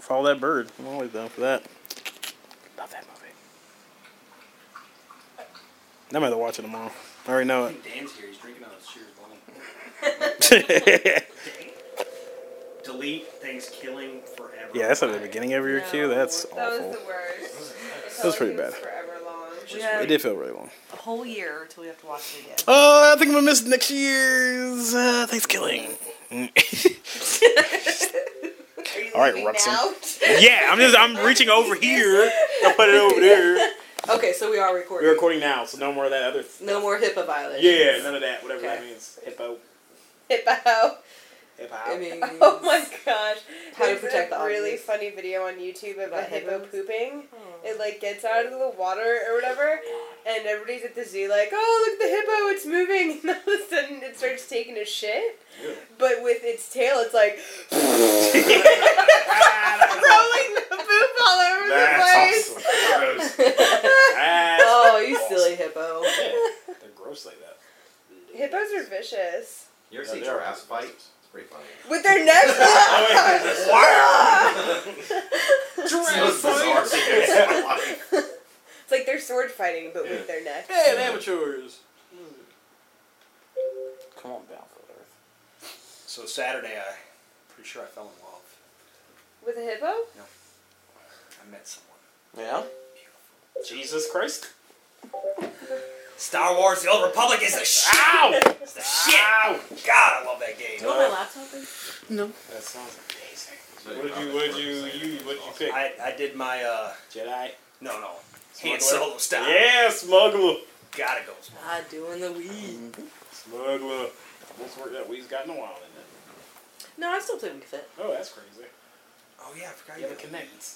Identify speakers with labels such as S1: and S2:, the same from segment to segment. S1: Follow that bird. I'm always down for that. Love that movie. I'm gonna watch it tomorrow. I already know
S2: I
S1: it.
S2: think Dan's here. He's drinking out of Sears bowl. Delete things killing forever.
S1: yeah, that's at the beginning of your queue. That's
S3: that
S1: awful.
S3: was the worst. It felt
S1: was
S3: like
S1: pretty
S3: it was
S1: bad.
S3: Forever long.
S4: We
S3: Yeah.
S4: have
S1: it did feel really long.
S4: a whole year until we have to watch it again.
S1: Oh, I think I'm gonna miss next year's uh, Thanksgiving.
S3: Are you
S1: All right,
S3: leaving
S1: Ruxin.
S3: now?
S1: yeah, I'm just I'm reaching over here. I put it over there.
S4: Okay, so we are recording.
S1: We're recording now, so no more of that other.
S4: No more HIPAA violations.
S1: yeah, none of that. Whatever
S4: Okay.
S1: that means. Hippo.
S3: Hippo.
S1: Hippo.
S4: I mean,
S3: Oh my gosh.
S4: How to
S3: There's
S4: protect
S3: a
S4: the
S3: really
S4: audience.
S3: funny video on YouTube of a
S4: About
S3: hippo
S4: hippos?
S3: pooping. It like gets out of the water or whatever,
S4: Oh
S3: and everybody's at the zoo like, "Oh, look the hippo! It's moving!" And all of a sudden, it starts taking a shit,
S1: Ew.
S3: but with its tail, it's like rolling the poop all over
S1: That's
S3: the
S1: awesome.
S3: place.
S1: Gross. That's-
S4: oh, you silly hippo.
S1: Yeah, they're gross like that.
S3: Hippos are vicious
S5: You ever
S1: No,
S5: see
S1: they are
S5: giraffes fight? It's pretty funny.
S3: with their necks.
S1: Oh,
S5: It's the most bizarre thing I've seen in my life.
S3: it's like they're sword fighting, but with their necks.
S1: Hey, amateurs. Come on, Battlefield Earth.
S2: So Saturday, I pretty sure I fell in love.
S3: With a hippo?
S1: Uh,
S2: I met someone.
S1: Yeah. Jesus Christ.
S2: Star Wars: The Old Republic is the shit.
S1: Ow!
S2: It's the shit. God, I love that game.
S4: You want my laptop? please?
S1: That sounds amazing.
S5: It's
S1: What
S5: really
S1: would you? What
S5: not the
S1: you?
S5: first
S1: You?
S5: thing.
S1: What you
S5: Awesome.
S1: pick?
S2: I, I did my uh
S1: Jedi.
S2: no no
S1: Smuggler?
S2: Han Solo style.
S1: Yeah, smuggler.
S2: Gotta go. Smuggler.
S4: Ah, doing the
S1: mm-hmm.
S4: weed.
S1: Smuggler. Most work that we've got in a while, isn't it?
S4: No, I still play Wii Fit.
S1: Oh, that's crazy.
S2: Oh yeah, I forgot
S1: You
S2: you
S1: have a
S2: had a
S1: connect.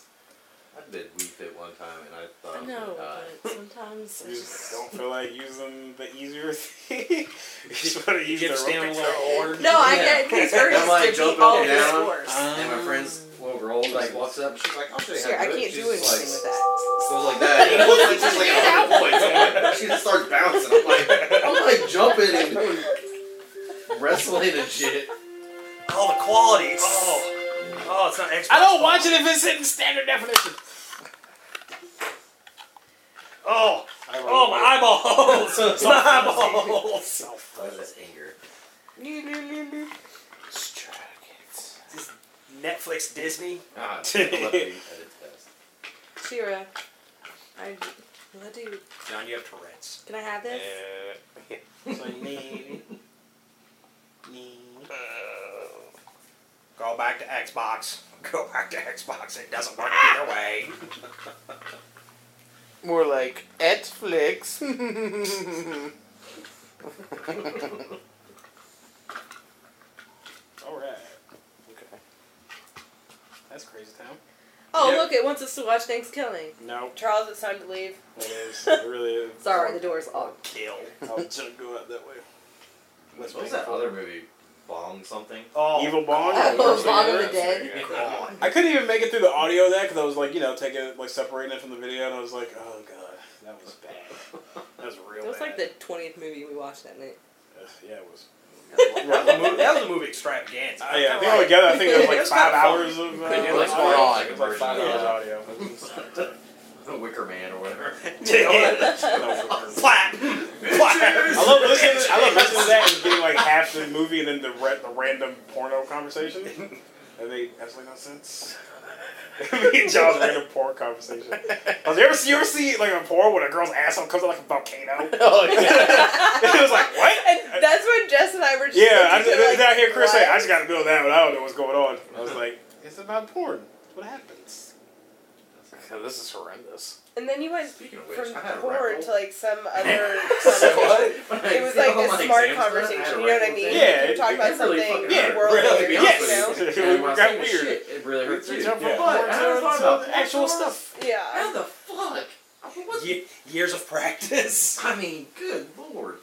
S5: I did Wii Fit one time and I thought I
S4: I
S5: was
S1: Oh
S4: know,
S5: gonna die.
S4: but sometimes I
S1: You
S4: just.
S1: just don't feel like using the easier thing. you just want to use the
S2: Give Stan a
S1: rocket
S2: little order.
S4: No, I
S5: Yeah.
S4: get conspiracy
S5: I'm like
S4: to beat
S5: jumping
S4: all the
S5: down.
S4: scores.
S1: Uh,
S5: And my friend's little girl like walks up and she's like, I'll show you
S4: Sure,
S5: how
S4: I
S5: to do it.
S4: can't do
S5: She's
S4: anything
S5: just, like,
S4: with that.
S5: goes like that. And it looks like just like a hundred points. I'm like, she just starts bouncing. I'm like, I'm like jumping and doing wrestling and shit.
S2: Oh, the quality. Oh, oh, it's not Xbox.
S1: I don't watch it if it's in standard definition.
S2: Oh, oh, my eyeballs. my eyeballs.
S5: Oh, that's anger.
S1: Extravagant.
S2: Netflix, Disney.
S5: Ah, I love you at its best.
S4: Shira, I. Well, dude,
S2: John, you have Tourette's.
S4: can I have this?
S2: Uh, So maybe, maybe. Go back to Xbox. Go back to Xbox. It doesn't work
S4: Ah!
S2: either way.
S6: More like Netflix.
S1: All right. Okay. That's crazy town.
S4: Oh,
S1: Yeah.
S4: look, it wants us to watch Thanksgiving.
S1: No,
S3: Charles, it's time to leave.
S1: it is. It really is.
S4: Sorry, the door's locked.
S2: Kill.
S1: I'll just go out that way. What's
S5: What was that other movie? Bong something?
S2: Oh,
S1: Evil Bong.
S4: Oh,
S1: Worse Than
S4: Bong of the
S1: Worse?
S4: Dead.
S5: Yeah, Bong.
S1: I couldn't even make it through the audio of that because I was like, you know, taking it, like separating it from the video, and I was like, oh god, that was bad. That was real.
S4: It was like
S1: bad.
S4: the 20th movie we watched that night.
S1: Ugh, Yeah, it was.
S2: that was a movie, that was a movie extravaganza.
S1: I, Uh, yeah, I think altogether, I think it was like
S4: It was
S1: five
S4: kinda fun.
S1: hours of. Uh,
S5: They did,
S6: like,
S1: audio.
S6: like,
S1: It was like five
S5: version of
S1: hours of audio.
S5: The Wicker Man or whatever.
S2: Flat. Flat.
S1: I love listening. I love listening to that and getting like half the movie and then the ra- the random porno conversation. That made absolutely no sense. Me and John's random porn conversation. Was you ever see you ever see like a porn when a girl's asshole comes out like a volcano? it was like what?
S3: And that's when Jess and I were just
S1: Yeah, I
S3: looking
S1: just,
S3: at, like,
S1: I hear Chris say,
S3: what?
S1: "I just got to build that," but I don't know what's going on. I was like, "It's about porn. It's what happens." This is horrendous.
S3: And then you went
S5: Speaking of which,
S3: from
S5: I had a
S3: porn
S5: raffle.
S3: to like some other.
S5: What?
S3: It was like a smart conversation. You know what I mean?
S1: Yeah,
S3: you're talking about something
S1: yeah, hurt.
S3: worldly.
S5: really,
S3: or,
S5: to be
S1: yes.
S3: you know?
S5: honest with you,
S1: It
S5: when I
S1: got
S5: say this
S1: weird.
S5: shit, It really hurts
S1: We
S5: you.
S1: jump from
S2: Yeah.
S1: porn
S5: But I never
S1: to
S5: thought
S1: some
S5: about that.
S1: actual stuff.
S3: Yeah.
S5: How the fuck? I mean, what-
S2: Ye- years of practice.
S5: I mean, good lord.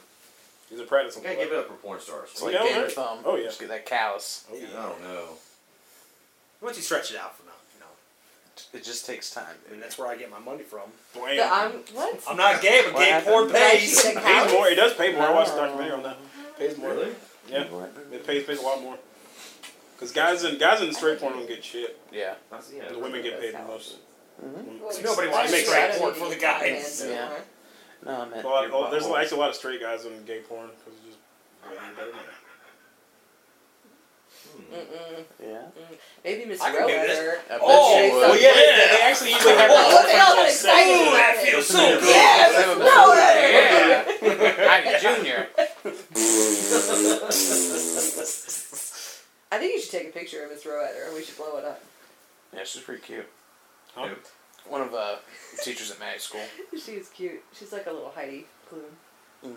S1: He's a practice.
S5: I gotta give it up for porn stars.
S1: So
S5: Like,
S1: you know-
S6: Gamer thumb.
S1: Oh, yeah.
S6: Just get that callus.
S1: Oh, yeah.
S5: I don't know.
S2: Once you stretch it out for now, you know.
S6: It just takes time.
S2: I mean, that's where I get my money from.
S1: Blam.
S4: The, um, what?
S2: I'm not gay, but
S6: What
S2: gay
S6: happened?
S2: porn pays.
S4: Like,
S1: pays
S4: Cows?
S1: more. It does pay more. I watched a
S6: Oh.
S1: documentary on that. Pays more.
S5: Really?
S1: Yeah, it pays pays a lot more. Because guys in guys in straight porn don't get shit.
S7: Yeah.
S5: That's, yeah.
S1: The women get paid the most.
S2: So nobody wants
S1: Makes
S2: to straight
S1: sense.
S2: porn for the guys.
S8: Yeah.
S7: Yeah. No, I meant
S1: A lot,
S7: your
S1: oh, there's
S7: butthole.
S1: actually a lot of straight guys in gay porn because just way better than that.
S8: Mm-mm.
S7: Yeah.
S5: Oh,
S8: Maybe Miss
S2: I can do this.
S8: Rowler.
S7: I bet
S2: Oh,
S7: you would.
S2: well,
S1: yeah, they-
S2: Yeah.
S1: They actually usually have
S2: Oh,
S1: like
S2: what
S1: a
S8: the hell
S1: fucking
S8: is
S1: sex
S2: Ooh,
S8: exciting?
S1: scene.
S2: that feels so good.
S8: Yes,
S7: Seven
S8: no,
S7: percent.
S8: that
S7: I'm junior.
S8: I think you should take a picture of Miss Rowler. We should blow it up.
S7: Yeah, she's pretty cute.
S1: Huh?
S7: One of uh, the teachers at my school.
S8: She's cute. She's like a little Heidi Klum.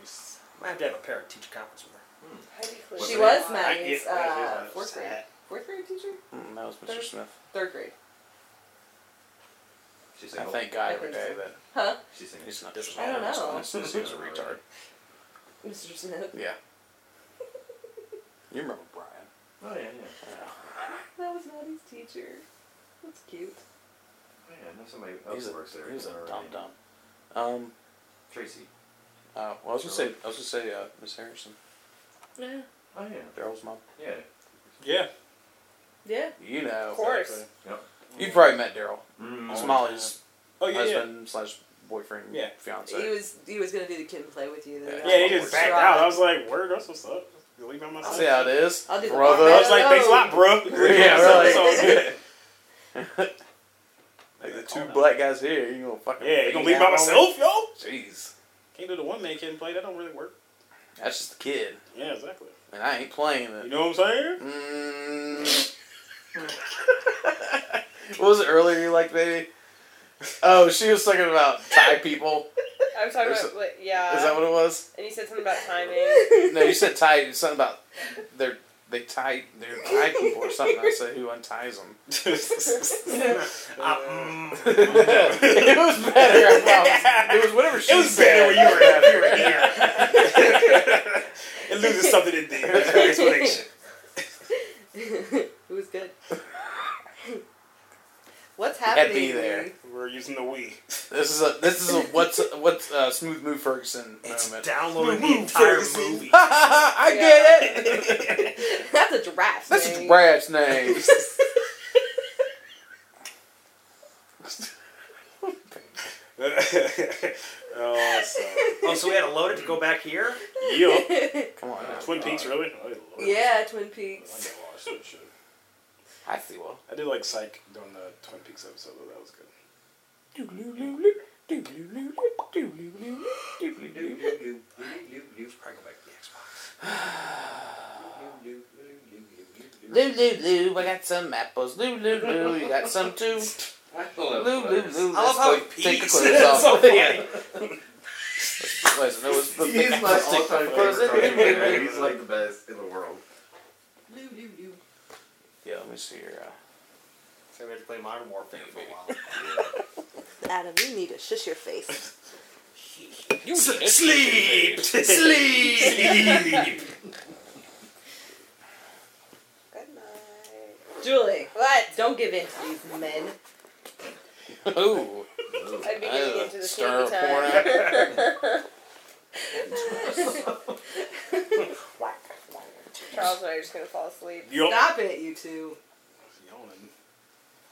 S1: Nice.
S2: I have to have a parent teach conference with her.
S8: She
S5: it?
S8: was
S1: I- yeah,
S8: Maddie's
S1: yeah,
S8: uh,
S1: she's
S8: fourth grade.
S1: sad.
S8: Fourth grade teacher?
S7: Mm, that was Mr. Smith.
S8: Third grade.
S5: She's
S7: I
S5: single.
S7: thank God
S8: I
S7: every
S8: think
S7: day
S8: so.
S7: that
S8: Huh?
S5: She's single.
S7: he's not
S2: This
S7: just
S8: I don't know.
S7: He's a retard.
S8: Mr. Smith.
S7: Yeah. You remember Brian.
S5: Oh yeah, yeah.
S8: That was Maddie's teacher. That's cute.
S5: Oh, yeah, I know somebody
S7: He's
S5: else
S7: a,
S5: works there.
S7: he's a
S5: already.
S7: dumb dumb. Um,
S5: Tracy.
S7: uh, well, I was gonna say, I was gonna say, uh, Miss Harrison,
S8: Yeah.
S5: Oh yeah,
S7: Daryl's mom.
S5: yeah.
S1: Yeah,
S8: Yeah.
S7: You know,
S3: Of course.
S1: exactly.
S7: you probably met Daryl.
S5: Mm.
S7: It's Molly's
S1: Oh yeah, yeah.
S7: husband slash boyfriend,
S1: Yeah.
S7: fiance.
S8: He was he was gonna do the kid and play with you. Then
S7: Yeah.
S8: got
S1: Yeah, he
S8: bored.
S1: just backed out. I was like, word, that's what's up. You leave by
S7: I
S1: myself.
S7: see how it is,
S8: I'll do the
S7: brother.
S1: I
S8: barman.
S1: was like, thanks a lot, bro. yeah,
S7: really.
S1: It's all good.
S7: Like the two black guys here, you gonna fucking
S1: Yeah, you
S7: hang
S1: gonna leave by
S7: out all
S1: myself, yo?
S7: day? Jeez,
S1: Can't do the one man can play. That don't really work.
S7: that's just a kid,
S1: Yeah, exactly.
S7: and I ain't playing
S1: You
S7: it.
S1: know what I'm saying?
S7: Mm. what was it earlier you liked, baby? Oh, she was talking about Thai people.
S3: I was talking
S7: Is
S3: about like, yeah,
S7: Is that what it was?
S3: and you said something about timing.
S7: No, you said tie something about they're they tie they're tie people or something. I said who unties them.
S2: Uh, mm,
S7: it was better. I promise. It was whatever she
S1: It was
S7: said.
S1: better when you were out. You were here. it loses something in the explanation.
S8: it was good. What's
S7: had
S8: happening?
S7: to be there.
S1: We're using the we.
S7: This is a this is a what's what's uh, smooth move Ferguson
S2: it's
S7: moment.
S2: downloading the
S1: Move,
S2: entire
S1: Ferguson.
S2: movie.
S7: I get it.
S8: That's a giraffe.
S7: That's
S8: name.
S7: a brat's name.
S1: oh, so.
S2: Oh, so we had to load it to go back here?
S1: Yo.
S7: Come on, now.
S1: Twin Peaks, really? Oh, Lord.
S8: Yeah, Twin
S1: I
S8: Peaks.
S1: never watched that shit.
S7: I see well.
S1: I did like Psych during the Twin Peaks episode, though. That was good.
S2: Let's probably go back to the Xbox.
S7: Lou loo loo, I got some apples. Lou loo loo, you got some too.
S5: I
S7: Lou
S5: love
S7: loo
S5: letters.
S7: loo.
S2: I love
S7: let's
S2: how
S7: go
S2: he pees.
S7: Take the clothes
S2: It's
S7: off.
S2: so funny.
S7: Listen, it was the
S5: He is my all-time
S7: Close
S5: favorite
S7: it.
S5: cartoon character. He's like the best in the world.
S7: Yeah, let me see here. Uh,
S2: So we had to play Modern Warfare for a while.
S8: Adam, you need to shush your face.
S7: you
S2: Sleep! Sleep!
S3: Good night.
S8: Julie,
S3: What?
S8: don't give in to these men.
S7: Ooh.
S5: Ugh.
S3: I'd be getting
S7: Uh,
S3: into the
S7: stir
S3: sneaky
S7: a
S3: time. Charles and I are just gonna fall asleep.
S1: Yup.
S8: Stop it, you two.
S1: Yawning.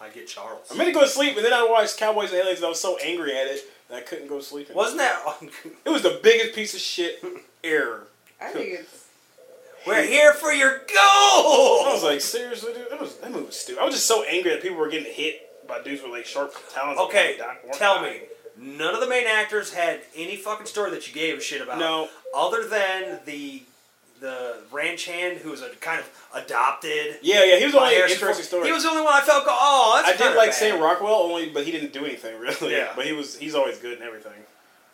S2: I get Charles.
S1: I meant to go to sleep, and then I watched Cowboys and Aliens, and I was so angry at it that I couldn't go to sleep.
S2: Wasn't that.
S1: It was the biggest piece of shit error.
S8: I think it's.
S2: We're here for your
S1: I was
S2: goal!
S1: like, seriously, dude, that, was, that movie was stupid. I was just so angry that people were getting hit by dudes with like sharp talons.
S2: Okay,
S1: Doc- weren't
S2: tell me.
S1: dying.
S2: None of the main actors had any fucking story that you gave a shit about.
S1: No,
S2: Other than the the ranch hand who was a kind of adopted.
S1: yeah, yeah, he was the
S2: by
S1: only
S2: Harrison
S1: interesting
S2: Ford.
S1: story.
S2: He was the only one I felt go, oh,
S1: I
S2: that's
S1: did
S2: kinda
S1: like
S2: bad.
S1: Sam Rockwell only, but he didn't do anything really.
S2: Yeah.
S1: But he was he's always good in everything.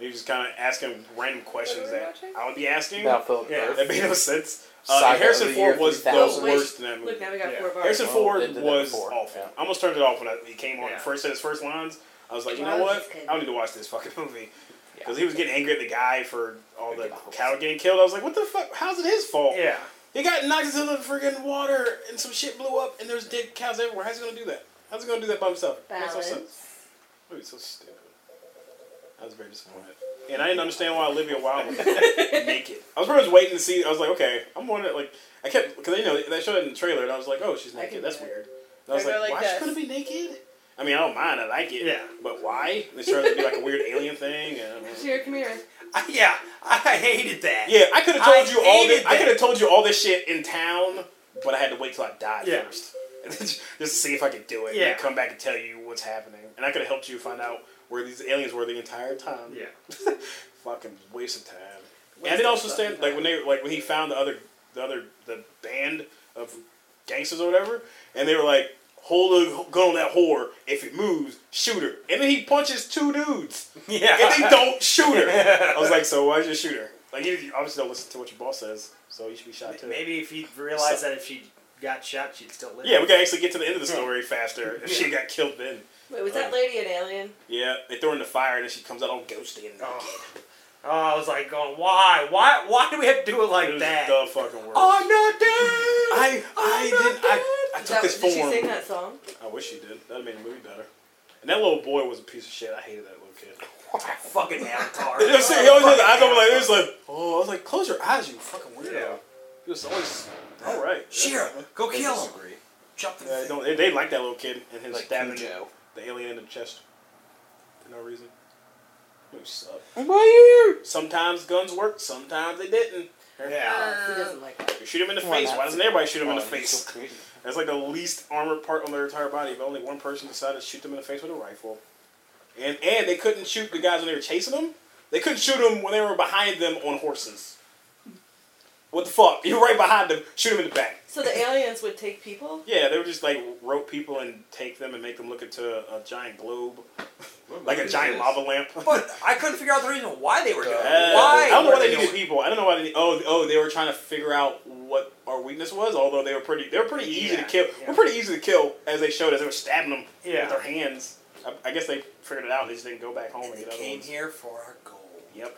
S1: He was just kind of asking random questions
S3: we
S1: that
S3: watching?
S1: I would be asking.
S7: Now Philip
S2: Yeah.
S7: Burr.
S1: That made no sense. Uh,
S7: Saga
S1: Harrison
S7: of the Year
S1: Ford was the
S7: 3000.
S8: Wait,
S1: worst in that movie.
S8: Look, now we got
S2: Yeah.
S8: four bars.
S1: Harrison
S7: Well, they
S1: Ford
S7: did that
S1: was
S7: before,
S1: awful.
S7: yeah.
S1: I almost turned it off when I, he came on
S2: Yeah.
S1: and first said his first lines. I was like, you
S8: Why
S1: know
S8: was
S1: what?
S8: this kid-
S1: I need to watch this fucking movie.
S7: Yeah.
S1: Because he was getting angry at the guy for all the
S7: Think about
S1: cattle getting killed. I was like, what the fuck? How's it his fault?
S2: Yeah.
S1: He got knocked into the friggin' water and some shit blew up and there's dead cows everywhere. How's he gonna do that? How's he gonna do that by himself? Makes no sense.
S8: Balance.
S1: Movie's so stupid. I was very disappointed. and I didn't understand why Olivia Wilde was naked. I was pretty much waiting to see. I was like, okay, I'm wondering. Like, I kept because you know they showed it in the trailer, and I was like, oh, she's
S8: I
S1: naked.
S8: can
S1: That's
S8: do it.
S1: weird. And I was
S8: I go
S1: like,
S8: like
S1: why
S8: this.
S1: she gonna be naked? I mean, I don't mind. I like it.
S2: Yeah.
S1: But why? They started to do like a weird alien thing. And
S8: Here, come here.
S2: I, yeah, I hated that.
S1: yeah, I could have told
S2: I
S1: you all this.
S2: hated
S1: I
S2: that.
S1: could have told you all this shit in town, but I had to wait till I died
S2: Yeah.
S1: first, just to see if I could do it.
S2: Yeah.
S1: And come back and tell you what's happening, and I could have helped you find out where these aliens were the entire time.
S2: Yeah.
S1: fucking waste of time.
S2: Waste
S1: and then
S2: of
S1: also stand
S2: fucking
S1: like when they like when he found the other the other the band of gangsters or whatever, and they were like, "Hold a gun on that whore. If it moves, shoot her." And then he punches two dudes,
S2: Yeah.
S1: and they don't shoot her. I was like, "So why did you shoot her?" Like you obviously don't listen to what your boss says, so you should be shot too.
S2: Maybe if he realized
S1: So-
S2: that if she got shot, she'd still live.
S1: Yeah, we gotta actually get to the end of the story faster. If she got killed then.
S8: Wait, was that lady an alien?
S1: Yeah, they throw her in the fire and then she comes out all ghosty and
S2: Oh. Oh, I was like going, why, why, why do we have to do it
S1: it
S2: like
S1: was
S2: that? Oh,
S1: the fucking worst.
S2: I'm not dead.
S1: I I
S2: I'm not
S1: didn't I, I
S8: Is
S1: took
S8: that-
S1: this
S8: did
S1: form.
S8: she sing that song?
S1: I wish she did. That'd made the movie better. And that little boy was a piece of shit. I hated that little kid.
S2: Fucking avatar.
S1: You know, see, he always had the eyes open like this, like oh, I was like, close your eyes, you fucking weirdo.
S2: Yeah.
S1: He was always all right.
S2: Shira, go
S5: I
S2: kill him.
S5: disagree.
S2: Jump the
S1: Yeah,
S2: thing.
S1: no, they, they like that little kid and his
S7: Like
S1: stabbing
S7: Cujo.
S1: the alien in the chest for no reason. It sucked.
S7: My ear.
S1: Sometimes guns worked, sometimes they didn't. Uh,
S2: Yeah.
S8: Oh, She doesn't like that.
S1: You shoot him in the
S7: Why
S1: face.
S7: not?
S1: Why doesn't everybody shoot him in the
S7: Oh, you're so
S1: face?
S7: creepy.
S1: That's like the least armored part on their entire body. If only one person decided to shoot them in the face with a rifle, and and they couldn't shoot the guys when they were chasing them. They couldn't shoot them when they were behind them on horses. What the fuck? You're right behind them. Shoot them in the back.
S8: So the aliens would take people?
S1: Yeah, they would just like rope people and take them and make them look into a, a giant globe,
S5: What
S1: like
S5: movie
S1: a
S5: is
S1: giant
S5: this?
S1: lava lamp.
S2: But I couldn't figure out the reason why they were doing it.
S1: Uh,
S2: why?
S1: I don't know
S2: were
S1: why they
S2: doing
S1: needed
S2: it?
S1: people. I don't know why they. Oh, oh, they were trying to figure out what our weakness was. Although they were pretty, they were pretty easy
S2: Yeah,
S1: to kill.
S2: yeah.
S1: We're pretty easy to kill, as they showed as they were stabbing them
S2: Yeah.
S1: with their hands. I, I guess they figured it out. They just didn't go back home and,
S2: And they
S1: get other
S2: came
S1: ones.
S2: here for our gold.
S1: Yep.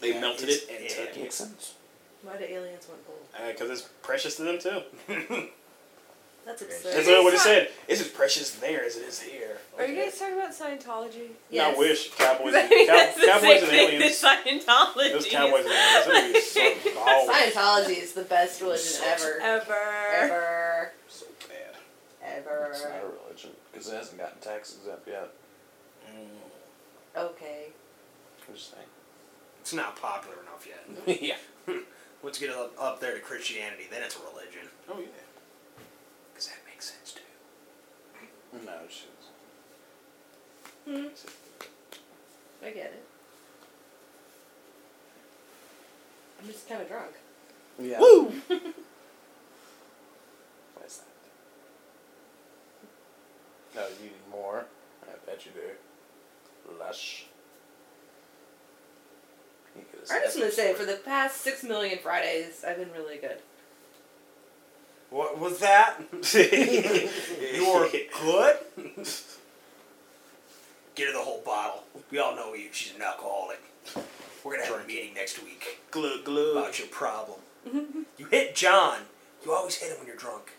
S1: They
S2: That
S1: melted
S2: is-
S1: it and
S2: yeah.
S1: took
S7: Makes
S1: it
S7: sense.
S8: Why do aliens want gold?
S1: because Uh, it's precious to them too.
S8: That's absurd.
S1: That's literally what it said. It's as precious there as it is here.
S3: Are you guys talking about Scientology?
S1: Not wish cowboys.
S8: I
S1: and,
S8: think
S1: cow,
S8: that's the
S1: cowboys
S8: same
S1: and
S8: thing
S1: aliens.
S8: Scientology.
S1: It was cowboys and aliens. That movie is so gall-
S8: Scientology is the best religion ever.
S3: Ever.
S8: Ever.
S1: so bad.
S7: It's not a
S8: Ever.
S7: religion because it hasn't gotten tax exempt yet.
S8: Okay.
S7: I'm just
S2: It's not popular enough yet.
S7: saying. yeah.
S2: Let's get up, up there to Christianity, then it's a religion.
S1: Oh yeah.
S2: Because that makes sense too.
S7: No, she's.
S8: I get it. I'm just kind of drunk.
S7: Yeah.
S1: Woo.
S7: What is that? No, you need more. I bet you do. Lush. You could have
S8: I'm just
S7: said-
S8: gonna say, for the past six million Fridays, I've been really good.
S2: What was that? You're good? Get her the whole bottle. We all know you. She's an alcoholic. We're going to have a meeting next week
S1: glug glug.
S2: about your problem. you hit John. You always hit him when you're drunk.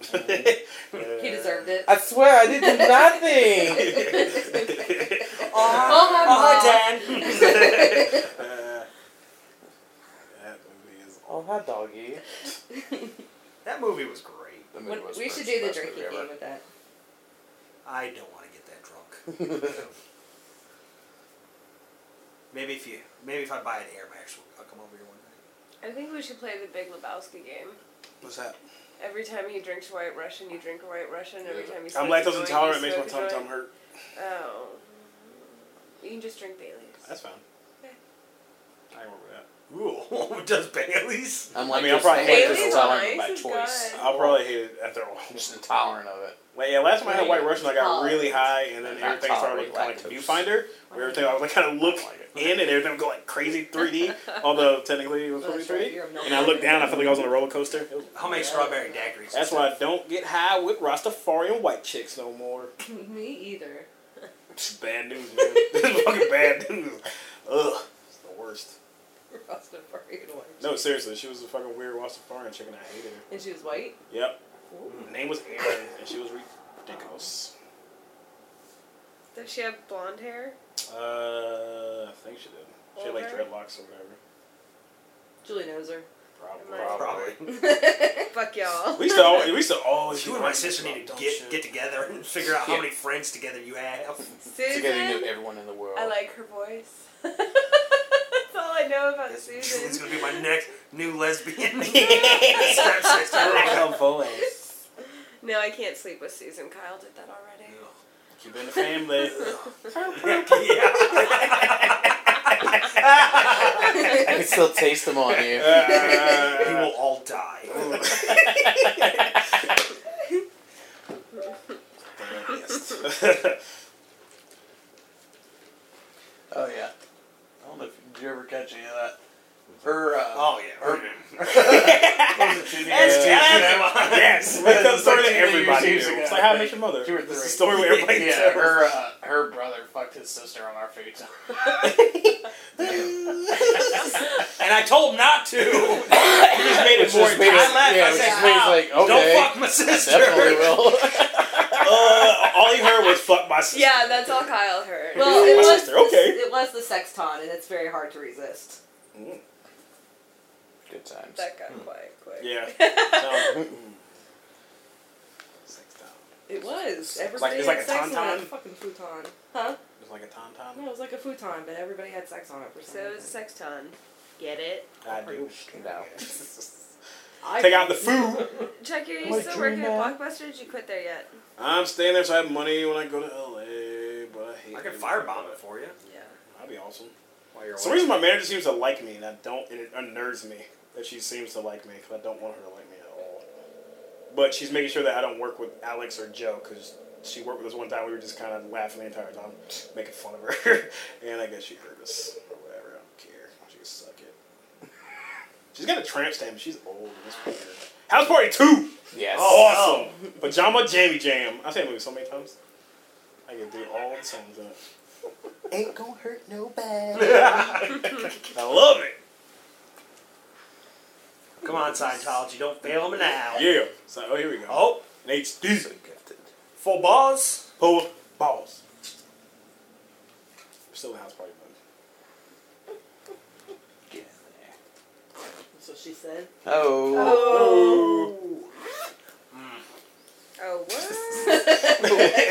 S8: He deserved it.
S7: I swear I did do nothing.
S8: Oh my god.
S2: Dan.
S7: oh, hi, doggy.
S2: That movie was great.
S7: The movie
S8: When-
S7: was
S8: we
S7: best-
S8: should do the
S7: best
S8: drinking
S7: movie
S8: game
S7: ever.
S8: with that.
S2: I don't want to get that drunk. Maybe if you, maybe if I buy an Air Max, I'll come over here one night.
S3: I think we should play the Big Lebowski game.
S2: What's that?
S3: Every time he drinks White Russian, you drink a White Russian. Every time he
S1: I'm
S3: smokes a
S1: lactose
S3: joint,
S1: intolerant.
S3: you
S1: Makes my
S3: smoke
S1: tum
S3: a
S1: tum
S3: joint.
S1: hurt.
S3: Oh. You can just drink Bailey's.
S1: That's fine. I remember that.
S2: Ooh, does Bailey's?
S7: I'm like,
S1: I mean, I'm
S7: just
S1: probably
S7: like
S1: Bailey's
S7: intolerant by
S3: Ice is
S7: choice.
S4: Uh,
S3: good.
S1: I'll probably hate it after a while.
S7: I'm just intolerant of it.
S1: Like, yeah, last time I had White Russian, I got
S8: Tolerance.
S1: really high, and then
S7: Not
S1: everything started
S7: tolerate
S1: looking kind of like a
S7: lactose.
S1: viewfinder, where everything I would like kind of look in, and everything would go like crazy 3D, although technically it was
S8: Well,
S1: supposed
S8: that's
S1: to be
S8: right,
S1: 3D.
S8: you're a
S1: And I looked down, I felt like I was on a roller coaster. It was-
S2: I'll make strawberry daiquiris.
S1: That's why I don't get high with Rastafarian white chicks no more.
S8: Me either.
S1: It's bad news, man. this is fucking bad news. Ugh, it's the worst.
S8: Rastafarian white.
S1: No, seriously, she was a fucking weird Rastafarian chick, and I hated her.
S8: And she was white.
S1: Yep,
S8: Ooh.
S4: Mm.
S1: her name was Aaron, and she was ridiculous.
S3: Does she have blonde hair?
S1: Uh, I think she did. She had like
S3: Over.
S1: dreadlocks or whatever.
S4: Julie knows her.
S1: Probably.
S3: Right.
S2: Probably.
S3: Fuck y'all.
S1: We used to always, we used to always.
S2: You
S1: be
S2: and my
S1: friends
S2: sister
S1: about
S2: need to
S1: dumb
S2: get
S1: shit.
S2: get together and figure out how
S6: Yeah.
S2: many friends together you have.
S6: Together you knew
S3: Susan.
S6: everyone in the world.
S3: I like her voice. That's all I know about
S2: It's
S3: Susan.
S2: gonna be my next new lesbian stepsister.
S3: No, I can't sleep with Susan. Kyle did that already.
S1: Keep it in the family.
S2: yeah.
S6: I can still taste them on you.
S2: you
S1: Uh,
S2: will all die.
S6: Oh yeah. I don't know if did you ever catch any of that. Her uh,
S2: Oh yeah.
S6: Or-
S1: That's yes, that's the story that
S6: Like,
S1: everybody
S6: years
S1: knew.
S6: ago.
S1: It's like How I Met Your Mother.
S6: Two or
S1: It's the
S6: three.
S1: story where everybody
S6: yeah,
S1: tells.
S6: her uh, her brother fucked his sister on our food.
S2: and I told him not to.
S1: He just made
S6: Which
S1: it more.
S6: just made us-
S2: I left.
S6: yeah,
S2: I
S6: which
S2: said,
S6: just made us
S2: "Wow,
S6: like, okay,
S2: Don't fuck my sister.
S6: Definitely will.
S1: Uh, all he heard was "fuck my sister."
S3: Yeah, that's all Kyle heard.
S4: Well,
S1: My
S4: it was
S1: sister, okay.
S4: it was the sexton, and it's very hard to resist.
S1: Mm-hmm.
S6: Good times.
S3: that
S2: Hmm.
S3: got quiet quick.
S1: Yeah.
S4: It was.
S1: like-
S4: Everybody
S1: it's like
S4: had
S1: a
S4: sex on
S1: tauntaun?
S4: that fucking futon. Huh?
S1: It's like a tauntaun.
S4: No, it was like a futon, but everybody had sex on it for some
S3: So it was a
S4: reason.
S3: sexton. Get it?
S1: I do.
S6: No.
S4: I-
S1: Take out the food.
S3: Chuck, are you
S6: What
S3: still
S6: dream
S3: working at
S6: man?
S3: Blockbuster? Or did you quit there yet?
S1: I'm staying there so I have money when I go to LA, but I hate.
S2: I can
S1: it.
S2: firebomb it for you.
S3: Yeah.
S1: That'd be awesome.
S2: While you're
S1: For some
S2: away.
S1: reason, my manager seems to like me, and I don't. And it unnerves me that she seems to like me because I don't want her to like me at all. But she's making sure that I don't work with Alex or Joe because she worked with us one time. We were just kind of laughing the entire time, making fun of her, and I guess she hurt us or whatever. I don't care. She can suck it. She's got a tramp stamp. She's old. And it's weird. House Party Two.
S6: Yes.
S1: Oh, awesome. Pajama Jammy Jam. I've seen that movie so many times. I can do it all the songs in it.
S6: Ain't gonna hurt nobody.
S1: I love it.
S2: Come on, Scientology. Don't fail them now.
S1: Yeah. So, oh, here we go.
S2: Oh,
S1: Nate's diesel.
S6: So gifted.
S2: for balls.
S1: Poor balls. We're still in house party mode.
S6: Get in there.
S4: So she said.
S6: Oh.
S1: Oh.
S3: Oh, what?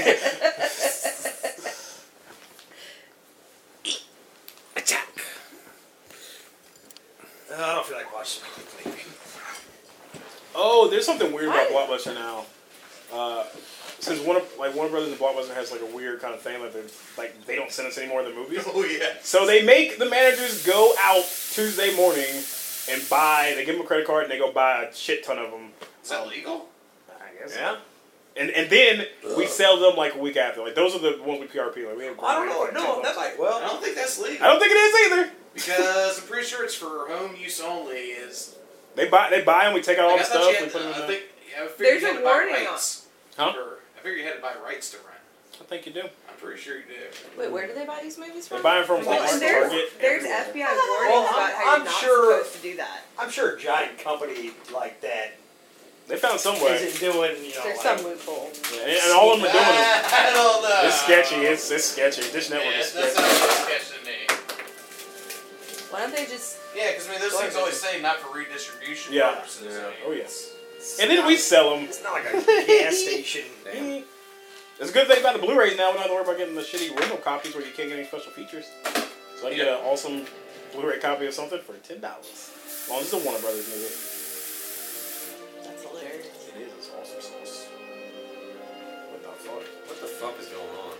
S2: Uh, I don't feel like watching. Leaving.
S1: Oh, there's something weird about Blockbuster now. Uh, since one of like Warner Brothers and Blockbuster has like a weird kind of thing, like they like they don't send us any more of the movies.
S5: Oh yeah.
S1: So they make the managers go out Tuesday morning and buy. They give them a credit card and they go buy a shit ton of them.
S5: Is that legal?
S1: I guess. Yeah. And and then we sell them like a week after. Like those are the ones we PRP. Like we have.
S2: I don't know. No, that might.
S5: I
S2: Well,
S5: don't think that's legal.
S1: I don't think it is either.
S5: Because I'm pretty sure it's for home use only. Is
S1: They buy they buy them. We take out all
S5: Like, I
S1: the
S5: thought
S1: stuff.
S5: you
S1: we
S5: had
S1: put
S5: to-
S1: them in
S5: I
S1: the-
S5: think I figured
S3: There's
S5: you had
S3: a
S5: to buy
S3: warning
S5: rights.
S1: Huh?
S5: for- I figured you had to buy rights to rent.
S1: I think you do.
S5: I'm pretty sure you did.
S4: Wait, where do they buy these movies
S1: They
S4: from?
S1: buy them from
S5: Well,
S1: Walmart,
S3: there's-
S1: Target.
S3: There's
S1: everywhere.
S3: FBI warnings
S2: Well, I'm-
S3: about how
S2: I'm
S3: you're not
S2: sure-
S3: supposed to do that.
S2: I'm sure a giant company like that
S1: They found somewhere.
S2: not doing. You know,
S4: There's
S2: like,
S4: some loophole.
S1: Yeah, and, and all of them are doing it.
S5: I don't know.
S1: It's sketchy. It's it's sketchy. Dish
S5: yeah,
S1: Network is
S5: that's not
S1: sketchy.
S5: sketchy to me.
S4: Why don't they just?
S5: Yeah, because I mean, those things always say not for redistribution
S1: Yeah.
S5: purposes. I mean,
S1: Oh yes. And then we sell them.
S2: It's not like a gas station.
S1: Eh. It's a good thing about the Blu-rays now. We don't have to worry about getting the shitty rental copies where you can't get any special features. So I can get an awesome Blu-ray copy of something for ten dollars. As long as it's a Warner Brothers movie.
S4: That's hilarious.
S1: It is. It's awesome sauce. What the fuck?
S7: What the fuck is going on?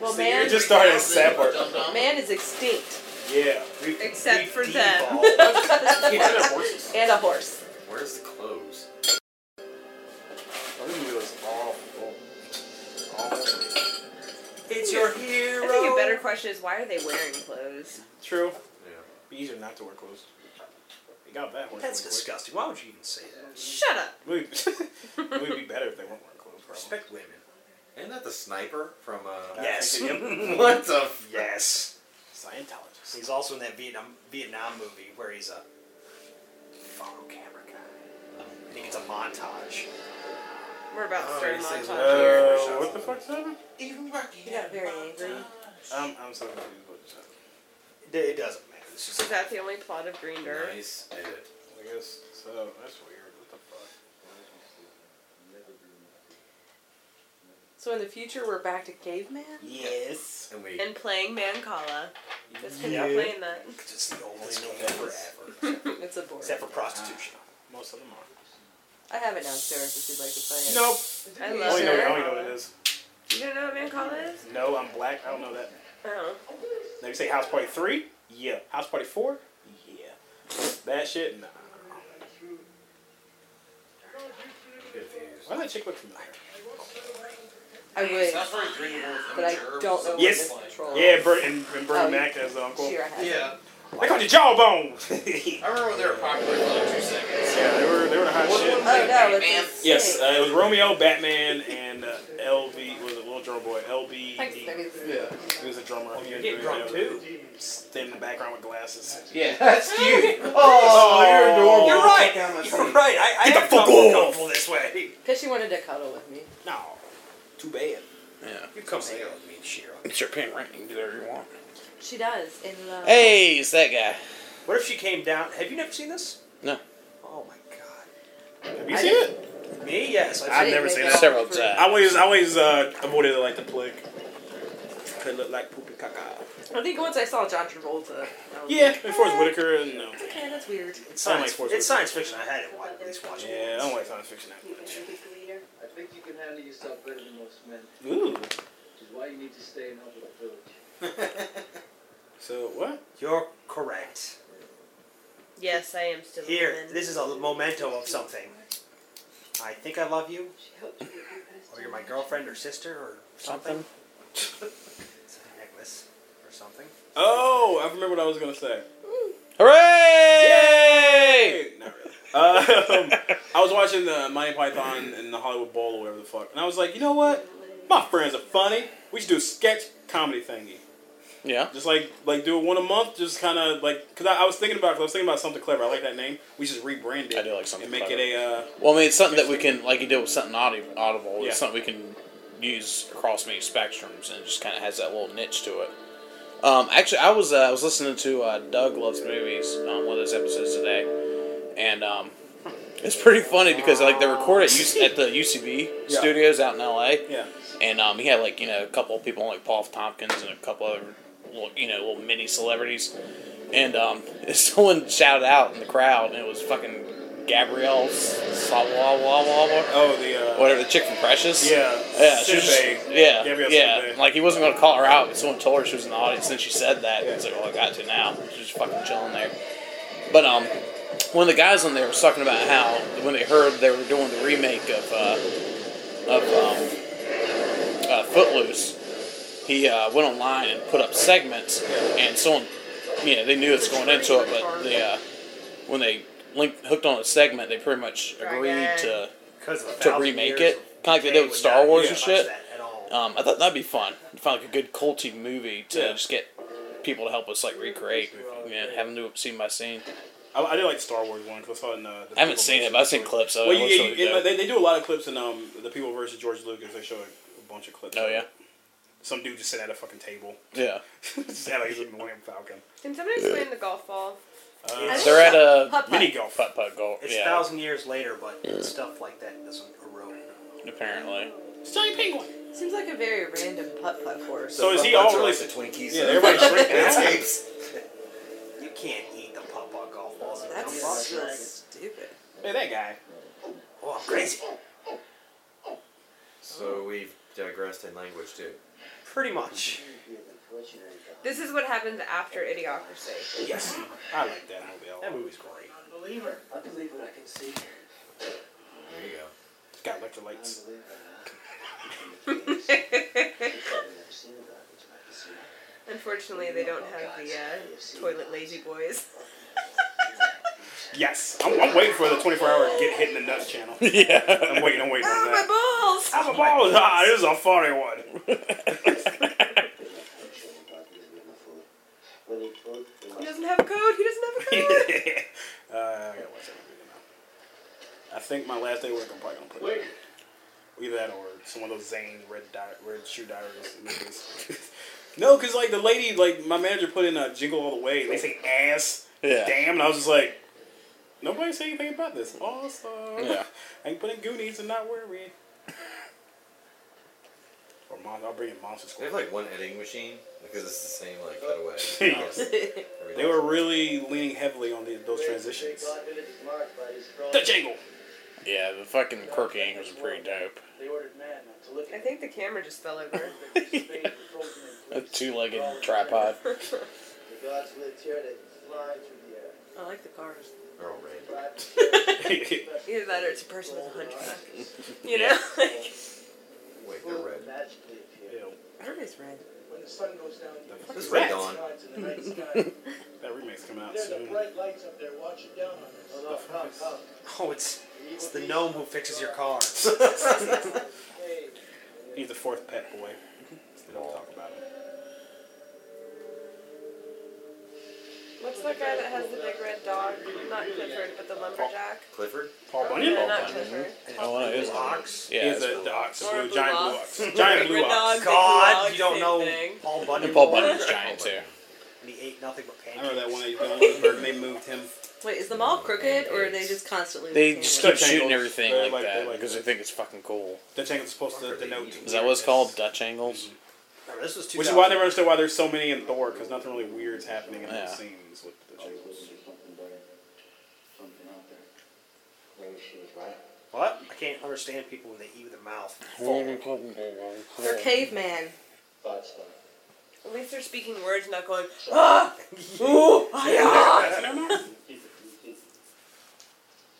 S4: Well,
S3: Oh,
S5: So
S4: man,
S1: It just started as sad part.
S5: Dum-dum.
S4: man is extinct
S1: Yeah.
S2: We-
S3: Except
S2: we
S3: for them.
S2: devolved.
S1: Yeah, horses.
S4: and a horse.
S7: Where's the clothes?
S1: Oh, this movie was awful. Awful.
S2: It's your
S3: I
S2: hero.
S3: think a better question is why are they wearing clothes?
S1: True.
S7: Yeah.
S1: Be easier not to wear clothes. They got that horse.
S2: That's
S1: really quick.
S2: disgusting. Why would you even say that?
S3: Shut up.
S1: Movie, movie be better if they weren't wearing clothes. Probably.
S2: Respect women.
S7: Isn't that the sniper from uh?
S2: Yes.
S5: What the? F-
S2: yes.
S1: Scientologist.
S2: He's also in that Vietnam Vietnam movie where he's a photo camera guy. And he gets a montage.
S3: We're about to
S7: Oh,
S3: start a
S7: he says
S1: Uh,
S3: montage.
S1: what the fuck's happening?
S5: Even Rocky
S4: He got very angry.
S1: I'm, I'm so Um, confused. What just happened.
S2: It, it doesn't matter.
S7: It's
S3: Is
S7: just
S3: that the only plot of Green Dirt?
S7: nice edit.
S1: I guess so. That's weird. What the fuck?
S4: So in the future, we're back to caveman.
S2: Yes.
S7: And we
S3: And playing Mancala. Just keep
S2: Yeah.
S3: playing that.
S2: Because it's the oldest game forever.
S4: it's a board.
S2: Except for prostitution.
S1: Most of them are.
S4: I have it downstairs if you'd like to play it.
S1: Nope.
S3: I
S1: I
S3: love
S1: only Oh, know, I
S3: her.
S1: only know what it is.
S3: You don't know what Mancala is?
S1: No, I'm black. I don't know that.
S3: Oh.
S1: They say House Party 3? Yeah. House Party 4? Yeah. That shit? Nah.
S7: good views.
S1: Why that chick look familiar?
S4: I would,
S9: Sounds very Green Wolf,
S4: but I
S9: Germs.
S4: don't know
S1: Yes.
S4: what the control
S1: Yeah, Bert and, and Bernie
S4: Oh,
S1: Mac as the uncle.
S4: She or I had.
S9: Yeah.
S1: They called you Jawbones! yeah,
S9: I remember when they were popular for like two seconds.
S1: they were, they were the hot
S9: What- what-
S1: shit.
S4: Oh no, it's
S9: Man.
S4: a snake.
S1: Yes, uh, it was Romeo, Batman, and uh, LV was a little drum boy. LB,
S4: Thanks, baby.
S5: Yeah.
S1: he was a drummer. He was
S2: Get drunk
S1: doing-
S2: too.
S1: Stand in the background with glasses.
S6: Yeah, that's cute.
S1: Oh,
S6: you're adorable.
S2: You're
S6: Take down my
S2: right. You're
S6: sleeve.
S2: right. I, I
S1: Get the
S2: am
S1: fuck
S2: comfortable-
S1: off.
S2: comfortable this way.
S4: Because she wanted to cuddle with me.
S1: No, too bad.
S6: Yeah.
S2: You come hang out with oh, me and Shira.
S6: It's your parent rent. You can do whatever you want.
S4: She does uh, in love.
S6: Hey, it's that guy.
S2: What if she came down? Have you never seen this?
S6: No.
S2: Oh my god.
S1: Have you seen it?
S2: Me? Yes. I've
S1: I've
S2: seen it.
S1: never seen that.
S6: Several times.
S1: I always, I always uh, avoided it like the plague. Could look like poopy caca.
S4: I think once I saw John Travolta. I was
S1: Yeah,
S4: like,
S1: before it's Whitaker and no.
S4: Okay, that's weird.
S2: It's
S1: I don't
S2: science,
S1: like sports
S2: it's
S1: movies.
S2: science fiction. I had it watch, at least watch it
S1: Yeah, I
S2: once.
S1: don't like science fiction that much.
S10: I think you can handle yourself better than most men,
S1: Ooh.
S10: which is why you need to stay in Humble Village.
S1: So what?
S2: You're correct.
S3: Yes, I am still a
S2: Here,
S3: woman.
S2: this is a memento of something. I think I love you, or you're my girlfriend or sister or something. It's a necklace or something.
S1: Oh, I remember what I was gonna say.
S6: Hooray!
S1: Not really. Um, I was watching the Monty Python and the Hollywood Bowl or whatever the fuck, and I was like, you know what? My friends are funny. We should do a sketch comedy thingy.
S6: Yeah.
S1: Just like like do it one a month, just kind of like because I, I was thinking about 'cause I was thinking about something clever. I like that name. We should rebrand it.
S6: I do like Something
S1: and make
S6: Clever.
S1: it a. Uh,
S6: Well, I mean, it's something that we can, like you did with something audi- audible.
S1: Yeah.
S6: It's something we can use across many spectrums, and it just kind of has that little niche to it. Um, actually, I was uh, I was listening to uh, Doug Loves Movies, um, one of those episodes today, and um, it's pretty funny because like they record at, U- at the UCB
S1: Yeah.
S6: studios out in LA,
S1: yeah.
S6: and um, he had like you know a couple of people like Paul F. Tompkins and a couple other little, you know little mini celebrities, and um, someone shouted out in the crowd, and it was fucking Gabrielle Sawalawala,
S1: Oh, the. Uh,
S6: whatever the chick from Precious.
S1: Yeah.
S6: Yeah, she was
S1: Sipe.
S6: just- yeah,
S1: Gabrielle
S6: yeah.
S1: Sipe.
S6: Like he wasn't gonna call her out, but someone told her she was in the audience, and she said that.
S1: Yeah.
S6: It's like, well, I got to now. She's just fucking chilling there. But um, one of the guys on there was talking about how when they heard they were doing the remake of uh, of um, uh, Footloose, he uh, went online and put up segments, and someone, you know, they knew it's going into it, but they uh, when they linked hooked on a segment, they pretty much agreed to.
S2: Because of a
S6: To
S2: thousand
S6: remake
S2: years
S6: it?
S2: of-
S6: Kinda like they did with
S2: would
S6: Star
S2: not
S6: Wars
S1: and
S2: touch
S6: shit?
S2: that at all.
S6: Um, I thought that'd be fun. Find like a good culty movie to
S1: Yeah.
S6: just get people to help us like recreate. Yeah, have them do it scene by scene.
S1: I, I did like the Star Wars one because I saw it in. Uh, the
S6: I haven't
S1: People
S6: seen it,
S1: versus-
S6: but I've seen clips of
S1: Well,
S6: it.
S1: you,
S6: It looks
S1: you,
S6: really
S1: in-
S6: good.
S1: they, they do a lot of clips in um the people versus George Lucas. They show a, a bunch of clips.
S6: oh yeah,
S1: Some dude just sitting at a fucking table.
S6: yeah.
S1: just had like he's a Millennium Falcon.
S3: Can somebody explain the golf ball?
S1: Uh,
S6: They're at a
S4: Putt-putt.
S1: mini golf.
S6: putt putt goal.
S2: It's a
S6: Yeah, Mm.
S2: thousand years later, but stuff like that doesn't erode.
S6: apparently.
S1: Giant penguin.
S4: Seems like a very random putt putt horse.
S1: So is he
S7: Bunch
S1: all
S7: of
S1: really?
S7: us at Twinkies.
S1: Yeah, everybody's drinking.
S7: Landscapes.
S2: You can't eat the pawpaw golf balls and
S4: That's
S2: dump
S4: just
S2: balls.
S4: stupid.
S1: Hey, that guy.
S2: Oh, I'm crazy.
S7: So we've digressed in language too.
S2: Pretty much.
S3: This is what happens after Idiocracy.
S2: Yes.
S1: I like that movie. a lot.
S2: That movie's great.
S10: Believer. I believe what I can see.
S7: There you go.
S1: It's got electrolytes.
S3: Unfortunately, they don't have the uh, toilet lazy boys.
S1: Yes, I'm, I'm waiting for the 24 hour get hit in the nuts channel.
S6: Yeah.
S1: I'm waiting. I'm waiting on that.
S3: Oh, my balls!
S1: I'm a ball. Ah, this is a funny one.
S3: He doesn't have a code. He doesn't have a code.
S1: uh, I gotta watch that movie now. I think my last day of work. I'm probably gonna put. it. Either that or some of those Zane Red Di- Red Shoe Diaries movies. no, because like the lady, like my manager put in a jingle all the way. And they say ass,
S6: Yeah.
S1: damn, and I was just like, nobody say anything about this. Awesome.
S6: Yeah.
S1: I can put in Goonies and not worry. Or mon- I'll bring in Monster
S7: They
S1: Squad.
S7: have like one editing machine because it's the same like cutaway.
S1: Yes.
S7: Every
S1: They were really leaning heavily on the, those transitions. The jingle.
S6: Yeah, the fucking quirky angles are pretty dope.
S3: I think the camera just fell over.
S6: A two-legged tripod.
S10: The gods live here, they fly through the air.
S4: I like the cars.
S7: They're all random.
S10: Fly through
S4: Either that or it's a person with a hunchback. You know? Like,
S7: Wait, they're red.
S10: Magically appear.
S1: Ew.
S4: everybody's red.
S10: When the sun goes down, you
S1: The
S10: can
S1: fuck
S7: This
S1: is
S7: is Red
S1: that?
S7: Dawn.
S10: see the night sky.
S1: That remake's coming out
S10: There's a
S1: soon.
S10: bright lights up there watching down on us. Hello, come, come.
S2: Oh, it's it's the gnome who fixes your car.
S10: Hey,
S1: He's the fourth pet boy. They don't talk about him.
S4: What's that guy that has the big red dog? Not Clifford, but the lumberjack.
S7: Clifford?
S1: Paul Bunyan.
S4: Yeah,
S6: Bunyan?
S4: not Clifford.
S6: Oh, it is.
S2: Ox.
S6: Yeah,
S1: he's
S6: it's
S1: a the ox, a
S4: Or a
S1: blue,
S4: blue
S1: giant
S4: ox.
S1: blue ox, giant blue
S4: Red
S1: ox.
S4: dog.
S2: God, you
S4: Big dog,
S2: don't
S4: same
S2: know
S4: thing.
S2: Paul Bunyan.
S6: And Paul Bunyan's giant
S7: Paul
S6: too.
S7: Bunyan.
S2: And he ate nothing but
S1: I
S2: pancakes.
S1: remember that one that he's doing with Berg, They moved him.
S4: Wait, is the mall crooked or are they just constantly
S6: They
S4: looking
S6: just
S4: at it?
S6: keep
S1: Dutch angles.
S6: shooting everything
S1: They're
S6: like,
S1: like- they're
S6: that
S1: like-
S6: because they think it's fucking cool.
S1: The tank is supposed to
S7: Fucker, they
S1: denote.
S7: eat
S6: Is that what it's called? Dutch angles?
S2: Remember, this was two.
S1: Which is why I never understood why there's so many in Thor, because nothing really weird's happening in
S6: Yeah.
S1: those scenes with the jingles.
S2: What? I can't understand people when they eat with their mouth.
S4: They're caveman.
S3: At least they're speaking words, not going.
S4: Ah! Ooh! Ah!
S6: Oh,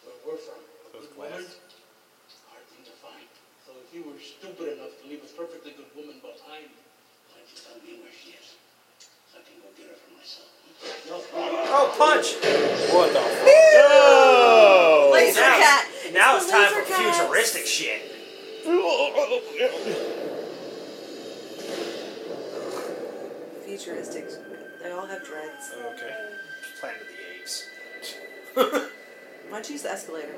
S10: where we're from,
S1: Those
S10: good woman,
S1: glasses.
S10: hard thing to find. So if you were stupid enough to leave a perfectly good woman behind, why don't you tell me where she is? So I can go get her for myself.
S2: Oh, punch!
S1: What the fuck?
S4: Laser
S2: Now-
S4: cat!
S2: Now
S4: It's
S2: it's
S4: the
S2: time for
S4: laser cat.
S2: futuristic shit.
S4: Futuristic. They all have dreads.
S1: Okay.
S2: Planet of the Apes.
S4: Why don't you use the escalator?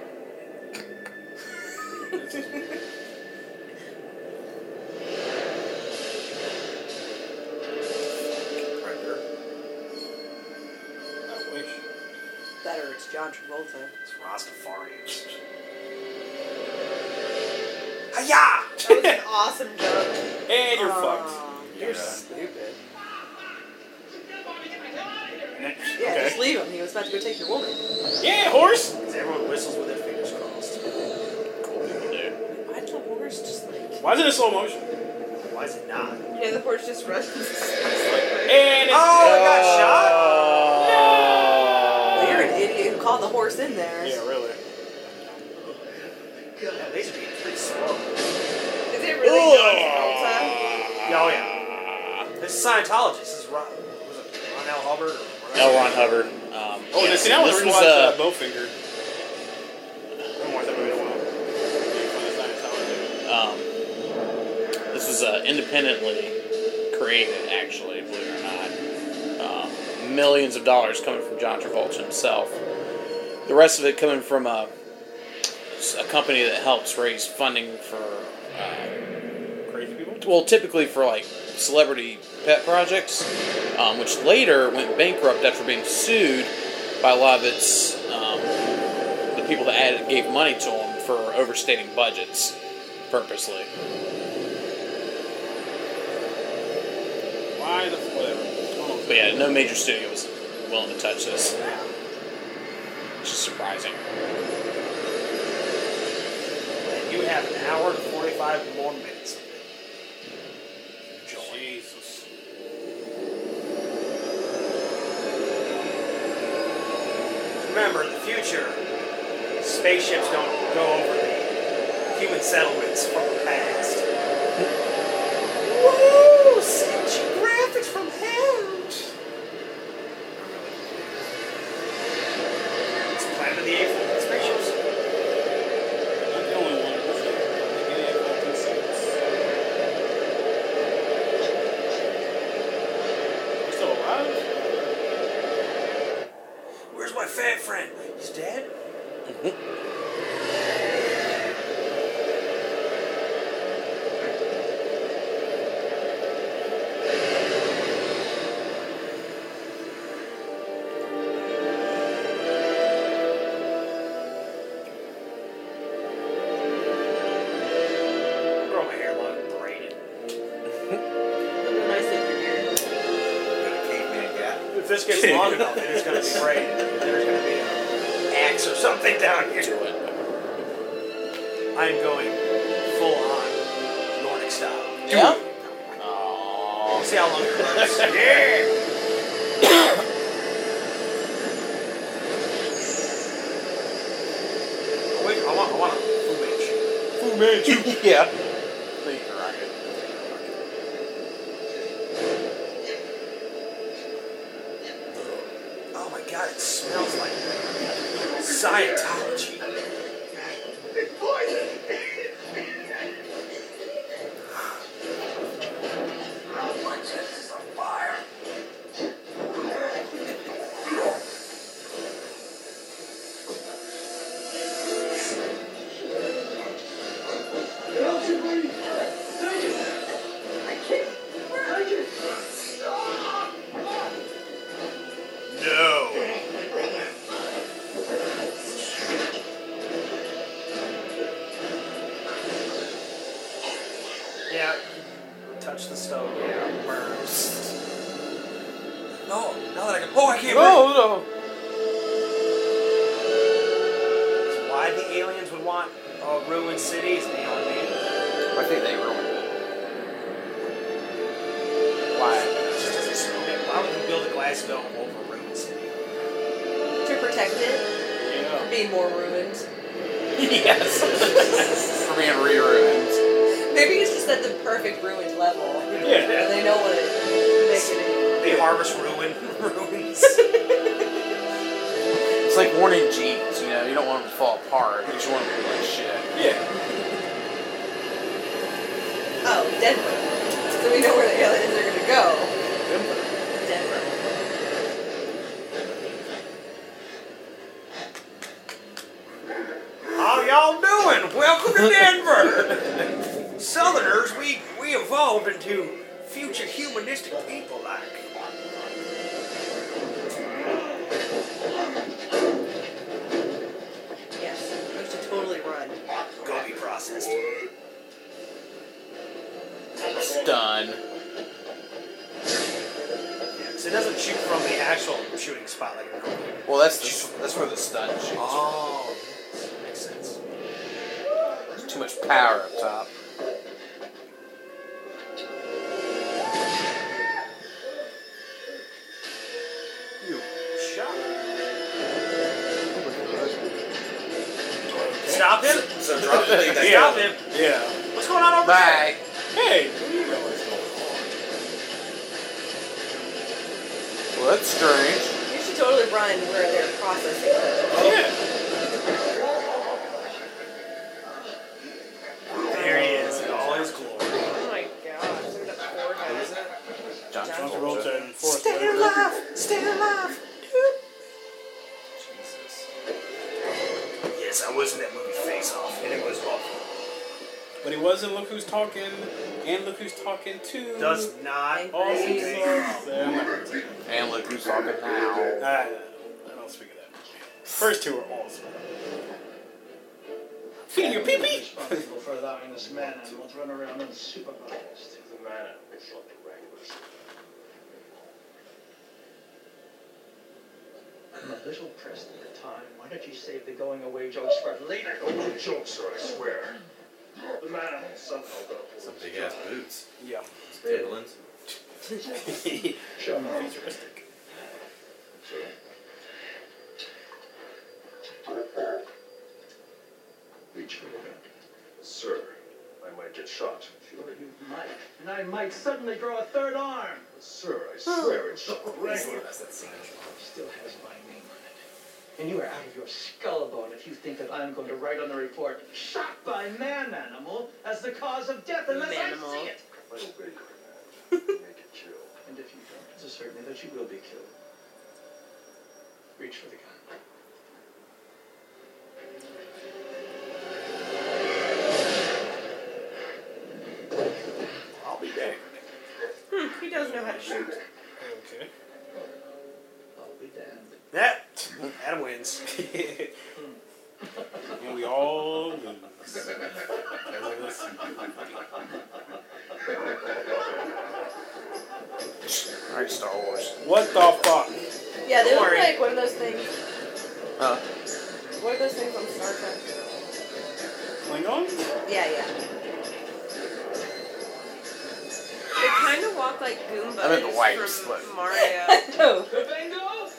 S7: Predator?
S1: I wish.
S4: Better, it's John Travolta.
S2: It's Rastafarians. Hiya!
S3: That was an awesome joke.
S1: And you're fucked.
S4: Aw,
S7: Yeah.
S4: You're stupid.
S1: Next.
S4: Yeah,
S1: okay.
S4: just leave him. He was about to go take your woman.
S1: Yeah, horse.
S2: 'Cause everyone whistles with their fingers crossed.
S4: Why did the horse just like.
S1: Why is it in slow motion?
S2: Why is it not? Oh,
S3: Yeah, the horse just rushes.
S1: And it's
S4: Oh!
S2: I got shot!
S4: You're an idiot who called the horse in there.
S1: Oh. yeah, really.
S2: Yeah, these are being pretty slow.
S3: Is it really John Travolta?
S2: Yeah, oh yeah. This is Scientologist. This is Ron, was it Ron L. Hubbard or whatever.
S6: L. Ron Hubbard. Um,
S1: Oh,
S6: yeah,
S1: and see, now
S6: this
S1: let's
S6: was,
S1: watch uh,
S6: uh,
S1: Bowfinger. I don't watch that movie in a while. It's not- it's not really good.
S6: um, this was uh, independently created, actually, believe it or not. Um, millions of dollars coming from John Travolta himself. The rest of it coming from a, a company that helps raise funding for, uh,
S1: Crazy people?
S6: well, typically for like celebrity pet projects, um, which later went bankrupt after being sued by a lot of its um, the people that added, gave money to them for overstating budgets purposely.
S1: Why the whatever? Oh,
S6: But yeah, no major studio was willing to touch this. Which is surprising.
S2: And you have an hour and 45 more minutes of it.
S1: Jesus.
S2: Remember, in the future, spaceships don't go over the human settlements from the past. Woo! CG graphics from hell!
S7: I'm really confused.
S2: It's Planet of the Apes with spaceships.
S1: I'm the only one who's like, "Give me a fucking sense." I'm still alive?
S2: Where's my fat friend? He's dead? if this gets long enough, then it's gonna be great. There's gonna be an axe or something down here.
S6: Do it.
S2: I'm going full on Nordic style.
S6: Yeah?
S2: See how long it lasts. Oh, Wait, I want, I want a full bitch.
S6: yeah.
S2: Oh my god, it smells like Scientology. Yeah. Touch the stove. Yeah. Burns. No, now that I can. Oh, I can't breathe.
S6: No,
S2: That's Why the aliens would want uh, ruined cities? They only made
S5: I think they ruined it.
S2: Why? It just doesn't smell good. Why would you build a glass dome over a ruined city?
S3: To protect it from being more ruined.
S6: yes. For being reruined.
S3: Maybe it's just at the perfect ruined level.
S1: Yeah.
S3: Where they know what it makes it.
S2: They harvest ruin ruins.
S6: It's like warning jeeps, you know, you don't want them to fall apart. You just want them to be like shit.
S1: Yeah.
S3: Oh, Denver. So we know where the aliens are gonna go.
S6: Denver.
S3: Denver.
S2: How y'all doing? Welcome to Denver. Southerners, we we evolved into future humanistic people like.
S3: Yes. We should totally run.
S1: Oh,
S2: Gobi processed.
S6: It's done.
S2: So it doesn't shoot from the actual shooting spot like a normal.
S6: Well, that's the, that's where the stun shoots.
S2: Oh, makes sense.
S6: Too much power up top.
S2: You shot. Stop him!
S5: So drop the thing that
S2: Stop him!
S1: Yeah.
S2: What's going on over
S6: Bye.
S1: Hey, what do you know what's going
S6: Well, that's strange.
S3: We should totally run where they're processing it.
S1: on? Yeah.
S2: there? There he is in all his glory.
S4: Oh my god. Look at that forehead.
S6: John
S1: John
S6: Travolta.
S1: Travolta and Forrest
S2: Stay
S1: Whitaker.
S2: alive! Stay alive!
S5: Jesus.
S2: Yes, I was in that movie Face Off, and it was awful.
S1: But he wasn't Look Who's Talking and Look Who's Talking to.
S2: Does not.
S1: all these
S3: Crazy.
S1: things. Yeah, I'm not gonna tell you.
S6: And look who's talking now.
S1: I I don't speak of that. First two are awesome. Feeding your pee pee.
S10: Responsible for allowing this man animal to run around unsupervised. A little pressed at the time. Why don't you save the going away jokes for later?
S9: No good joke, sir, I swear. The man somehow got a
S7: Some big ass boots.
S1: Yeah.
S7: Tiddlins.
S10: Show me.
S1: Futuristic.
S9: Reach for the gun. Sir, I might get shot.
S10: Sure you might. And I might suddenly grow a third arm.
S9: Sir, I swear it's not regular.
S5: That's that scene.
S10: Still has my name on it. And you are out of your skull bone if you think that I'm going to write on the report, shot by man animal as the cause of death unless
S3: Manimal.
S10: I see it.
S9: Like a bakery man. uh, Make it kill.
S10: And if you don't, it's a certainty that you will be killed. Reach for the gun.
S1: I'll be back.
S4: He does know how to shoot.
S1: Okay.
S10: I'll be damned.
S2: That, that wins.
S1: and we all lose.
S6: Alright, Star Wars.
S1: What the fuck?
S4: Yeah, they
S6: Don't
S4: look
S6: worry.
S4: like one of those things.
S6: Huh.
S4: What are those things on Star Trek?
S1: Klingons?
S4: Yeah, yeah. They kind of walk like Goombas
S6: I meant the wipes,
S4: from
S6: but-
S4: Mario.
S8: Oh.
S3: No.
S10: The Bengals?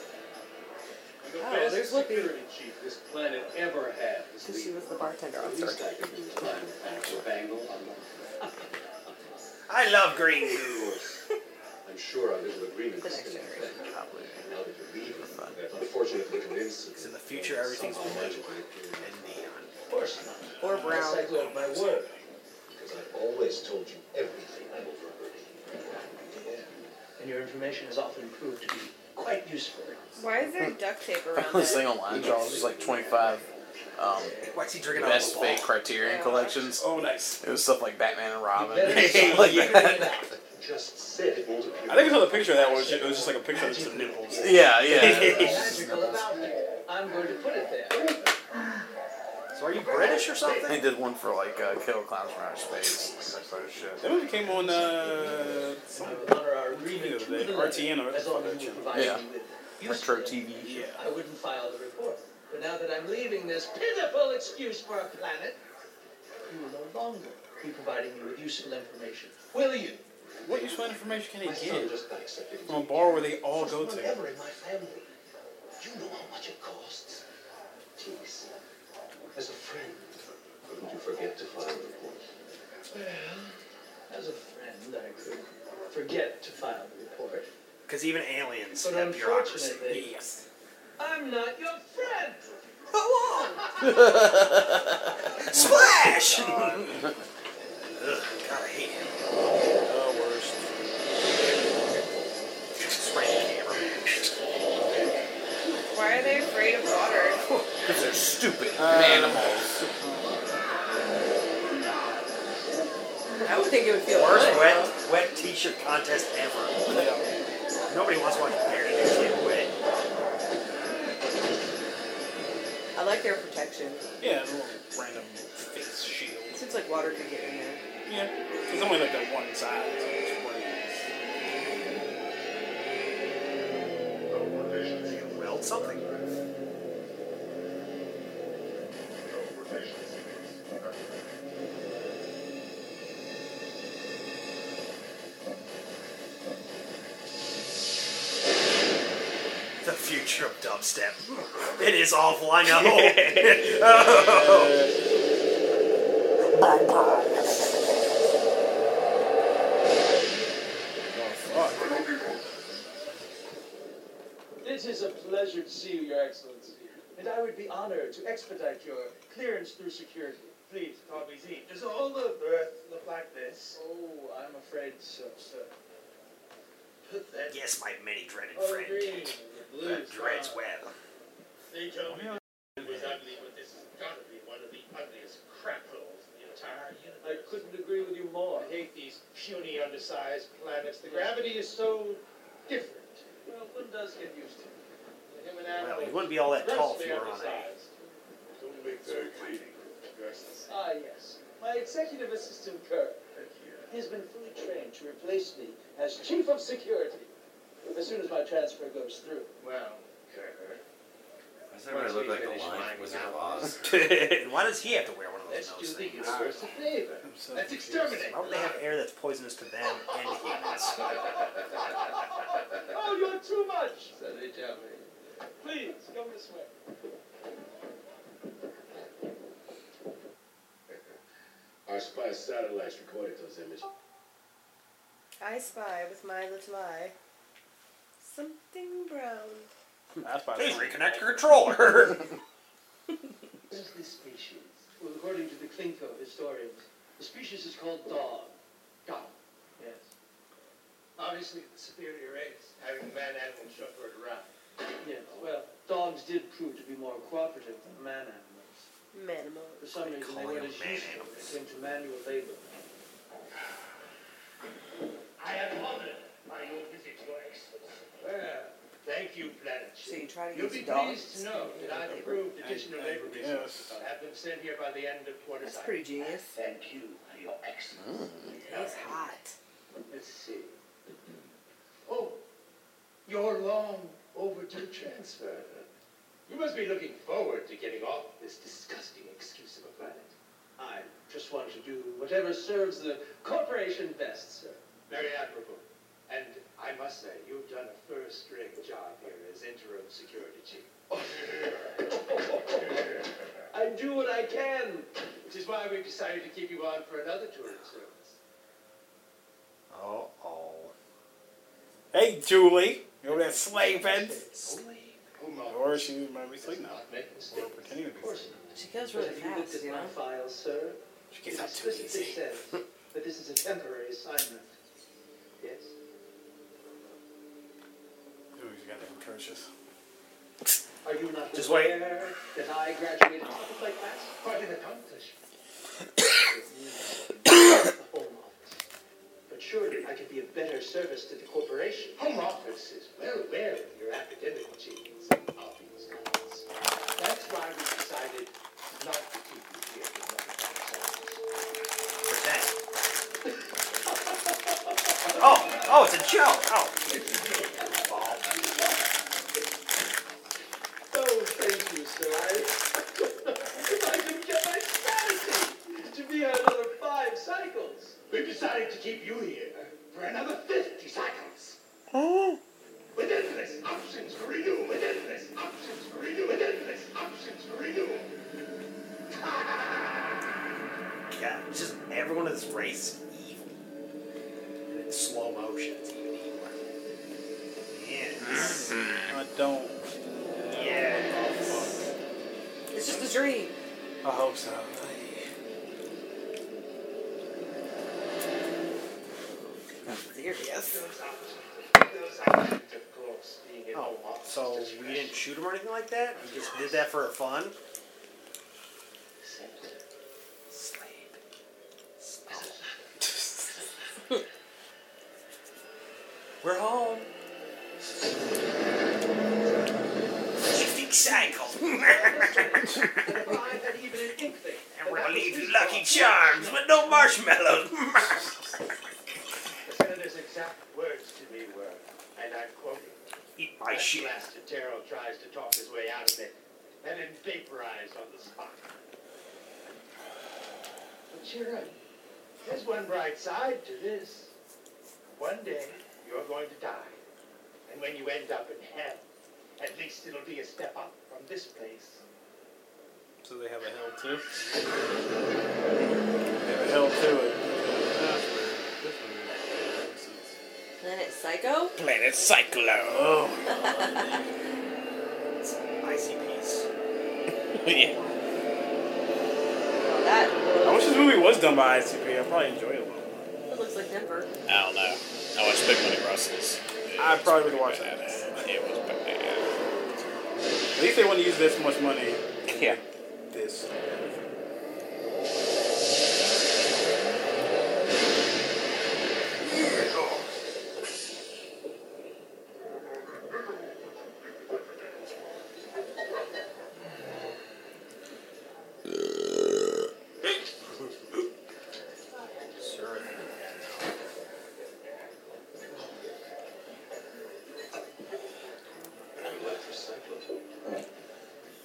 S9: The
S3: Oh,
S9: best
S3: there's Whoopi.
S9: security chief this planet ever had is
S3: Because she
S9: Lee.
S3: was the bartender on Star
S9: Least
S3: Trek.
S9: I could do is find a factual bangle on the-
S2: I love green goo.
S9: I'm sure our little agreement
S3: The
S9: is
S3: next
S9: still in effect.
S3: generation.
S6: Probably.
S9: Now that you're leaving, that unfortunate little incident.
S2: in the future, everything's
S9: somehow
S2: blue.
S9: magically appeared.
S2: And neon.
S9: Of course not.
S3: Or
S9: Unless
S3: brown.
S9: I go at my word. Because I've always told you everything I've overheard.
S10: And your information has often proved to be quite useful.
S4: Why is there duct tape around
S6: this
S4: it?
S6: thing online draws was like 25 um,
S2: What's he drinking
S6: best
S2: on the wall?
S6: fake Criterion collections.
S1: Oh, nice.
S6: It was stuff like Batman and Robin.
S9: You better
S6: Shit like
S9: decide
S6: that.
S9: Just sit. It won't appear.
S1: I think I saw the picture of that one. It was ju- it was just like a picture of some nipples.
S6: Yeah, yeah.
S10: Magical about it. I'm going to put it there.
S2: So are you British or
S6: they
S2: something?
S6: did one for like uh, Kill Clowns from Outer Space. That sort of
S1: That
S6: shit.
S1: movie came on uh, some
S10: I will honor our agreement
S1: TV
S10: to
S1: the other day. RTN or
S10: the letter,
S1: whatever
S10: as
S1: the fuck
S10: long
S1: that
S10: as you
S1: channel.
S10: provide
S6: Yeah.
S10: me with
S6: Retro
S10: useful-
S6: TV.
S1: Yeah.
S10: I wouldn't file the report. But now that I'm leaving this pitiful excuse for a planet, you will no longer be providing me with useful information, will you?
S1: What useful information can
S9: My
S1: they
S9: son
S1: get
S9: just got accepted.
S1: from a bar where they all go
S9: First one
S1: to?
S9: ever in my family. You know how much it costs. Please, as a friend, would you forget to file the report?
S10: As a friend, I could forget to file the report.
S2: Because even aliens
S10: But
S2: have bureaucracy.
S10: unfortunately- I'm not your friend!
S2: Splash! Ugh, God, I hate him.
S1: The worst.
S2: Spray the camera.
S4: Why are they afraid of water?
S6: Because they're stupid animals.
S3: I would think it would feel
S2: Worst
S3: good.
S2: wet wet t-shirt contest ever. Nobody wants one compared to this kid wet.
S3: I like their protection.
S1: Yeah, a little random face shield.
S3: It seems like water could get in there.
S1: Yeah, it's only like that one side. So it's one of
S2: You can weld something. The future of dubstep. It is awful, I know. oh.
S10: It is a pleasure to see you, Your Excellency. And I would be honored to expedite your clearance through security. Please, call me Z. Does all the birth look like this? Oh, I'm afraid so, sir. Put that
S2: Yes, my many dreaded
S10: oh,
S2: friend.
S10: green, the blue
S2: That dreads
S10: star.
S2: web.
S10: They told me it was ugly, but this has got to be one of the ugliest crap holes in the entire universe. I couldn't agree with you more. I hate these puny, undersized planets. The gravity is so different. Well, one does get used to it. Him and
S2: Well,
S10: Apple-
S2: you wouldn't be all that tall if
S10: Grossly
S2: you were on a
S10: undersized. Ah, yes. My executive assistant, Kerr. He has been fully trained to replace me as chief of security as soon as my transfer goes through. Well, Kerr.
S7: Why does everybody look like the Lion from Wizard of Oz?
S2: Why does he have to wear one of those
S10: Let's do
S2: nose
S10: the
S2: things?
S10: universe a favor.
S1: these.
S10: Let's exterminate.
S2: Why would they have air that's poisonous to them and humans?
S10: Oh, you're too much. So they tell me. Please, come this way.
S9: Our spy satellites recorded those images.
S3: I spy with my little eye something brown.
S1: That's why
S2: Please reconnect your controller.
S10: What is this species? Well, according to the Klinko historians, the species is called dog. Dog? Yes. Obviously, the superior race, having man animal chauffeured around. Yes, well, dogs did prove to be more cooperative than man animals.
S3: Manimal.
S10: For some reason, they
S2: calling
S10: weren't
S2: them
S10: as
S2: man
S10: useful when
S2: animals.
S10: it came to manual labor.
S9: I am honored by your visit, Your Excellency.
S10: Well, thank you, Planet
S3: So you try to
S10: You'll
S3: use
S10: be
S3: dogs.
S10: pleased to know that I've approved additional labor resources. I'll have them sent here by the end of quarter
S3: That's
S10: time.
S3: pretty genius.
S9: Thank you, Your Excellency.
S3: It's hot.
S10: Let's see. Oh, your long overdue
S9: to transfer.
S10: You must be looking forward to getting off.
S9: This disgusting excuse of a planet.
S10: I just want to do whatever serves the corporation best, sir.
S9: Very admirable. And I must say, you've done a first-rate job here as interim security chief.
S10: I do what I can, which is why we've decided to keep you on for another tour of service.
S5: Uh oh.
S1: Hey, Julie. You over that slave bed?
S10: Oh, my.
S1: Or she might be asleep now.
S10: Not making
S1: Or
S10: mistakes.
S1: pretending to
S10: Of
S1: be
S10: course
S1: asleep.
S10: not.
S8: She goes
S10: But
S8: really
S10: if you looked
S8: fast,
S10: at
S8: you know.
S10: my files, sir,
S1: She
S10: It
S1: gets up too
S10: explicitly
S1: easy.
S10: says that this is a temporary assignment. Yes.
S1: Ooh, you got that atrocious.
S10: Are you not
S2: Just wait. Oh.
S10: aware that I graduated top of my class?
S9: Quite an accomplishment.
S10: the Home Office. But surely I could be of better service to the corporation.
S9: Home Office is well aware of your academic achievements and obvious goals.
S10: That's why we decided not to keep you here for another five
S2: Pretend. oh, oh, it's a joke. Oh,
S10: Oh, thank you, sir. I, if I could get my sanity to be here another five cycles.
S9: We've decided to keep you here for another 50 cycles. With endless options to renew, with endless options to renew, with endless options to renew.
S2: yeah. It's just everyone in this race is evil. And in slow motion, it's even eviler. Yes.
S1: I don't.
S2: yes.
S8: It's just a dream.
S1: I hope so.
S8: Here he is.
S9: Those options, those options, of course, being in Home
S2: Oh,
S9: Office
S2: so
S9: discretion.
S2: we didn't shoot him or anything like that? We just did that for fun? Sleep. We're home. Shifting cycle.
S10: Five and even an inkling.
S2: And we're gonna leave you lucky charms, but no marshmallows.
S10: The senator's exact words to me were, and I'm quoting.
S2: Eat my
S10: "That
S2: shit.
S10: Blasted Darrow tries to talk his way out of it, and then vaporized on the spot. But cheer up. There's one bright side to this. One day, you're going to die. And when you end up in hell, at least it'll be a step up from this place.
S1: So they have a hell too? They have a hell too.
S8: Planet Psycho?
S6: Planet Cyclo.
S1: Oh,
S2: ICPs.
S6: yeah.
S8: Well, that,
S1: I wish this movie was done by ICP. I'd probably enjoy it a little.
S8: that looks like Denver.
S6: I don't know. I watched Big Money Brussels. It
S1: I
S6: was
S1: probably would
S6: pretty
S1: watch
S6: bad.
S1: that.
S6: It was pretty
S1: At least they want to use this much money.
S6: bad. Yeah.
S1: This.
S2: Sir.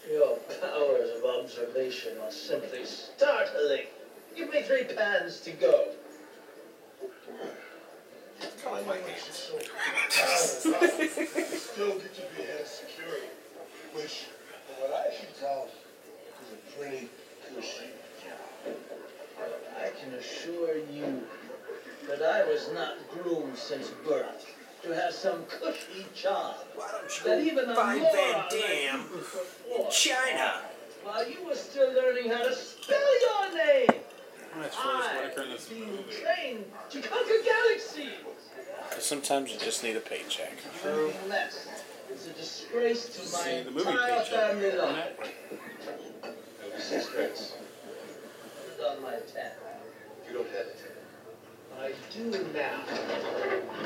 S10: Your powers of observation are simply startling. Give me three pans to go.
S9: Still get to be head of security, which, from what I can tell, is a pretty cushy job.
S10: I can assure you that I was not groomed since birth to have some cushy job
S2: Why
S10: that
S2: don't you
S10: even a
S2: find
S10: moron
S2: Van
S10: like
S2: Dam
S10: you could perform.
S2: China?
S10: While you were still learning how to spell your name,
S1: That's
S10: I was being trained to conquer galaxies.
S6: Sometimes you just need a paycheck.
S10: Anything less is a disgrace to my
S1: See the movie
S10: entire family
S1: paycheck.
S10: life.
S1: Isn't it?
S10: Put it on my tab.
S9: You don't have it.
S10: I do now.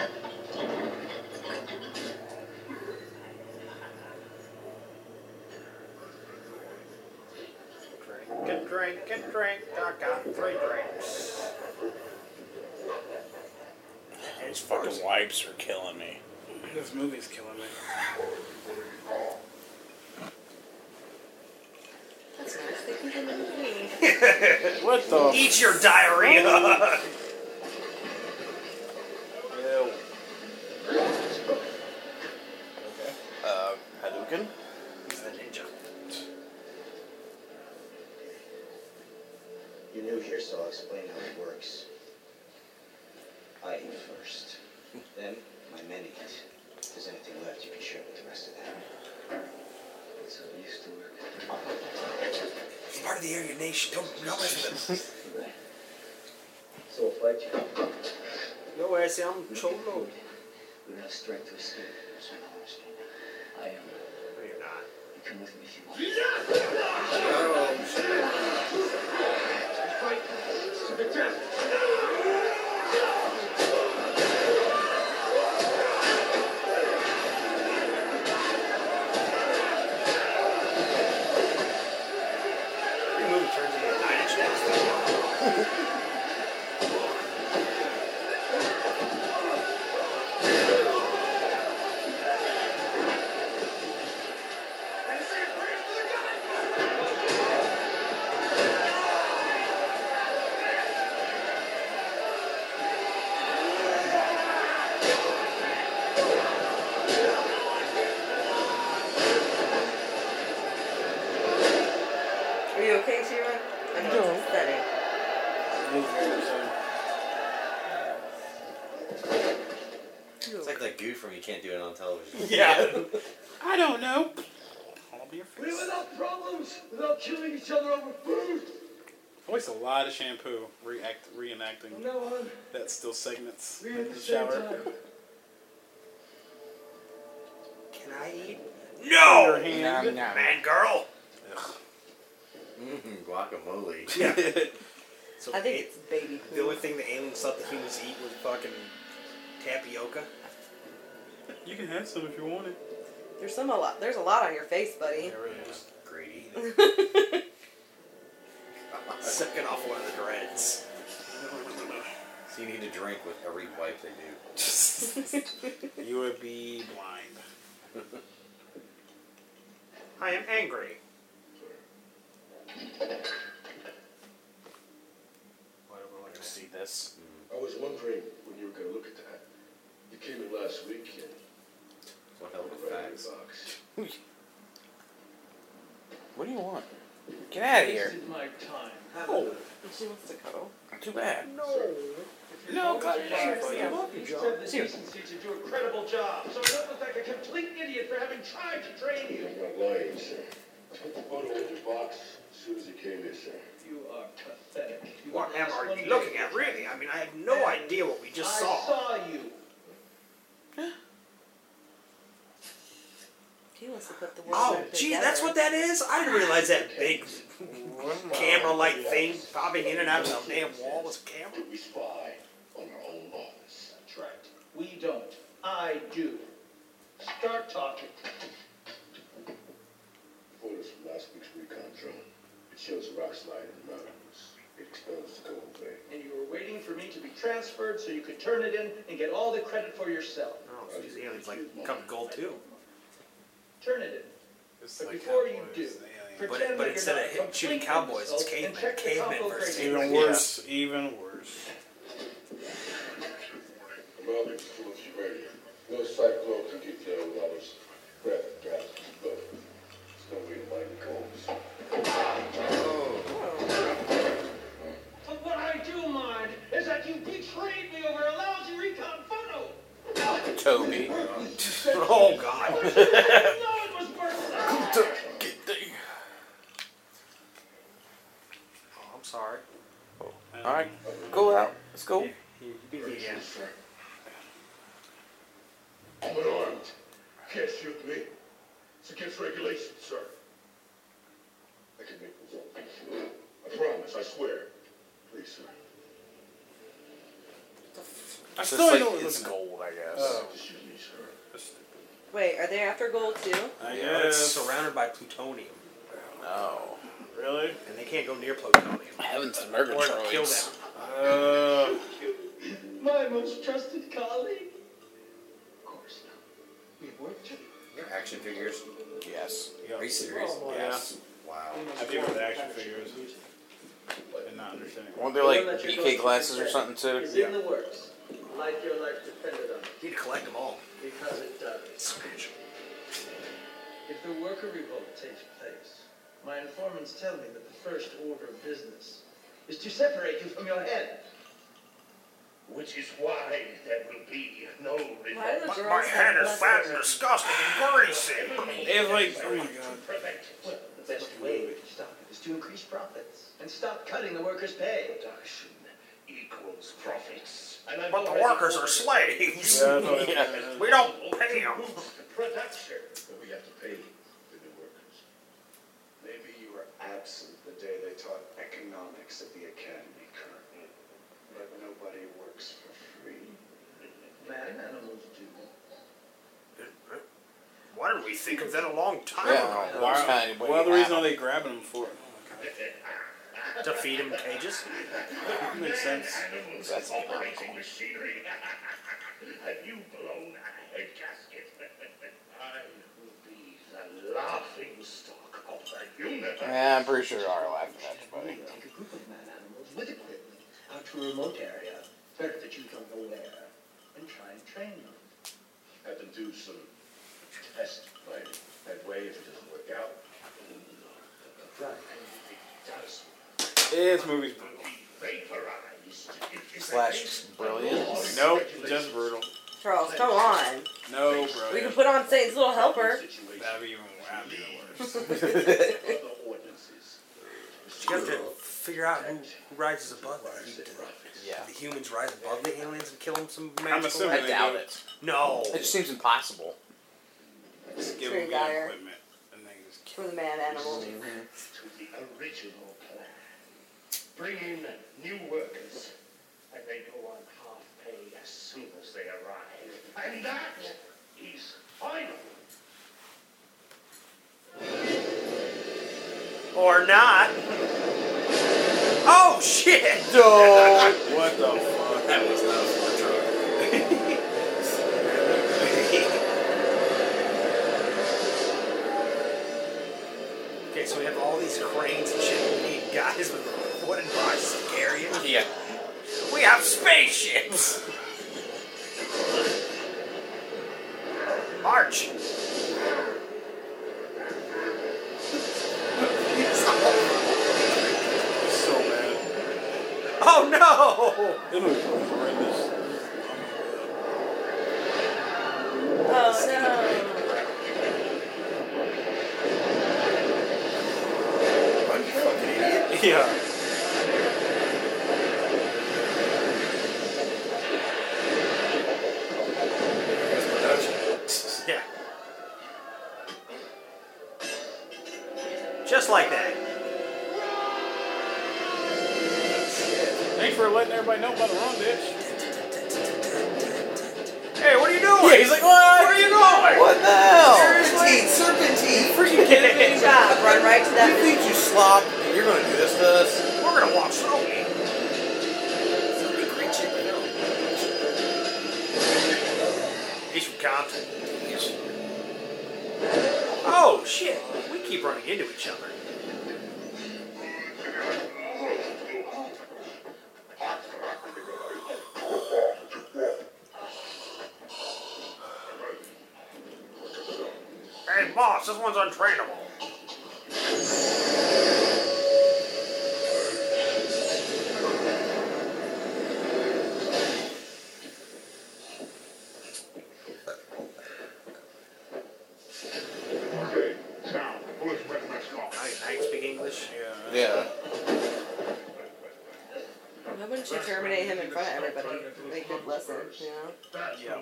S2: Drink and drink and drink. I got three drinks.
S6: Those fucking wipes are killing me.
S1: This movie's killing me.
S8: That's nice. They can come in between.
S1: what the?
S2: Eat your diarrhea.
S1: Ew.
S6: Uh, Hadouken?
S2: He's the ninja.
S10: You're new here, so I'll explain how it works. I eat first. Then my men eat. If there's anything left, you can share with the rest of them. So I used to work.
S2: He's part of the Aryan Nation. Don't, don't listen to him.
S10: So I'll fight you.
S2: No way, I say I'm
S10: Oh,
S2: cholo.
S10: We don't have strength to escape. So no one's gonna- I am.
S2: No, you're not.
S10: You come with me if you want. Fight.
S2: Your movie turns into a nine inch nails.
S8: Are you okay, Shira? I know it's upsetting.
S7: It's like that goof from You Can't Do It on Television.
S1: Yeah. I don't know. I'll be your
S10: We
S1: face.
S10: live without problems, without killing each other over food.
S1: I waste a lot of shampoo react
S10: From
S1: reenacting
S10: now on,
S1: that still segments
S10: we're at
S1: in
S10: the
S1: the
S10: same
S1: shower.
S10: time.
S2: Can I eat?
S1: No.
S2: Nom, nom. Man, girl.
S7: Mm, guacamole.
S2: Yeah. So
S8: I think
S2: it-
S8: it's baby
S2: the
S8: poop.
S2: only thing the aliens thought the humans eat was fucking tapioca.
S1: You can have some if you want it.
S8: There's some a lot. There's a lot on your face, buddy.
S2: There it is.
S7: Greedy.
S2: Sucking off one of the dreads.
S7: So you need to drink with every wipe they do.
S1: You would be blind.
S2: I am angry. Why do I want to see this?
S9: I was wondering when you were going to look at that. You came in last week and
S7: So hell with
S9: read in the
S7: facts.
S9: box.
S6: What do you want? Get out of here.
S10: Wasted my time.
S6: Oh,
S8: She wants to cuddle.
S6: too bad.
S10: No.
S6: No, God,
S10: You said the decency to do a credible job, so I don't look like a complete idiot for having tried to train you.
S9: I'm not lying, sir. I put the photo in your box as soon as you came here, sir.
S10: You are pathetic. You
S2: What
S10: were
S2: am
S10: just
S2: are
S10: one
S2: you looking
S10: day-
S2: at, really? I mean, I have no idea what we just
S10: I
S2: saw.
S10: saw you.
S8: He wants to put the world
S2: Oh,
S8: back
S2: gee,
S8: together.
S2: that's what that is? I didn't realize that big camera like thing popping in and out of the damn wall was a camera.
S9: Did we spy on our own laws?
S10: That's right. We don't. I do. Start talking.
S9: Photos from last week's recon drone. It shows a rock slide in the mountains. It exposed the gold vein.
S10: And you were waiting for me to be transferred so you could turn it in and get all the credit for yourself.
S2: Oh, so these aliens like come gold too.
S10: Turn it in.
S1: It's
S10: But before you do,
S2: But-
S10: pretend
S2: but
S10: that
S2: instead
S10: you're
S2: of
S10: not
S2: hit-
S10: complete
S2: shooting cowboys, it's
S10: imbeciles
S2: cavemen.
S10: and check the
S2: Cavemen
S10: combo
S2: versus
S10: grade.
S1: even worse. Even worse.
S9: The mountains full of uranium. No cyclone can get there without us. Breath, gas, blood. There's no way to mine the coals.
S10: But what I do mind is that you betrayed me over a lousy recon photo.
S6: Toby.
S2: Oh, God.
S10: no, it was worth it.
S2: Oh, I'm sorry.
S6: Alright, go out. Let's go.
S2: Yeah.
S9: I'm unarmed. Can't shoot me. It's against regulations, sir. I can make this up. I promise, I swear. Please, sir.
S1: I
S6: So
S1: still don't
S6: it's like,
S1: know what
S6: it's
S1: this
S6: gold, I guess.
S1: Oh,
S9: Just shoot me, sir.
S8: Wait, are they after gold too?
S1: I
S2: But It's
S1: guess.
S2: surrounded by plutonium,
S6: No.
S1: Really?
S2: and they can't go near plutonium.
S6: Heavens and
S2: Uh, Or it'll kill them.
S6: Murgatroyds.
S1: Uh,
S10: My most trusted colleague? Of course not.
S5: They're action figures.
S7: Yes.
S5: Are you serious?
S1: Yeah.
S5: Yes. Wow.
S1: I think with the action figures. And not understanding.
S7: Weren't there like
S6: E
S7: BK glasses or something too?
S11: It's in the works. Like your life depended on it.
S12: You need to collect them all.
S11: Because it does. If the worker revolt takes place, my informants tell me that the first order of business is to separate you from your head.
S10: Which is why there will be no
S13: Why do the
S10: revolt.
S13: girls have less-
S1: disgusting and worrisome. It's like, oh my god.
S10: Prevent it.
S11: The best way to stop it is to increase profits and stop cutting the workers' pay.
S10: Production equals profits. And I've
S6: But the
S10: already
S6: workers are
S10: ordered-
S6: slaves.
S1: Yeah, I know.
S6: Yeah. We don't pay them.
S10: Production. But we have to pay the new workers. Maybe you were absent the day they taught economics at the academy, Kurt. But nobody works for free.
S11: Man, animals do.
S6: Why did we think of that a long time
S7: Yeah.
S6: ago?
S1: Why,
S7: Kind of way
S1: well, the
S7: out.
S1: reason are they grabbing them for?
S6: To feed them cages?
S1: Makes sense.
S10: Animals
S7: That's
S10: operating machinery. Have you blown a head gasket? I will be the laughing stock of the universe.
S7: Yeah, I'm pretty sure they are laughing at you, buddy.
S11: Take a group of man animals with equipment out to a remote area, better that you don't know where, and try and train them.
S10: Have them do some test fighting. That way, if it doesn't work out,
S11: Right.
S10: it does
S1: It's movies. brutal.
S10: be vaporized.
S7: Slash brilliant.
S1: Nope, just brutal.
S8: Charles, come on.
S1: No,
S8: We
S1: bro.
S8: can put on Satan's Little Helper.
S1: That'd be even, that'd be even worse.
S10: Other ordinances.
S2: You have to figure out who, who rises above the,
S7: Yeah.
S2: the humans rise above the aliens and kill them some
S1: I'm
S2: magical
S1: assuming
S7: I
S1: they
S7: doubt
S1: do
S7: it.
S2: No.
S7: It just seems impossible.
S1: Just give
S8: True
S1: them good
S8: dire.
S1: equipment. And they just kill
S8: From the man animal.
S2: Mm-hmm.
S10: to the original plan. Bring in new workers, and they go on half pay as soon as they arrive. And that is final.
S2: Or not. Oh shit!
S1: What the fuck?
S5: That was not a Ford truck.
S2: Okay, so we have all these cranes and shit. We need guys with wooden bars to carry it.
S7: Yeah.
S2: We have spaceships! March!
S1: So bad.
S2: Oh no!
S1: It was horrendous.
S8: Oh no.
S1: Yeah.
S2: Yeah. Just like that.
S1: Thanks for letting everybody know about the wrong bitch.
S2: Hey, what are you doing?
S7: Yeah, he's like, what? Oh.
S2: Where are you going?
S7: What the hell?
S12: Serpentine! Serpentine!
S7: Freaking kidding
S8: Good job. Run right to
S7: You
S8: that.
S7: think you slop? You're gonna do this to us?
S2: We're gonna walk slowly. He's from Compton. Oh shit! We keep running into each other. Hey, boss, this one's untrainable.
S10: Okay, now, who is ready to go?
S2: I, I can speak English.
S7: Yeah.
S8: Why wouldn't you terminate him in front of everybody? Make good lesson, you know?
S10: That's the way to-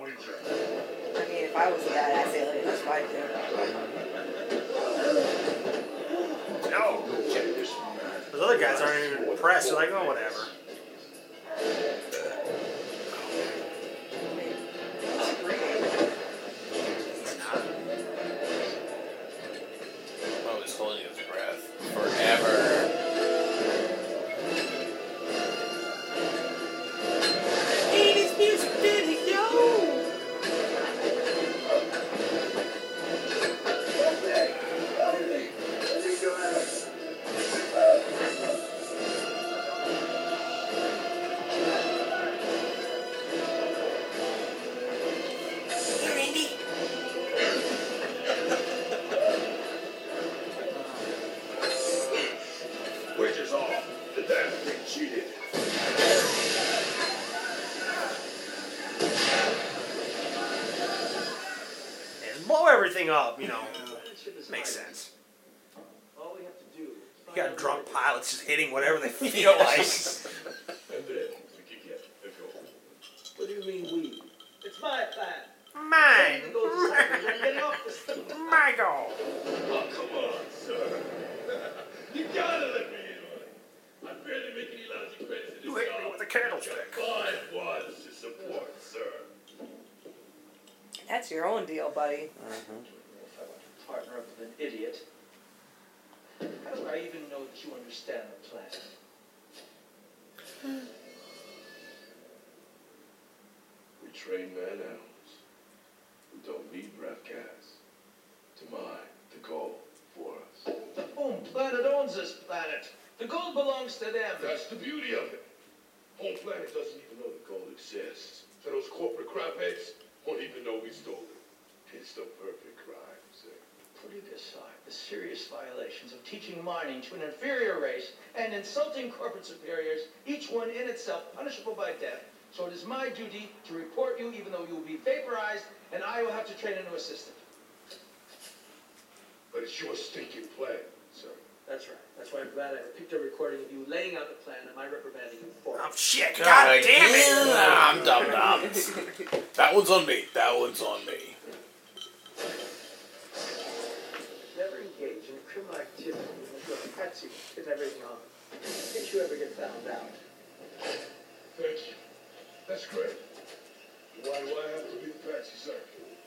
S8: I mean, if I was a badass alien, that's what I'd do.
S2: No. Those other guys aren't even impressed. They're like, oh, whatever.
S7: I was holding his breath forever.
S2: Eighties music, did he go? everything up, you know. Makes sense.
S10: All we have to do is
S2: You got drunk pilots just hitting whatever they feel like.
S10: Yes. What do you mean we? It's my plan.
S2: Mine.
S10: Michael.
S14: Oh, come on, sir. you gotta let me in on it. I'm barely making any logic credits in this
S2: You hit me with a candlestick.
S14: Five was to support, sir.
S8: That's your own deal, buddy.
S10: Partner up with an idiot. How do I even know that you understand the plan?
S14: We train man animals who don't need breath gas to mine the goal for us.
S10: The home planet owns this planet. The gold belongs to them.
S14: That's the beauty of it. Home planet doesn't even know the gold exists. So those corporate crapheads won't even know we stole it. It's the perfect crime, sir.
S10: Putting aside the serious violations of teaching mining to an inferior race and insulting corporate superiors, each one in itself punishable by death, so it is my duty to report you even though you will be vaporized and I will have to train a new assistant.
S14: But it's your stinking plan, sir.
S10: That's right. That's why I'm glad I picked a recording of you laying out the plan and my reprimanding you for it.
S2: Oh shit! God,
S6: God
S2: damn it!
S6: damn it. I'm dumb dumb. That one's on me. That one's on me.
S10: Never engage in criminal activity with your patsy and everything on it. In case you ever get found out.
S14: Thank you. That's great. Why do I have to be the patsy, sir?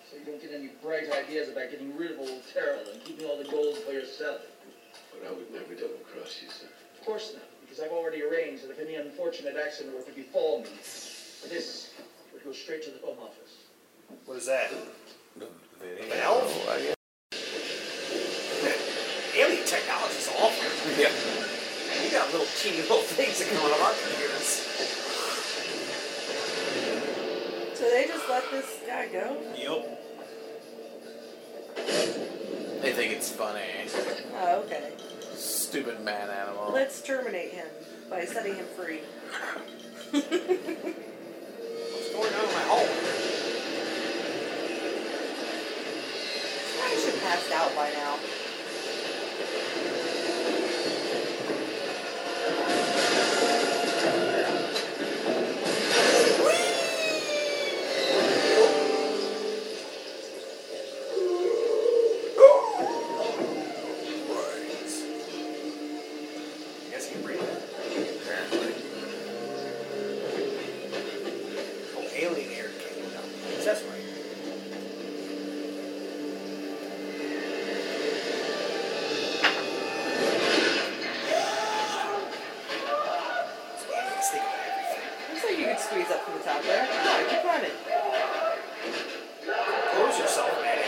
S10: So you don't get any bright ideas about getting rid of old Terrell and keeping all the gold for yourself.
S14: But I would never double cross you, sir.
S10: Of course not, because I've already arranged that if any unfortunate accident were to befall me, this would go straight to the Home Office.
S2: What is that?
S6: An elf?
S2: Alien technology's awful.
S6: Yeah.
S2: We got little teeny little things that come out of our computers.
S8: So they just let this guy go?
S2: Yep.
S6: They think it's funny.
S8: Oh, okay.
S6: Stupid man animal.
S8: Let's terminate him by setting him free.
S2: What's going on in my home?
S8: I should have passed out by now.
S2: I guess he can breathe. Apparently. Oh, alien air came out. That's right.
S8: Looks like you could squeeze up to the top there. Come on, keep climbing.
S2: Close yourself, man.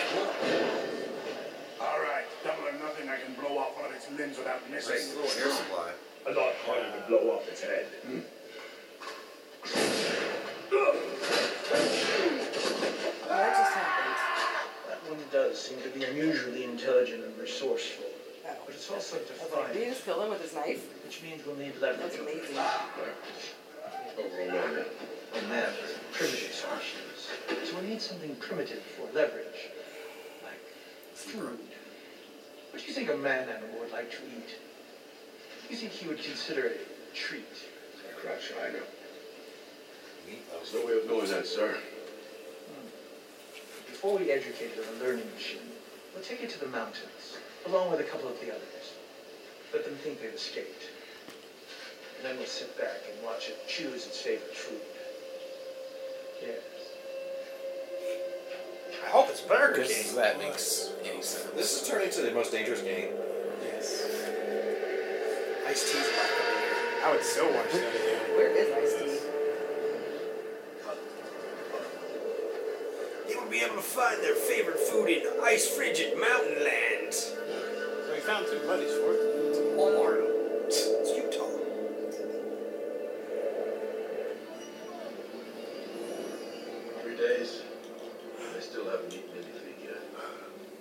S1: All right, double or nothing. I can blow off one of its limbs without missing.
S5: Nice little air supply.
S1: A lot harder to blow off its head.
S8: What just happened?
S10: That one does seem to be unusually intelligent and resourceful. But it's also
S8: Did
S10: defiant,
S8: you just kill him with his knife?
S10: which means we'll need leverage.
S8: That's amazing.
S10: And that is primitive species. So we need something primitive for leverage. Like food. What do you think a man animal would like to eat? You think he would consider it a treat?
S14: Crap, should I know? There's no way of knowing that, sir.
S10: Hmm. Before we educate it on a learning machine, we'll take it to the mountains, along with a couple of the others. Let them think they've escaped. And then we'll sit back and watch it choose its favorite food. Yes.
S2: I hope it's Burger King.
S6: Because that makes any sense.
S5: This is turning into the most dangerous game.
S2: Yes.
S15: Ice tea's back over here. I would so watch that again.
S8: Where is Ice T?
S2: They would be able to find their favorite food in ice frigid mountain lands.
S15: So we found two buddies for it.
S2: Walmart. It's Utah.
S14: Three days. I still haven't eaten anything yet.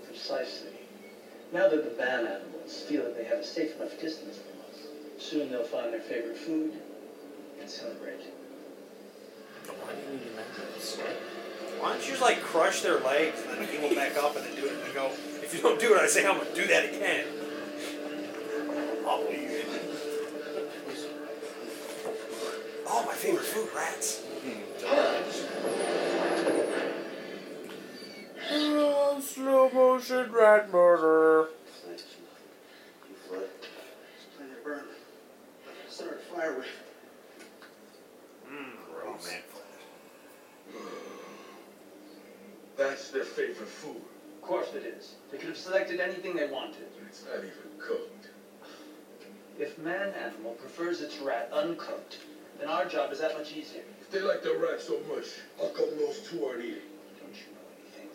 S10: Precisely. Now that the ban animals feel that they have a safe enough distance from us, soon they'll find their favorite food and celebrate.
S6: Why do you need to mention this?
S2: Why don't you just like crush their legs and then heal them back up and then do it? And they go, if you don't do it, I say I'm gonna do that again. I'll believe you. Oh, my favorite food, rats.
S1: Slow motion rat murder.
S10: Start a fire with.
S16: That's their favorite food.
S10: Of course it is. They could have selected anything they wanted.
S16: It's not even cooked.
S10: If man animal prefers its rat uncooked, then our job is that much easier.
S16: If they like the rat so much, how come those two aren't eating?
S10: Don't you know anything?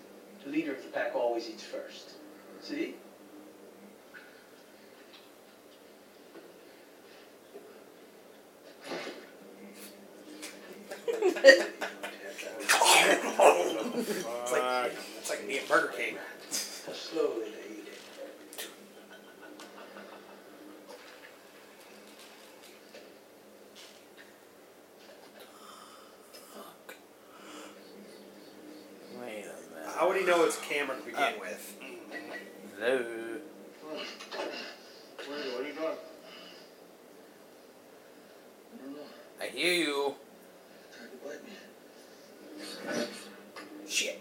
S10: The leader of the pack always eats first. See?
S2: It's like it's like me and Burger King.
S10: Slowly they eat it.
S5: Wait a minute.
S2: How would he know it's Cameron to begin with?
S5: No.
S10: What are you doing?
S5: I hear you.
S2: Shit.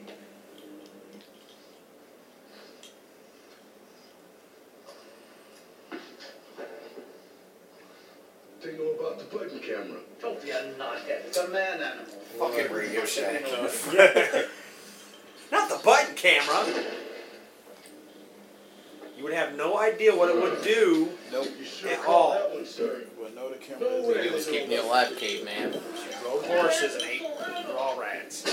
S16: They know about the button camera.
S10: Don't be a knothead. It's a man animal.
S7: Fucking Radio Shack.
S2: Not the button camera. You would have no idea what it would do
S16: Nope. You sure
S2: at
S16: caught
S2: all.
S16: that one, sir.
S17: Well, no, the camera
S16: No
S17: is
S16: way.
S5: It was keeping you alive, caveman.
S2: Horses and hate raw rats.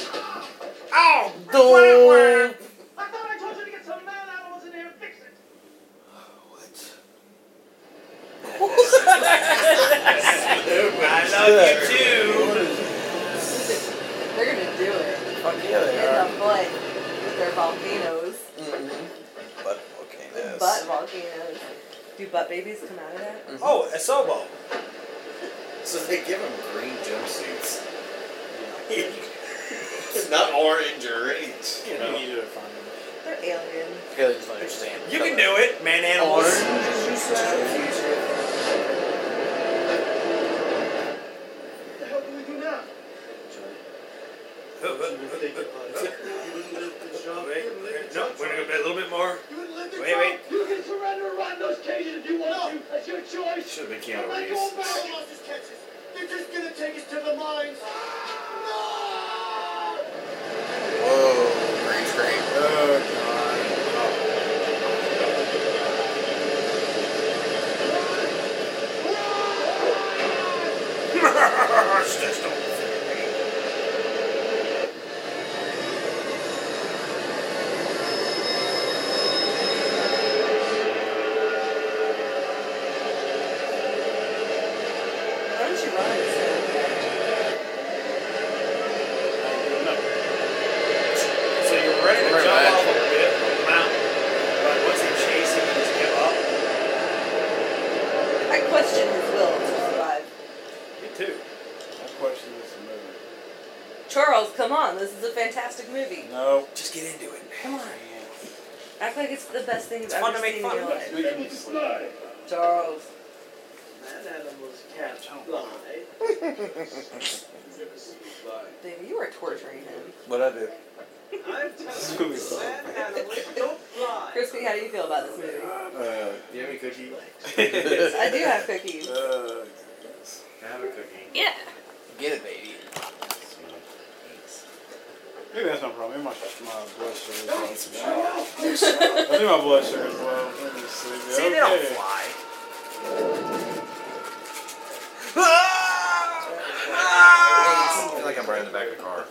S5: Ow! Dog!
S10: I thought I told you to get some man animals in here and fix it.
S2: I love you too.
S8: They're gonna do it.
S7: Fuck yeah,
S8: In
S7: they
S8: the
S7: are.
S8: butt with their volcanoes.
S7: But volcanoes. Mm.
S8: Butt volcanoes. Do butt babies come out of that?
S2: Oh, a sobo.
S7: So they give them green jumpsuits. Not orange or any. You
S1: I
S7: know.
S1: need you to find him.
S8: They're aliens.
S5: Aliens don't understand.
S2: You can do it, man
S7: Oh,
S2: animals.
S10: What the hell do we do now?
S2: No, wait, wait, a little bit more.
S10: You wouldn't let them
S2: Wait,
S10: go.
S2: wait.
S10: You can surrender around those cages if you want to. That's your choice.
S7: Should have been
S10: I'm
S7: Keanu
S10: not going
S7: Reeves.
S10: barrel off these catches. They're just gonna take us to the mines. Ah, No!
S7: Whoa, green screen. Oh
S8: Why don't you run?
S2: So you're ready to jump off a bit of a mountain, but once they chase you, you just give up.
S8: I question his will to survive.
S2: Me too.
S1: That question is a
S8: Charles, come on. This is a fantastic movie.
S1: movie. No.
S2: Just get into it.
S8: Come on. Act like it's the best thing you've
S2: It's
S8: ever
S2: fun to make
S8: seen
S2: fun
S8: in
S2: of
S8: your life.
S1: We can just sleep.
S8: Charles.
S10: Man animals can't fly.
S8: Baby, you are torturing him.
S7: What I do?
S10: I'm telling you, man animals don't fly.
S8: Crispy, how do you feel about this movie?
S7: Uh, do you have any cookie?
S8: I do have cookies.
S1: Uh,
S7: have a cookie.
S8: Yeah.
S5: Get it, baby.
S1: maybe that's my problem. Maybe my, my blood sugar is low. I think my blood sugar is low. Let me see.
S2: See, they don't
S1: Okay.
S2: fly.
S7: Ah!
S2: Ah!
S7: I feel like I'm right in the back of the car.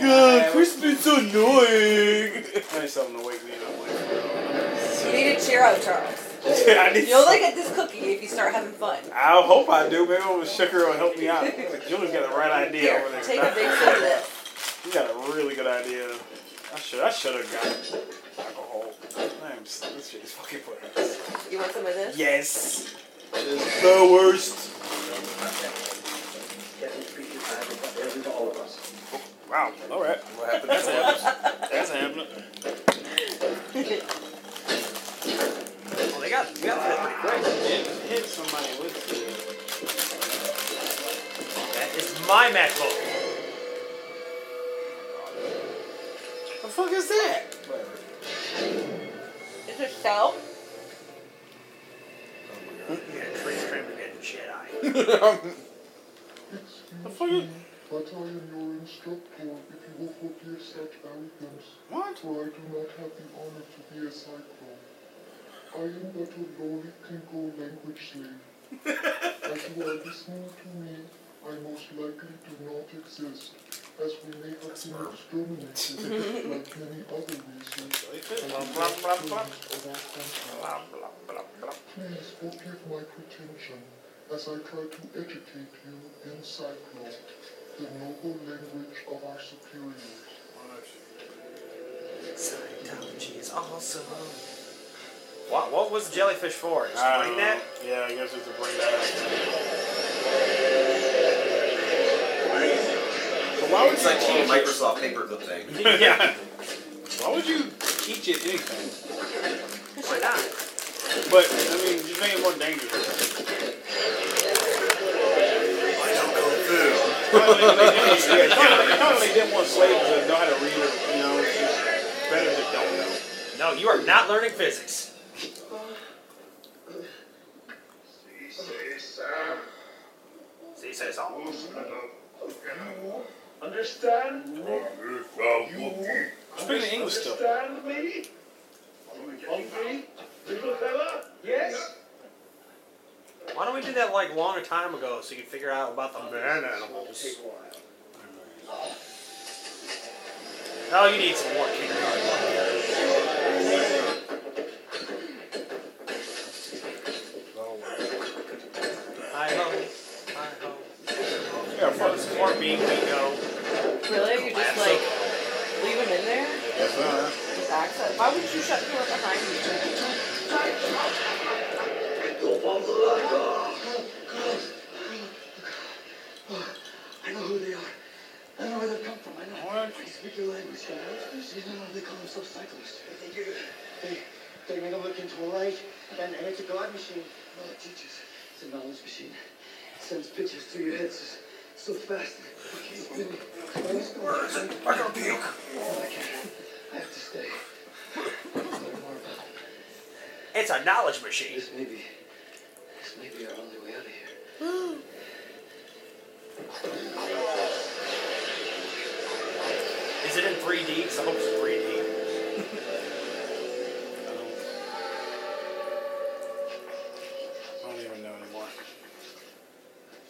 S1: God, Crispin's so annoying. I need something to wake me up. Like,
S8: You need to cheer up, Charles.
S1: I need
S8: You'll
S1: some-
S8: like at this cookie if you start having fun.
S1: I hope I do. Maybe old sugar will help me out. Julian's got the right idea
S8: Here,
S1: over there.
S8: take a big sip of this.
S1: You got a really good idea. I should I should have got alcohol. I am, this shit is fucking worse.
S8: You want some of this?
S1: Yes. It's the worst.
S10: Every creature has a- every- all
S1: Wow. All right.
S7: What happened
S1: That's
S7: to
S1: happening. That's happening.
S2: Well, they got, they got that pretty quick.
S1: Hit somebody with
S2: That is my MacBook.
S1: it. The fuck is that?
S8: Is it stout?
S2: Yeah, Trace Trimmer getting Jedi.
S1: The fuck is
S18: But I am your instructor if you will forgive such arrogance.
S1: What?
S18: For I do not have the honor to be a cyclone. I am but a lowly Klingon language slave. as you are listening to me, I most likely do not exist, as we may have been exterminated like many other races. and
S1: Blah,
S18: we
S1: blah,
S18: have
S1: blah,
S18: changed
S1: blah.
S18: our country.
S1: Blah, blah, blah, blah.
S18: Please forgive my pretension as I try to educate you in Cyclo, the noble language of our superiors.
S2: Scientology is awesome. What, what was the jellyfish for? Just
S1: I
S2: bring
S1: don't
S2: that?
S1: know. Yeah, I guess it's a bring that up. But why would
S5: It's
S1: you
S5: like the
S1: teach
S5: little
S1: it?
S5: Microsoft paperclip thing.
S1: yeah. Why would you teach it anything?
S2: Why not?
S1: But I mean, just make it more dangerous. I don't know food. yeah, probably, probably didn't want slaves to know how to read. Or, you know, it's just better to don't know.
S2: No, you are not learning physics. See, says all.
S10: Understand?
S1: Speaking of English stuff.
S10: Understand me? Hungry? Little fella? Yes?
S2: Why don't we do that like long time ago so you can figure out about the man animals? Oh, you need some more kindergarten. I hope. I hope.
S1: Yeah, fuck this
S2: more bean we go.
S8: Really? You just
S2: Collapse
S8: like leave them in there?
S1: Yes, sir.
S8: Just access. Why would you shut the door behind
S10: I know who they are. I know where they come from. I know. They speak your language. You know, they call themselves cyclists. They do. They, they make them look into a light, and, and it's a god machine. Well, it teaches. Oh, It's a knowledge machine. It sends pictures through your head so, so fast. Where is it? I gotta puke. I can't. I have to stay.
S2: It's a knowledge machine. This
S10: may be, this may be our only way out of here.
S2: Is it in 3D? Because I hope it's 3D.
S1: I don't even know anymore.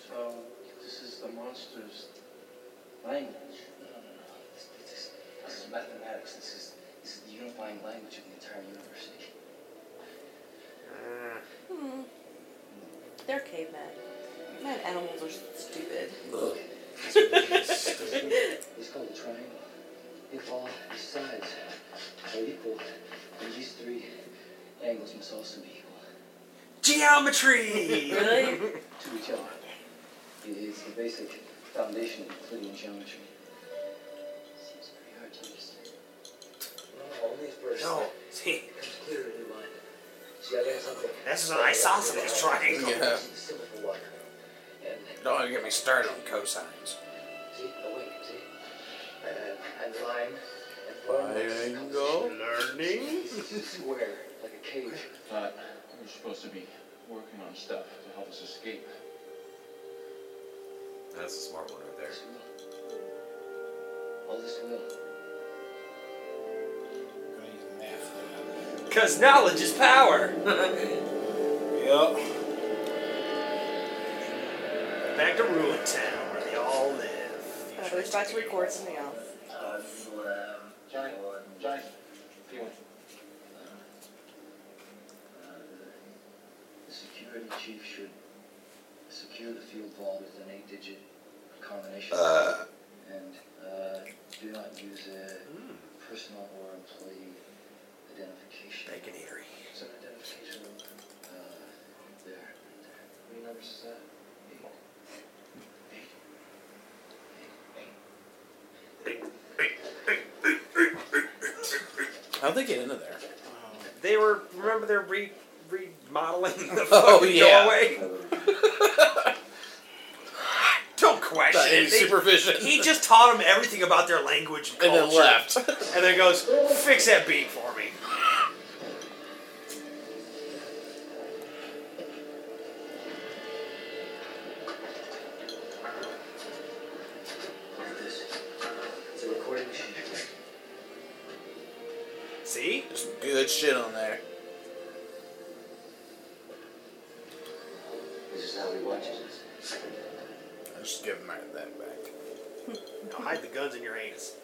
S10: So, this is the monster's language. No, no, no. This, this, this is mathematics. This is, this is the unifying language of the entire universe.
S8: Hmm. They're cavemen. Man, animals are stupid.
S10: It's called a triangle. If all its sides are equal, then these three angles must also be equal
S2: Geometry!
S10: to each other. It is the basic foundation of Euclidean geometry. Seems pretty hard to understand. Well, only first.
S2: No, see,
S10: Comes clearer in mind. See, I got something.
S2: this is an isosceles triangle.
S10: Yeah.
S7: Don't even get me started on cosines.
S10: See, the wing, see? And, and line. and form.
S7: Triangle.
S1: Learning.
S10: Square, like a cage.
S9: But we were supposed to be working on stuff to help us escape.
S7: That's a smart one right there.
S10: All this will.
S2: Because knowledge is power.
S1: Yep.
S2: Back to Ruin Town, where they all live.
S8: Uh, we're about to record something else.
S10: Johnny, Johnny, if you want. The security chief should secure the field vault with an eight-digit combination.
S5: Uh.
S10: And, uh, do not use a personal or employee identification.
S2: Bacon eatery.
S10: It's an identification, uh, there, right there. How many numbers is that? Eight. Eight. Eight.
S2: Big
S6: How'd they get into there?
S2: They were remember they're re, remodeling the fucking
S6: Oh, yeah.
S2: doorway. Don't question
S6: That
S2: it.
S6: is supervision.
S2: He just taught them everything about their language and,
S6: And then
S2: culture.
S6: left.
S2: and then goes, fix that beat for me.
S10: It's a recording machine.
S2: See?
S6: There's some good shit on there.
S10: This is how he watches us.
S6: I'll just give him that back.
S2: Now hide the guns in your anus.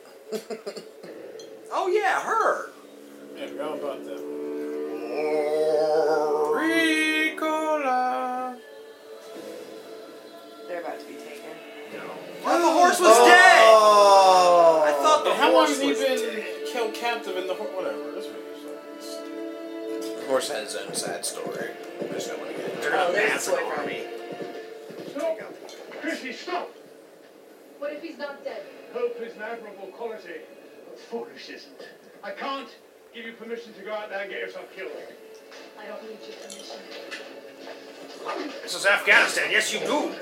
S2: oh yeah, her.
S1: Yeah, forgot about that.
S6: Ricola.
S8: They're about to be taken.
S2: Why the horse was
S6: Oh.
S2: dead? I thought the
S1: How long
S2: horse
S1: has he
S2: was
S1: been
S2: dead.
S1: held captive in the hor- whatever? This is
S6: Of course, had his own sad story. I just don't want to get into
S2: They're
S6: it.
S2: gonna
S8: Oh, there's
S2: mass
S8: his
S2: an
S8: boyfriend.
S2: army.
S19: Stop! Chrissy, stop!
S20: What if he's not dead?
S19: Hope is an admirable quality, but foolish isn't. I can't give you permission to go out there and get yourself killed.
S20: I don't need your permission.
S2: This is Afghanistan. Yes, you do.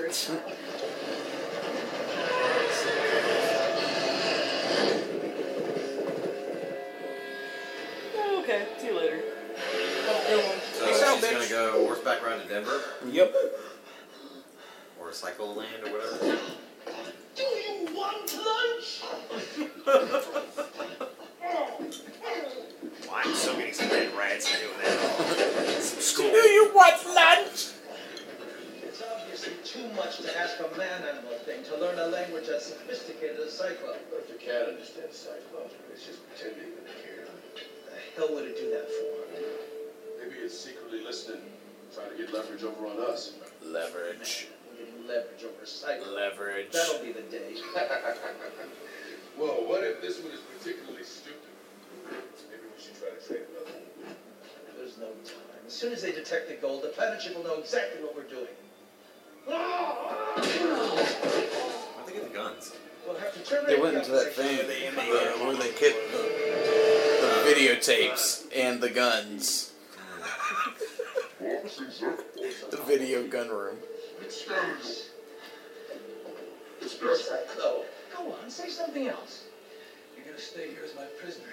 S8: Oh, okay. See you later.
S5: So
S2: Peace out,
S5: she's
S2: bitch.
S5: gonna go horseback ride to Denver
S6: Yep.
S5: or cycle land or whatever.
S10: Do you want lunch?
S2: Well, I'm still getting some red rats for doing that. some school.
S6: want lunch?
S10: It's obviously too much to ask a man animal thing to learn a language as sophisticated as Cyclops.
S9: But if you can't understand Cyclops, it's just pretending that you care.
S10: The hell would it do that for?
S9: Maybe it's secretly listening, trying to get leverage over on us.
S6: Leverage.
S10: Getting leverage over Cyclops.
S6: Leverage.
S10: That'll be the day.
S9: Well, what if this one is particularly stupid? Maybe we should try to trade another one.
S10: There's no time. As soon as they detect the gold, the planet ship will know exactly what we're doing.
S5: How'd they get the guns?
S10: We'll have to terminate
S6: They
S10: the
S6: went into that
S10: opposition.
S6: thing uh, where they kept the, the videotapes and the guns. the video gun room.
S10: It's yours. It's yours, though. Go on, say something else. You're gonna stay here as my prisoner.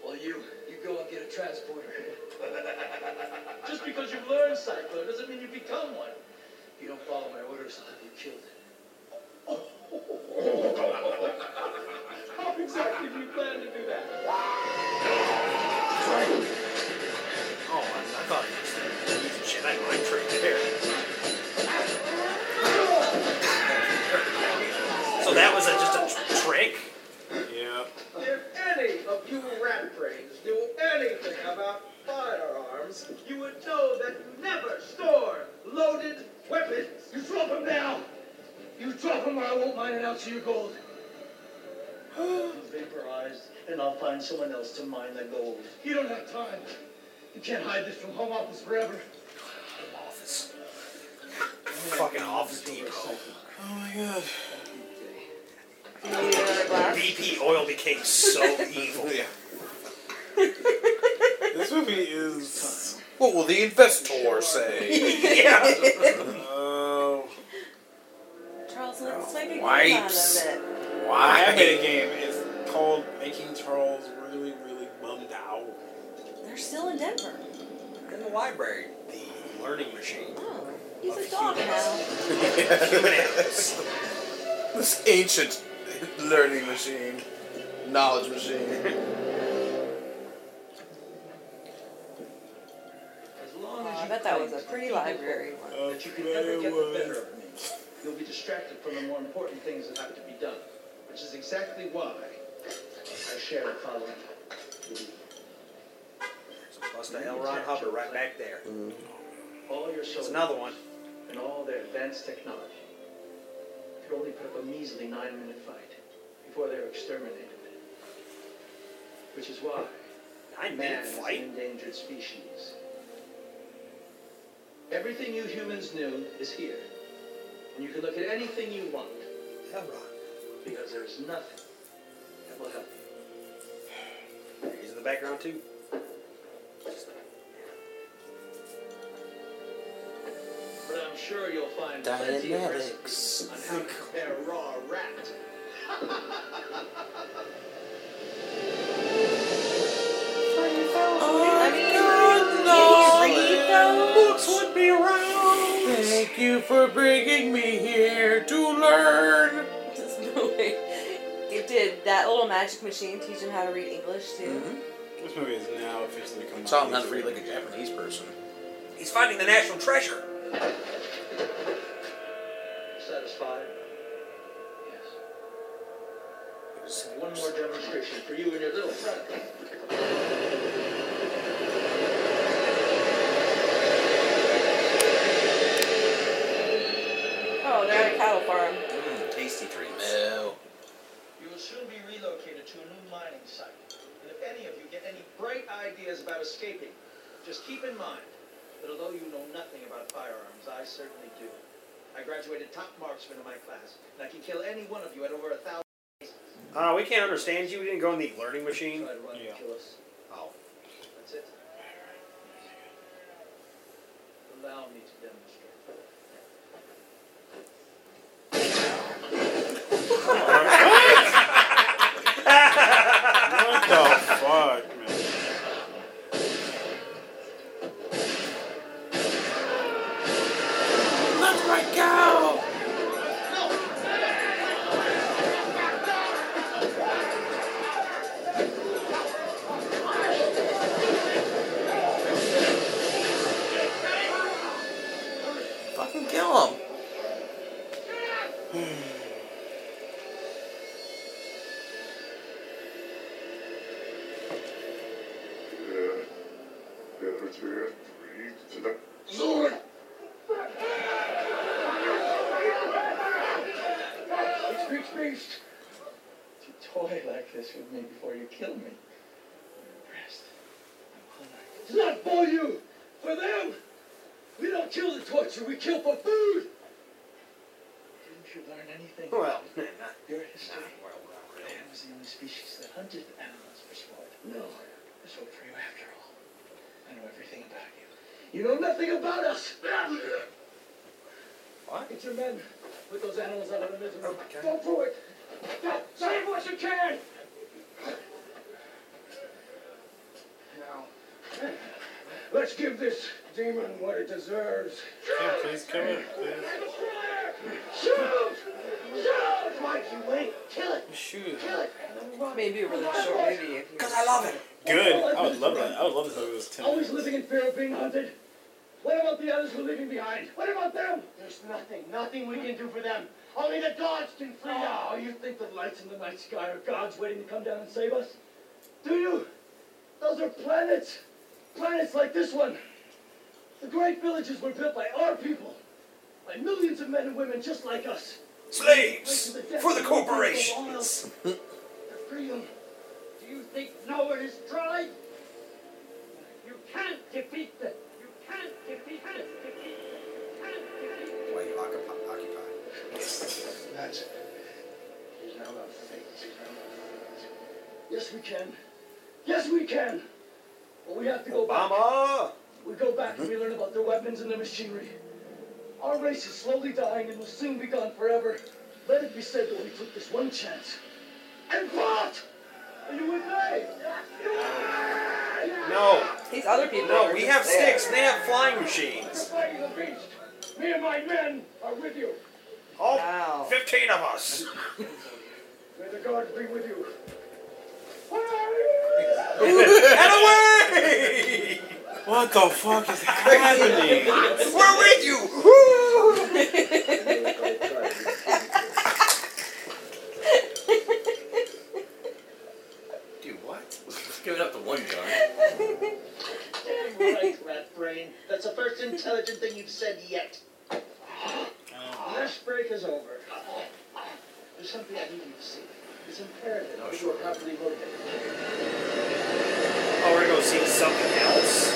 S10: While you, you go and get a transporter. Just because you've learned Cyclo doesn't mean you become one. If you don't follow my orders, I'll have you killed. How exactly do you plan to do that?
S2: Oh, I, I thought he was dead. He's a shit. I mind trick there. So that was a, just a tr- trick.
S1: Yeah.
S10: If any of you rat brains knew anything about firearms, you would know that you never store loaded weapons. You drop them now! You drop them or I won't mine it out to your gold. Vaporized, and I'll find someone else to mine the gold. You don't have time. You can't hide this from home office forever.
S2: Office. Fucking Office Depot.
S6: Oh my god.
S2: BP oil became so evil.
S6: Yeah.
S1: This movie is.
S6: What will the investor say?
S2: yeah.
S1: Oh.
S8: Charles, let's make a
S6: Wipes.
S8: game out of it.
S1: I
S6: Why?
S1: have made a game. It's called Making Charles Really, Really Bummed Out.
S8: They're still in Denver.
S2: In the library, the learning machine.
S8: Oh, he's a dog now.
S2: Human animals.
S6: This ancient learning machine, knowledge machine.
S10: As
S8: Wow,
S10: long as
S8: Oh, I
S10: you
S8: bet that
S10: claim
S8: was a
S10: to
S8: pretty
S10: the people
S8: library one.
S10: That you can never get the better of me. You'll be distracted from the more important things that have to be done, which is exactly why I share the following.
S2: So bust the L. Ron Hubbard right back there.
S10: All your
S2: There's
S10: soldiers
S2: another one.
S10: and all their advanced technology could only put up a measly nine-minute fight before they're exterminated. Which is why
S2: Nine
S10: man
S2: minute
S10: is
S2: fight.
S10: an endangered species. Everything you humans knew is here, and you can look at anything you want.
S2: Elrond.
S10: Because there's nothing that will help you.
S2: He's the the background too.
S10: But I'm sure you'll find plenty of recipes
S6: Dianetics.
S10: on how to prepare raw rat.
S2: Oh,
S6: Books would be around. Thank you for bringing me here to learn.
S8: There's no way. It did. That little magic machine teach him how to read English, too.
S1: This movie is now officially coming
S6: Taught him how to read like a Japanese person.
S21: He's finding the national treasure.
S10: Satisfied? Yes. One more demonstration for you and your little friend.
S8: Oh, they're at a cattle farm.
S7: Mm, tasty treats.
S6: No.
S10: You will soon be relocated to a new mining site. And if any of you get any bright ideas about escaping, just keep in mind that although you know nothing about firearms, I certainly do. I graduated top marksman in my class, and I can kill any one of you at over a thousand.
S2: Uh, we can't understand you. We didn't go in the learning machine.
S10: Try to run and kill us.
S2: Oh.
S10: That's it. Allow me to demonstrate.
S1: What the fuck, man?
S6: Let my cow. Fucking kill him.
S10: It's Greek beast. To toy like this with me before you kill me. I'm impressed. It's not for you, for them. We don't kill to torture, we kill for food. Didn't you learn anything?
S2: Well,
S10: your history. Man was the only species that hunted animals for sport. No, this hope for you after all. I know everything about you. You know nothing about us. What? Get your men. Put those animals out of the misery. Go for it. Go. Save what you can. Now, let's give this demon what it deserves.
S1: Please kill it.
S10: Shoot! Shoot! Mike, you wait. Kill it.
S1: Shoot.
S10: Kill it.
S8: Maybe a really short movie. If you
S10: Because I love it.
S1: Good. I would love that. I would love this movie was ten.
S10: Always living in fear of being hunted. What about the others we're leaving behind? What about them? There's nothing, nothing we can do for them. Only the gods can free them. Oh, you think the lights in the night sky are gods waiting to come down and save us? Do you? Those are planets. Planets like this one. The great villages were built by our people. By millions of men and women just like us.
S21: Slaves for the
S10: corporations.
S21: corporations.
S10: Their freedom. Do you think no one is tried? You can't defeat them. You can't defeat them.
S7: Why you occup- occupy?
S10: That's He's now a fate. He's now a fate. Yes, we can. Yes, we can. But we have to go back. We go back and we learn about their weapons and their machinery. Our race is slowly dying and will soon be gone forever. Let it be said that we took this one chance and fought. Are you with me?
S2: No.
S8: These other people.
S2: No,
S8: are
S2: we
S8: just
S2: have
S8: there.
S2: sticks. and They have flying machines.
S10: Fighting the beast. Me and my men are with you.
S21: All
S8: Wow.
S21: 15 of us.
S10: May the gods be with you.
S21: Get away!
S1: What the fuck is happening?
S21: We're with you!
S7: Dude, what? Give it up to one gun.
S10: Damn right, rat brain. That's the first intelligent thing you've said yet. Lunch break is over. There's something I need you to see. It's imperative
S7: Oh,
S10: that you
S7: sure.
S10: are properly motivated.
S2: Oh, we're gonna go see something else.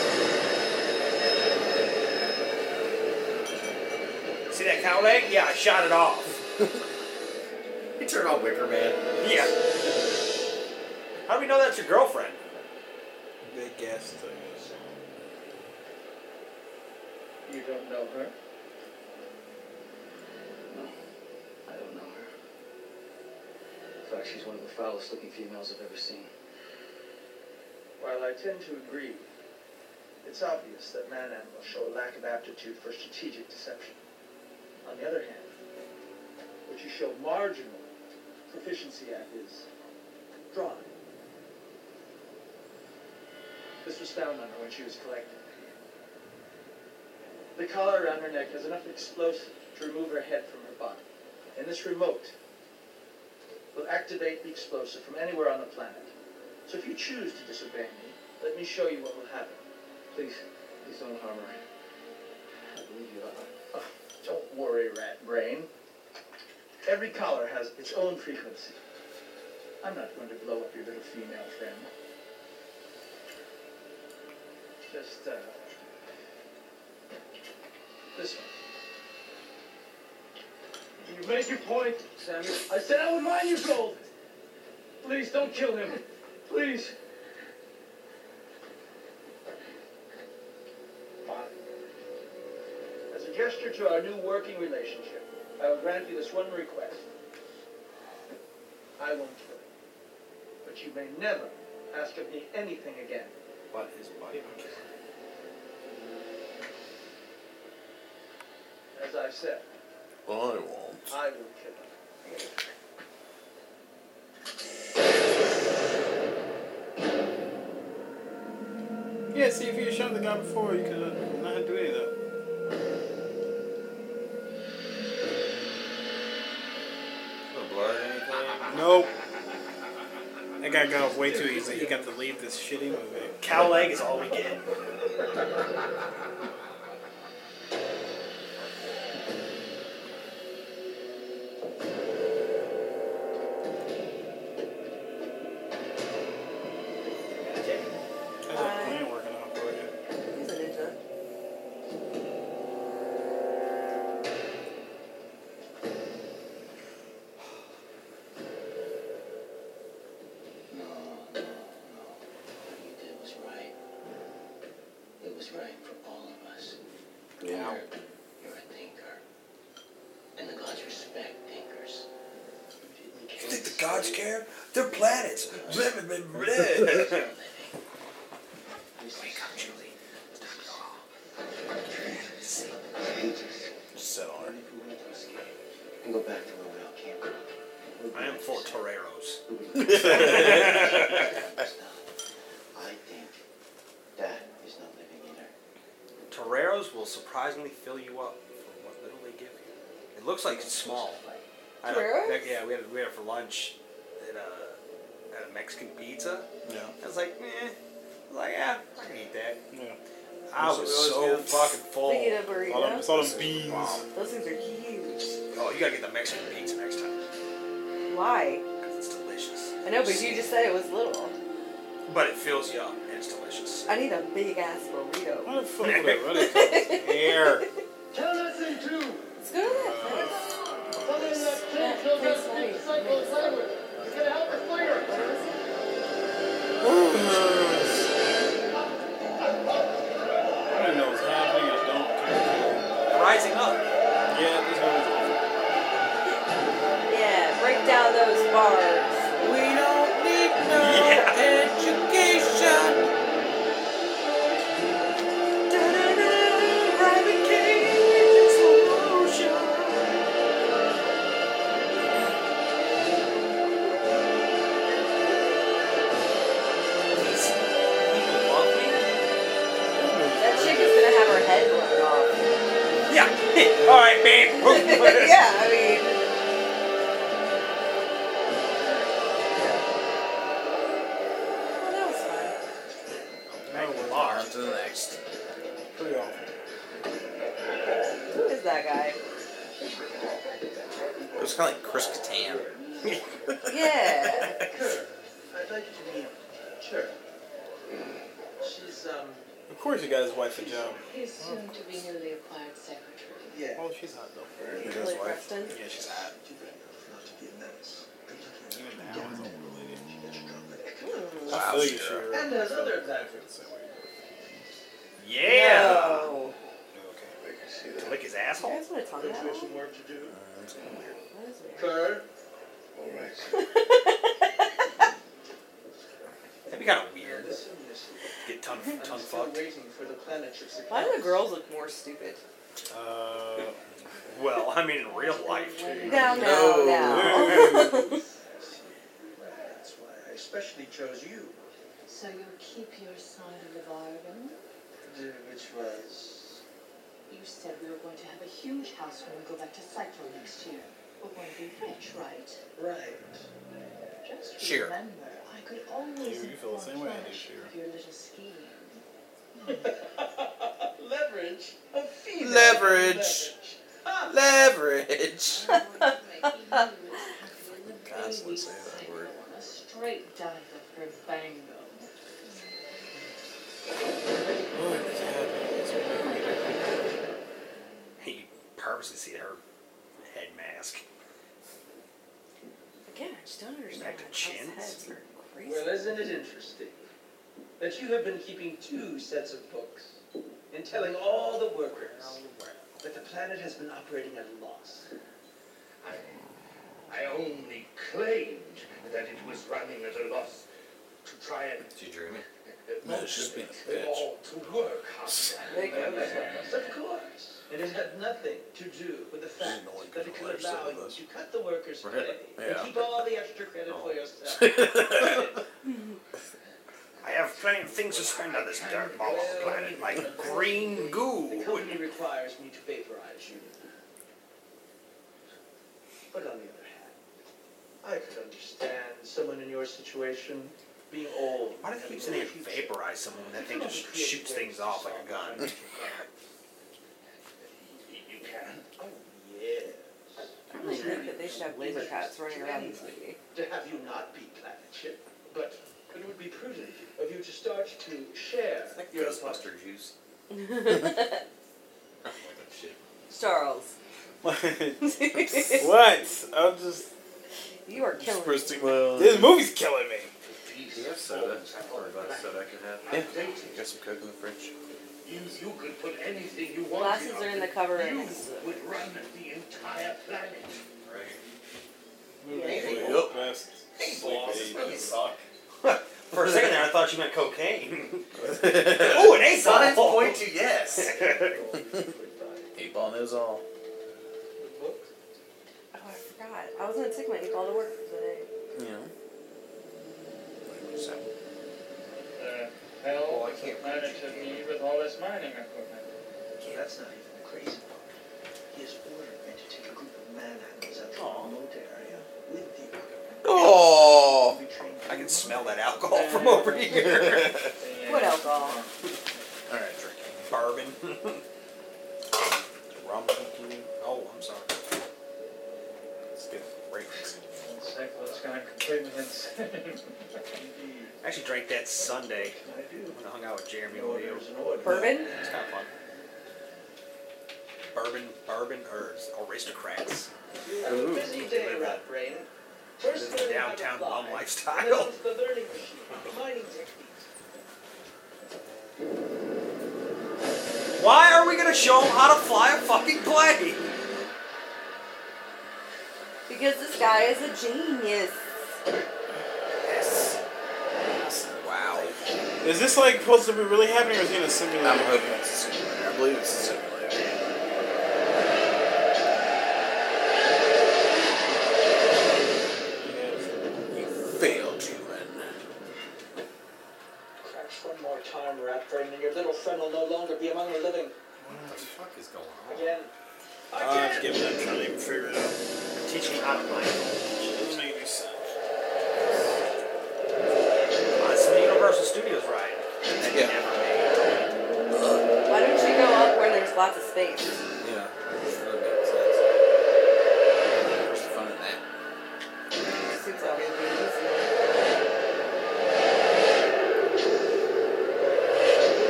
S2: See that cow leg? Yeah, I shot it off.
S7: You turn on Wicker Man.
S2: Yeah. How do we know that's your girlfriend?
S1: big gas tank.
S10: You don't know her?
S22: No, I don't know her. In fact, she's one of the foulest looking females I've ever seen.
S10: While I tend to agree, it's obvious that man animals show a lack of aptitude for strategic deception. On the other hand, what you show marginal proficiency at is drawing. This was found on her when she was collected. The collar around her neck has enough explosive to remove her head from her body. And this remote will activate the explosive from anywhere on the planet. So if you choose to disobey me, let me show you what will happen. Please, please don't harm her. I believe you are. Oh, don't worry, rat brain. Every collar has its own frequency. I'm not going to blow up your little female friend. Just, uh, this one.
S19: You make your point, Sammy. I said I would mind you, Gold. Please don't kill him. Please.
S10: As a gesture to our new working relationship, I will grant you this one request. I won't kill you. But you may never ask of me anything again.
S21: But his body.
S10: As I've said,
S7: I won't.
S10: I will kill you.
S1: Yeah, see if you had shot the guy before, you could uh, not do any of that.
S7: blood or anything?
S1: Nope. That guy got off way too easy. He got to leave this shitty movie.
S2: Cow leg is all we get.
S1: How's that plan working out for you?
S8: He's a ninja.
S22: No, no, no. What you did was right. It was right for all of us.
S7: Yeah.
S22: You're, you're a thinker. And the gods respect thinkers.
S21: You think the gods care? They're planets. Blah, blah, blah, blah.
S22: Wake up, Julie.
S21: Just sit on it.
S22: And go back to where we all came from.
S21: I am for toreros.
S22: I think that is not living either.
S2: Toreros will surprisingly fill you up for what little they give you. It looks like it's small. I don't-
S8: Toreros?
S2: Yeah, we had we had it for lunch at a, at a Mexican pizza.
S21: Yeah.
S2: I was like, eh. I was like, yeah, I can eat that.
S1: Yeah.
S2: I
S21: This
S2: was
S21: is
S2: so
S21: good.
S2: fucking full.
S8: They get a burrito.
S1: All them, it's all them beans.
S8: Those things are huge.
S2: Oh, you gotta get the Mexican pizza next time.
S8: Why?
S2: Because it's delicious.
S8: I know, but you just said it was little.
S2: But it fills you up and it's delicious.
S8: I need a big ass burrito.
S1: What the fuck would I run Air.
S19: Tell us in two.
S8: Let's go to that place.
S19: Tell them that ten children speak cyclone language. It's gonna help us later.
S1: I don't know what's happening. I don't care.
S2: Rising up.
S1: Yeah, this one
S8: Yeah, break down those bars. We don't need no education. That chick is gonna have her head blown off.
S2: Yeah. All right, babe.
S8: yeah, I mean, well, that was fun.
S7: On to the next.
S1: Pretty awful.
S8: Who is that guy?
S7: It was kind of like Chris Kattan.
S8: Yeah.
S10: I'd like you to meet Sure. She's, um,
S1: Of course, you got his wife a job.
S20: His soon to be newly acquired secretary.
S10: yeah.
S1: Oh, she's hot though.
S8: Kelly Preston.
S1: Yeah, she's hot.
S10: Not to be a menace.
S1: Even now, it's an older lady.
S8: Hmm.
S1: I feel you, Shira.
S10: And there's other adventures.
S2: Yeah.
S10: No.
S2: Okay. To lick his asshole.
S8: You guys want to talk
S10: Don't you
S8: about
S10: have
S8: that?
S10: some work to do?
S2: That's kind of weird.
S8: That is weird.
S10: Sir?
S2: That'd be kind of weird. Get tongue tongue fucked.
S8: Why do the girls look more stupid?
S2: Uh, well, I mean in real life.
S8: No, no, no.
S10: That's why I especially chose you.
S20: So you keep your side of the bargain?
S10: Which was.
S20: You said we were going to have a huge house when we go back to Cyclo next year. We're going to be rich, right?
S10: Right.
S20: Just
S6: Sure.
S20: remember, I could always
S1: You- you feel the same way I do,
S20: advantage
S1: Sure.
S20: of your little scheme.
S10: Leverage. A female
S6: Leverage. Leverage.
S20: Constantly say that word. A straight dive of her bango.
S2: He purposely see her head mask.
S8: Again, I just don't understand.
S2: Back to
S8: why
S2: chins?
S8: House heads are crazy.
S10: Well, isn't it interesting that you have been keeping two sets of books and telling all the workers that the planet has been operating at a loss?
S19: I only claimed that it was running at a loss to try and.
S7: Did you dream it?
S19: No,
S6: it's just being a
S19: Them
S6: bitch.
S19: all to work harder.
S10: They go of course. And it had nothing to do with the fact that it could allow you to cut the workers' pay
S6: Yeah.
S10: and keep all the extra credit for yourself.
S2: I have plenty of things to spend on this dirt ball of a planet, like green
S10: The
S2: goo.
S10: company requires me to vaporize you. But on the other hand, I could understand someone in your situation being old.
S2: Why do they keep saying they vaporize someone when that thing just shoots things off like a gun?
S10: You can. Oh, yes.
S8: I really think that they should have laser cats running around this movie.
S10: To have you not be planet ship, but it would be prudent of you to start to share your
S7: Ghostbuster juice. Oh, that shit.
S8: Charles,
S1: what? I'm just.
S8: you are killing me.
S1: This movie's killing me.
S7: Do you have soda? Or about a soda I could have?
S6: Yeah.
S7: You got some Coke in the fridge?
S19: You, you could put anything you want.
S8: Glasses
S19: in
S8: are in the
S19: it.
S8: cover
S19: You
S8: and it's-
S19: would run the entire planet.
S7: Yup. suck.
S2: For a second there, I thought you meant cocaine. Ooh, an ace on
S7: Science
S2: it.
S7: point to yes.
S6: Eight ball knows all.
S8: Oh, I forgot. I was gonna take my ink all to work for today.
S6: You know. So,
S19: The uh, hell
S7: Oh, I can't
S19: managed to be with all this mining equipment.
S10: That's not even the crazy part. He has ordered me to take a group of manhandlers out to a remote area with the
S6: Oh,
S2: I can smell that alcohol from over here.
S8: What alcohol?
S2: All right, drinking bourbon. Rum. Oh, I'm sorry. Let's get ratings.
S19: Cyclo's gone completely insane.
S2: I actually drank that Sunday
S10: I do.
S2: when I hung out with Jeremy
S10: The
S2: and
S10: order
S2: Leo.
S10: is an order.
S8: Bourbon?
S2: It's kind of fun. Bourbon, bourbon, or is- aristocrats.
S10: You have a busy day, rat brain. First
S2: This is
S10: learn how to
S2: downtown
S10: fly,
S2: bum
S10: and then
S2: lifestyle.
S10: it's the learning machine, mining techniques.
S2: Why are we gonna show them how to fly a fucking plane?
S8: Because this guy is a genius.
S2: Yes.
S6: wow.
S1: Is this like supposed to be really happening or is it in a
S6: I'm
S1: simulator?
S6: hoping it's a simulator. I believe it's a simulator. You failed, human.
S10: Crash one more time, rat brain, and your little friend will no longer be among the living.
S7: What the fuck is going on?
S10: Again.
S1: I'll have to
S10: Again.
S1: give it up trying to even figure it out.
S2: Teach me how to fly.
S1: Doesn't make any sense.
S2: Oh, it's the Universal Studios ride. That they
S6: Yeah.
S2: never made.
S8: Why don't you go up where there's lots of space?
S7: Yeah. This doesn't make sense. Where's the fun in that?
S8: Suits all your needs. So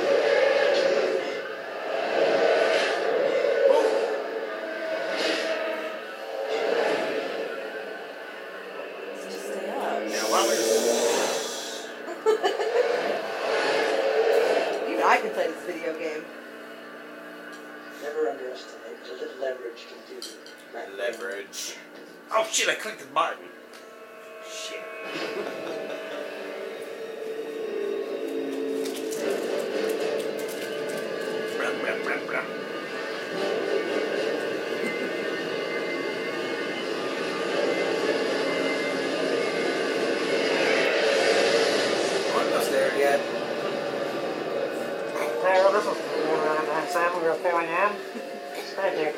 S8: just stay up.
S2: Yeah, why don't we just
S23: The leverage continued.
S5: Leverage.
S2: Oh shit, I clicked the button. Shit. Brum, brum, brum, brum.
S5: Aren't us there yet?
S24: Hello, this is uh, Simon with filling in. Thank you.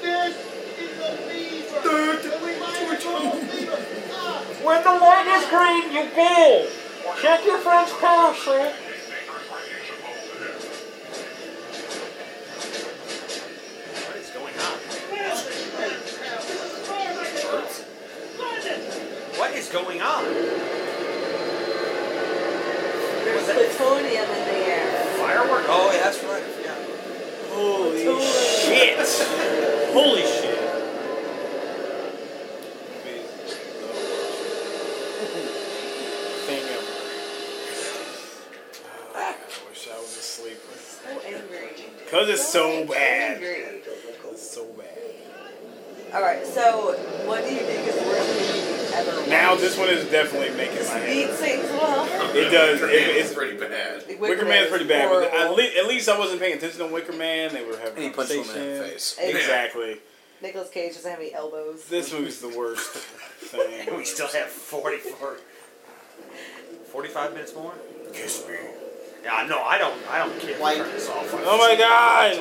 S25: This is a fever.
S24: When the light is green, you go. Check your friend's power sheet.
S2: What is going on? Birds? What is going on?
S8: There's plutonium in the air.
S2: Firework? Oh, yeah, that's right. Yeah. Holy shit! Holy shit!
S1: Thing ever. Oh, God, I wish I was asleep.
S8: So angry.
S1: Cause it's so bad.
S8: Angry.
S1: It's so bad.
S8: All right. So, what do you think is the worst movie you've ever?
S1: Now
S8: watched?
S1: this one is definitely making my head.
S8: Beat Satan's Little Helper.
S1: It does.
S5: Wicker
S1: It-
S5: Man
S1: it's
S5: was pretty bad.
S8: Wicker
S1: Wicker
S8: Man
S1: Man's
S8: is
S1: pretty bad, but at,
S8: horrible.
S1: le- at least I wasn't paying attention to Wicker Man. They were having
S5: And he punched a woman in the
S1: conversations.
S5: face.
S1: Exactly.
S8: Nicolas Cage doesn't have any elbows.
S1: This movie's the worst thing.
S2: We still have 44. 45 minutes more? Kiss me. Yeah, no, I don't. I don't care. if we turn this off.
S1: Oh my god!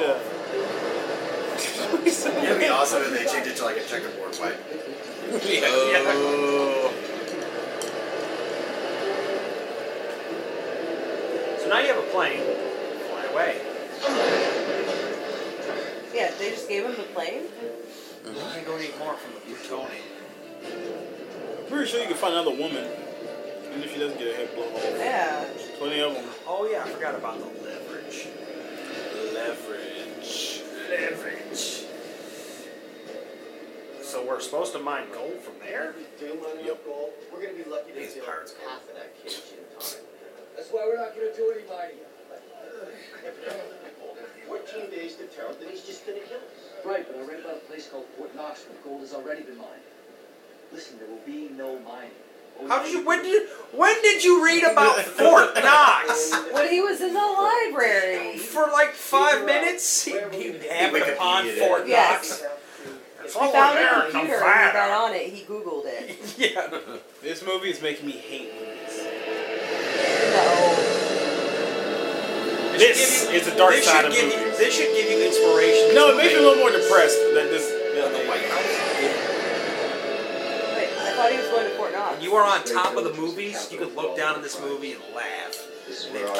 S5: It'd be awesome if they changed it to like a checkerboard white.
S2: Yeah. So now you have a plane. Fly away.
S8: Yeah, they just gave him the plane.
S2: I can go any more from the plutonium.
S1: I'm pretty sure you can find another woman, even if she doesn't get her head blown off.
S8: Yeah.
S1: There's plenty of them.
S2: Oh yeah, I forgot about the leverage.
S1: Leverage.
S2: Leverage. So we're supposed to mine gold from there?
S1: Yep.
S10: We're gonna be lucky to
S5: These
S10: kill
S5: pirates go.
S10: half of that cage in time. That's why we're not gonna do any mining.
S25: Fourteen days to tell. Then he's just gonna kill us.
S10: Right, but I read about a place called Fort Knox where gold has already been mined. Listen, there will be no mining.
S2: How did you when did when did you read about Fort Knox?
S8: When he was in the library.
S2: For like five minutes?
S10: uh,
S2: He, he happened upon
S1: E
S5: Wikipedia.
S2: Fort
S8: Yes.
S2: Knox. It's
S8: He
S2: all
S8: found
S2: there
S8: a
S2: in
S8: computer and he
S2: Nevada.
S8: got on it. He Googled it.
S2: Yeah.
S1: This movie is making me hate movies.
S8: No.
S1: This
S2: should give
S1: is the dark
S2: this
S1: side of
S2: should give
S1: movies.
S2: You, this should give you inspiration.
S1: No,
S2: to
S1: it makes
S2: make-
S1: me a little more depressed that this. That
S5: The
S1: they-
S5: White House?
S8: Wait, I thought he was going to Fort Knox.
S2: When you are on top of the movies, you could look down at this movie and laugh.
S1: I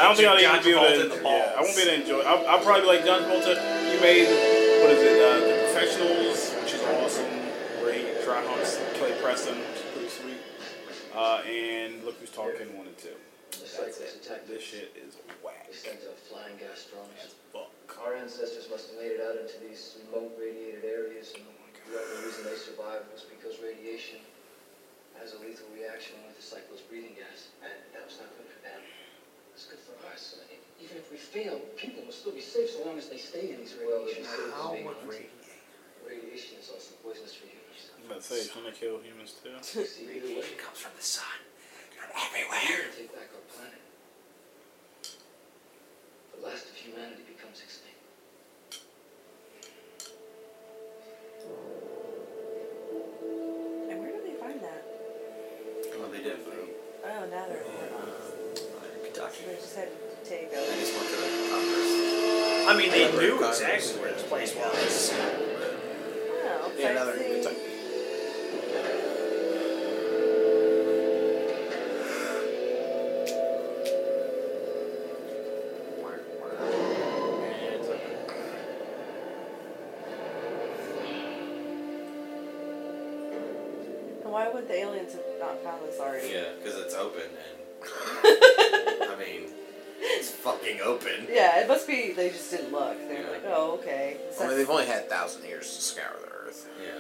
S1: don't think I'll even
S2: John
S1: be able
S2: Travolta in the
S1: to.
S2: balls.
S1: Yeah, I won't be able to enjoy. I'll, I'll probably be like John Travolta. You made what is it? Uh, the Professionals, which is awesome. Where he dry humps Clay Preston, which is pretty sweet. Uh, and look who's talking one and two. That's it. This shit is whack.
S10: Sons of flying gastronomists.
S1: Fuck.
S10: Our ancestors must have made it out into these remote radiated areas, and the only reason they survived was because radiation has a lethal reaction with the cyclo's breathing gas, and that was not good for them. It's good for us. I mean, Even if we fail, people will still be safe so long as they stay in these radiation areas.
S2: How would we?
S10: Radiation is also poisonous for humans.
S1: I was about to say, shouldn't I kill humans too?
S10: See, either way,
S2: Radiation comes from the sun. From
S10: we
S2: everywhere.
S10: can take back our planet. The last of humanity becomes extinct.
S8: And where did they find that?
S5: Well, they didn't, but
S8: Oh, now they're in Fort Knox.
S2: Kentucky.
S8: They just had to take
S5: they
S8: over.
S5: just went to the Congress.
S2: I mean, they
S5: Another
S2: knew
S5: Congress.
S2: exactly where this place was.
S8: Oh,
S5: Yeah, another
S8: fancy. And why would the aliens have not found this already?
S5: Yeah, because it's open and. I mean, it's fucking open.
S8: Yeah, it must be they just didn't look. They're
S5: Yeah.
S8: like, oh, okay. So
S5: Well, they've only had thousand years to scour the earth. Yeah.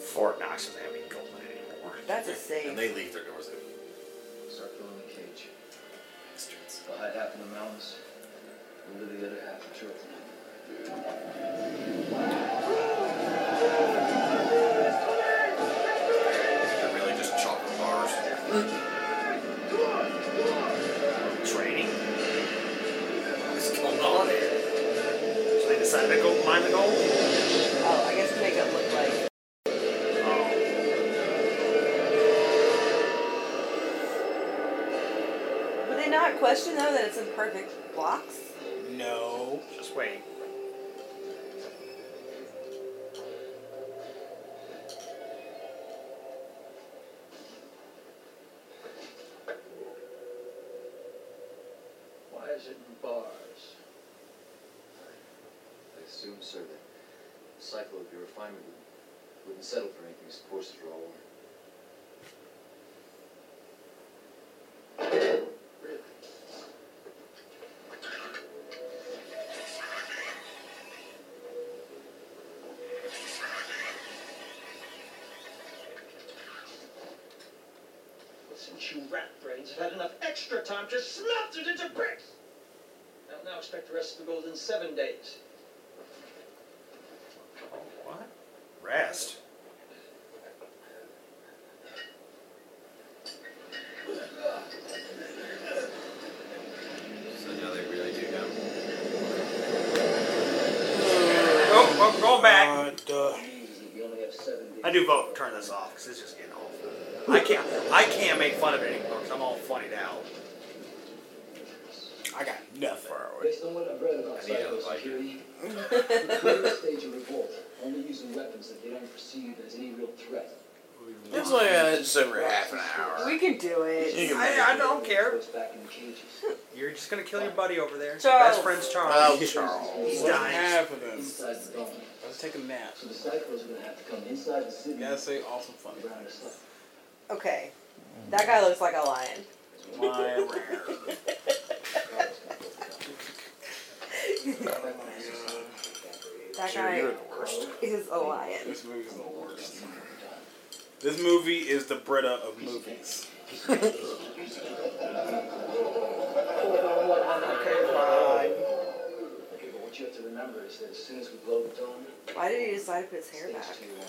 S2: Fort Knox doesn't have any gold in it anymore.
S8: that's a safe.
S5: And they leave their doors open.
S10: Start filling the cage.
S5: Bastards.
S10: We'll hide half in the mountains. We'll live the other half in Churchill.
S2: They're really just chocolate bars. Training? What's going on here? So they decided to go mine the gold?
S8: Oh, I guess make it look like.
S2: Oh,
S8: Would they not question though that it's in perfect blocks?
S26: No. Just wait.
S27: Why is it in bars?
S10: I assume, sir, that the cycle of your refinement would- wouldn't settle for anything as coarse as raw water.
S27: Since you rat brains have had enough extra time to smelt it into bricks! I'll now expect the rest of the gold in seven days.
S2: What? Rest?
S5: So now they really do know.
S2: Oh, oh, going back.
S27: You only have seven
S2: I do vote. Turn this off because it's just getting awful. I can't. I can't make fun of it anymore because I'm all funnied out. I got nothing.
S10: Based on what I've read about
S2: I need another bite.
S10: cybersecurity, the latest stage of revolt, only using weapons that they aren't perceived as any real threat.
S7: It's like uh, just over half an hour.
S3: We can do it.
S7: You can
S2: I-
S7: make
S2: I
S7: it.
S2: don't care.
S10: Back in the cages.
S2: You're just gonna kill your buddy over there.
S3: Charles.
S2: Best friend's Charles.
S1: Uh,
S7: Oh, Charles.
S2: He's
S1: What's
S2: dying.
S1: happening?
S10: Inside the dome.
S1: Let's take a nap.
S10: So the cycles are going to have to come inside the city.
S1: Gotta say awesome fun.
S10: Round us up.
S8: Okay. That guy looks like a lion.
S1: Lion.
S8: That
S7: Sure, you're
S8: guy
S7: the worst.
S8: is a lion.
S1: This movie's the worst. This movie is the Brita of movies.
S10: Okay, but what you have to remember is that as soon as we blow the dome,
S8: Why did he decide to put his hair
S10: stage
S8: back?
S10: two, uh,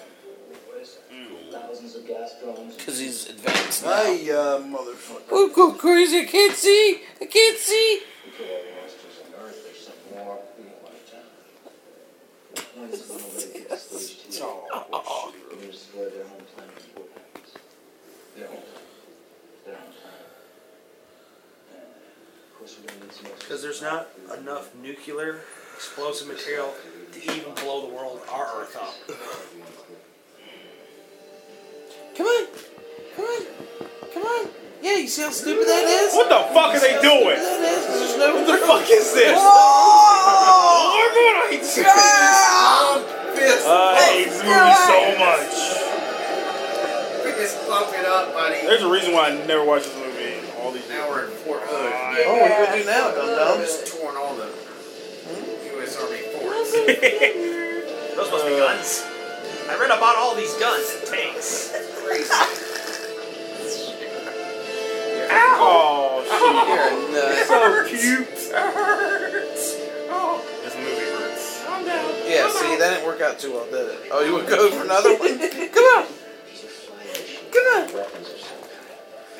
S10: what is it? Thousands of gas drones.
S7: Because he's advanced now.
S5: I, uh, motherfucker.
S7: Oh, go crazy. I can't see. I can't see.
S10: We could have monsters on Earth. There's some more we don't want to tell. One is going to get to stage two. They're going to destroy their home planet before it happens. Their home planet. Their home planet. And of course, we're going to need some extra.
S2: Because there's not
S10: supplies.
S2: enough nuclear explosive material to even blow the world, our Earth up.
S7: Come on. Come on. Come on. Yeah, you see how stupid that is?
S1: What the fuck are they doing?
S7: That is, 'cause there's no
S1: What the fuck is this? Lord, I hate this movie. I hate this movie so much.
S28: We just bump it up, buddy.
S1: There's a reason why I never watched this movie in all these years.
S28: Now we're in Fort Hood.
S7: Oh, what do we do now,
S28: Dumb
S7: dum
S28: just torn all the U.S. Army forts.
S2: Those must be guns. I read about all these guns and tanks.
S1: Oh,
S7: Oh,
S1: shit. so cute. This movie hurts.
S7: Yeah, see, that didn't work out too well, did it? Oh, you would go for another one? Come on. Come on.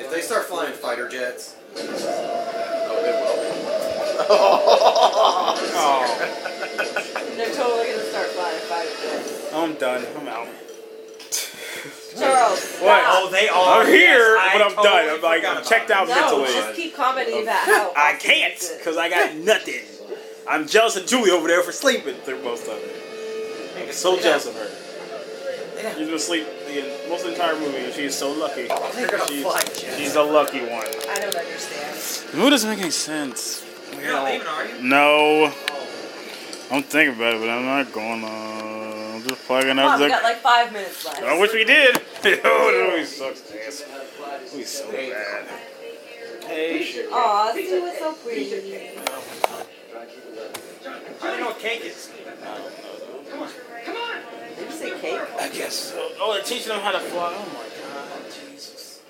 S28: If they start flying fighter jets,
S1: Oh,
S8: They're totally gonna start flying fighter
S1: I'm done. I'm out.
S8: jets. Charles,
S2: Oh,
S8: stop.
S2: they are.
S1: I'm here,
S2: Yes, I
S1: but I'm
S2: totally
S1: done. I'm like,
S2: forgot
S1: I'm checked
S2: about
S1: out
S2: it.
S8: no,
S1: mentally.
S8: just keep commenting about how.
S1: I
S8: awesome
S1: can't,
S8: this is.
S1: because I got nothing. I'm jealous of Julie over there for sleeping through most of it. I'm so jealous of her. She's been asleep the most of the entire movie, and she is so lucky.
S2: They're gonna
S1: She's,
S2: fly jets.
S1: she's a lucky one.
S8: I don't understand.
S1: The movie doesn't make any sense.
S2: You're not leaving, are you?
S1: No. I'm thinking about it, but I'm not gonna. I'm just plugging
S8: Come
S1: up
S8: on, we
S1: the.
S8: got like five minutes left.
S1: I wish we did. oh, that movie sucks ass. He's so
S28: Hey.
S1: bad.
S8: Aw, see what's so pretty.
S2: I don't know what cake is.
S8: Did you say cake?
S1: I guess so. Oh, they're teaching them how to fly. Oh my god, Jesus.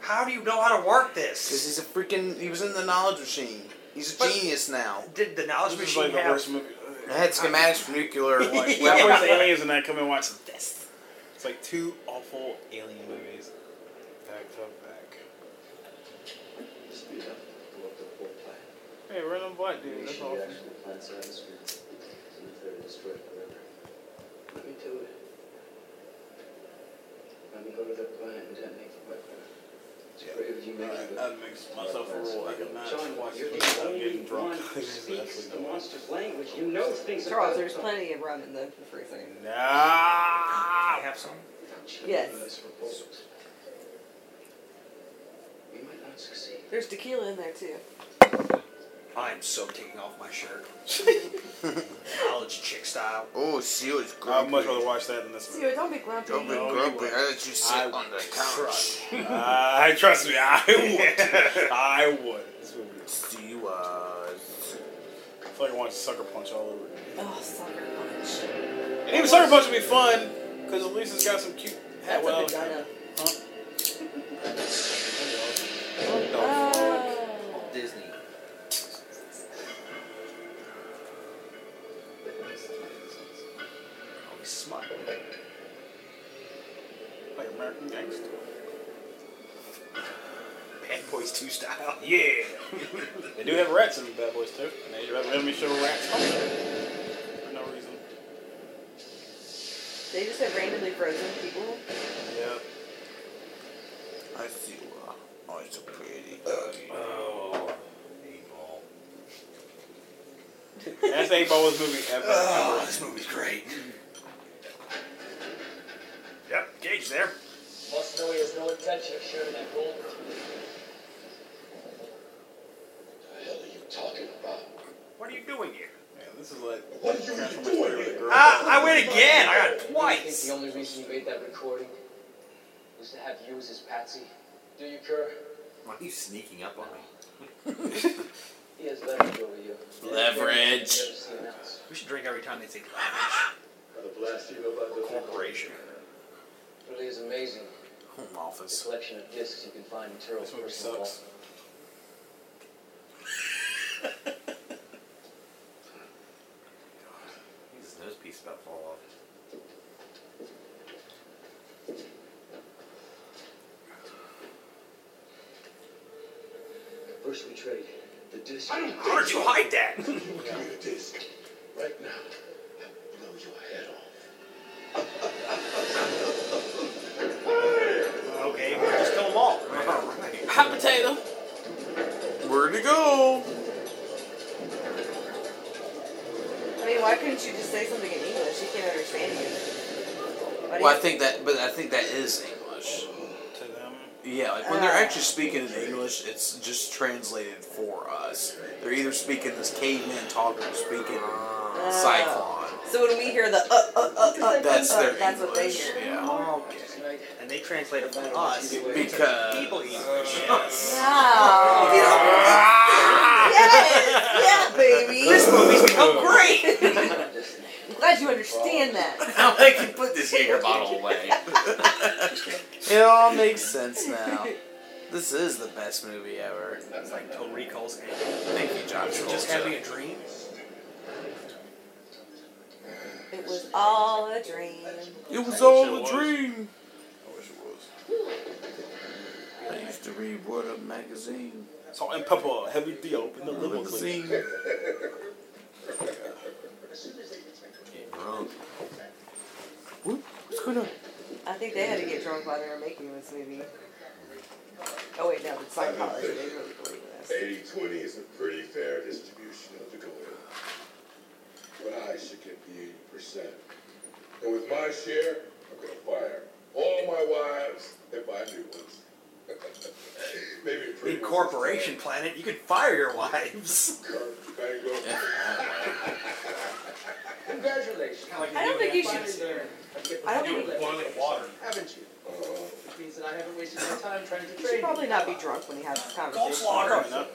S2: How do you know how to work this?
S7: Because he's a freaking. He was in the knowledge machine. He's a genius now.
S2: Did the knowledge
S1: This is
S2: machine
S1: like the
S2: have?
S1: worst movie.
S7: I had schematics for nuclear like,
S1: Like,
S7: weapons.
S1: when I watch Aliens and I come and watch this. It's like two awful alien movies back to back.
S22: Speed up, pull up the whole plan.
S1: Hey, we're on black dude.
S22: Make
S1: That's
S22: sure you
S1: awful.
S22: actually plant some atmosphere. And if they're destroyed forever. Let me do it. Let me go to the plant and detonate the weapon. It's brave of you making the-
S1: I mixed myself a rule. I could not
S22: John,
S1: watch
S22: you're
S1: this
S22: the
S1: without
S22: only
S1: getting drunk.
S22: one who speaks the monster's language. You know things about
S8: Charles, there's
S22: them.
S8: plenty of rum in the freezer.
S1: Nah.
S2: I have some.
S8: Yes.
S22: We might not succeed.
S8: There's tequila in there too.
S2: I'm so taking off my shirt. College chick style.
S7: Oh, she was grumpy.
S1: I'd much rather watch that than this
S8: See, don't be grumpy.
S7: Don't be
S1: No, you
S7: grumpy.
S1: won't.
S7: I let you sit
S1: I
S7: on the couch.
S1: one. I Uh, trust me. I would. I would. This movie.
S7: See you uh, was.
S1: I feel like I watch Sucker Punch all over again.
S8: Oh, sucker punch.
S1: And even Sucker Punch would be fun because at least it's got some cute.
S8: That's
S1: well,
S8: a vagina. Oh, Ah.
S7: Disney.
S2: Always smart.
S1: Like American Gangster.
S2: Bad Boys 2 style.
S1: Yeah. they do have rats in Bad Boys too, and they have let me show rats for no reason.
S8: They just have randomly frozen people.
S1: Yep.
S7: I see you are. Oh, it's so pretty. Oh.
S1: That's the eight ball movie ever.
S2: Oh,
S1: ever.
S2: this movie's great. Yep, Gage there.
S10: Must know he has no intention of sharing that gold with you.
S9: The hell are you talking about?
S2: What are you doing here?
S1: Man, this is like
S9: What are you
S1: Transformers
S9: doing
S1: three with a girl.
S2: Ah, I win again. I got
S10: You think
S2: twice.
S10: the only reason you made that recording was to have you as his patsy? Do you, Kerr?
S5: Why are you sneaking up on me?
S10: He has leverage over you.
S7: Leverage.
S2: We should drink every time they say corporation.
S10: Really is amazing
S7: Home
S10: the
S7: office.
S10: collection of discs you can find in Terrell's
S1: This movie
S10: personal
S1: sucks.
S10: vault.
S5: His nose piece about to fall off.
S22: First we trade the disc.
S9: I don't
S2: How did you hide that?
S9: Give me the disc. Right now. I'll blow your head off.
S2: Okay, we'll just kill them all.
S6: Hot potato.
S7: Where'd it go?
S8: I mean, why couldn't you just say something in English? He can't understand you. Why do
S7: Well, I
S8: you-
S7: think that, but I think that is English.
S1: To them.
S7: Yeah, like when they're
S8: Ah.
S7: actually speaking in English, it's just translated for us. They're either speaking this caveman talk or speaking cyclone.
S8: So when we hear the uh uh uh uh,
S7: That's
S8: uh,
S7: their
S8: that's what they
S7: English.
S8: hear.
S7: Yeah.
S2: And they translate it
S1: Oh,
S2: from us.
S7: Because
S2: People English.
S8: Wow. yes, yeah, baby.
S2: This movie's become great.
S8: I'm glad you understand that.
S7: Now I can put this Jaeger bottle away. it all makes sense now. This is the best movie ever.
S2: It's like Total Recall's and
S7: Thank you, John Travolta.
S2: just having a dream.
S8: It was all a dream.
S7: It
S1: wish
S7: was
S1: it
S7: all
S1: was.
S7: a dream.
S1: I wish it was.
S7: I used to read Word Up magazine.
S1: Salt and pepper, heavy D open the limo clip.
S7: Magazine. Get drunk. What? What's going on?
S8: I think they had to get drunk while they were making this movie. Oh wait, no, it's psychology. They really believe this.
S9: 80 20 is a pretty fair distribution of the gold. But I should get the 80%. And with my share, I'm going to fire all my wives and buy new ones. Maybe a pretty
S2: In Corporation Planet, you could fire your wives.
S10: Congratulations.
S8: I don't think you should. I don't think you
S21: Boiling water.
S10: Haven't you? Which means that I haven't wasted my time trying to train.
S8: you should
S10: you.
S8: probably not be drunk when you have this conversation.
S2: Goldschlager.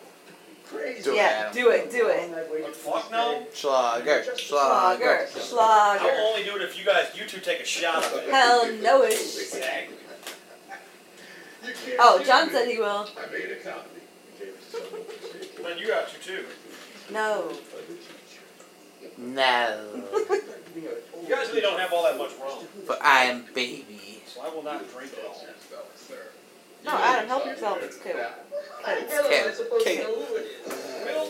S10: Crazy.
S7: Do it,
S8: Yeah,
S7: Adam.
S8: do it, do it.
S10: I've waited for
S21: Fuck
S10: this
S21: no.
S7: Schlager.
S8: Schlager,
S7: Schlager.
S21: I'll
S8: Schlager.
S21: only do it if you guys, you two take a shot of it.
S8: Hell noish. Oh, John said he will.
S10: I made a copy. Gave it to someone. Then you got you too.
S8: No.
S7: No.
S2: You guys really don't have all that much wrong,
S7: But I am baby.
S2: so I will not drink at all.
S8: No, Adam, help yourself. It's cool.
S2: Bill,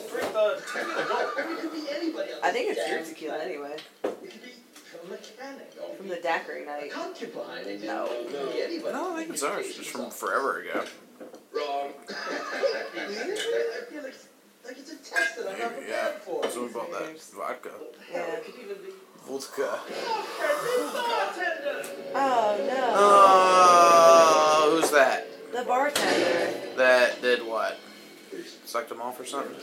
S2: drink the tequila. Don't.
S8: I think it's your tequila anyway. From the daiquiri night.
S7: No,
S8: No.
S7: I think it's ours. It's from forever ago.
S10: Wrong.
S7: Maybe, yeah. That's when we bought that vodka.
S8: Yeah.
S7: Vodka.
S8: Oh no.
S7: Oh, who's that?
S8: The bartender.
S7: That did what? Sucked him off or something?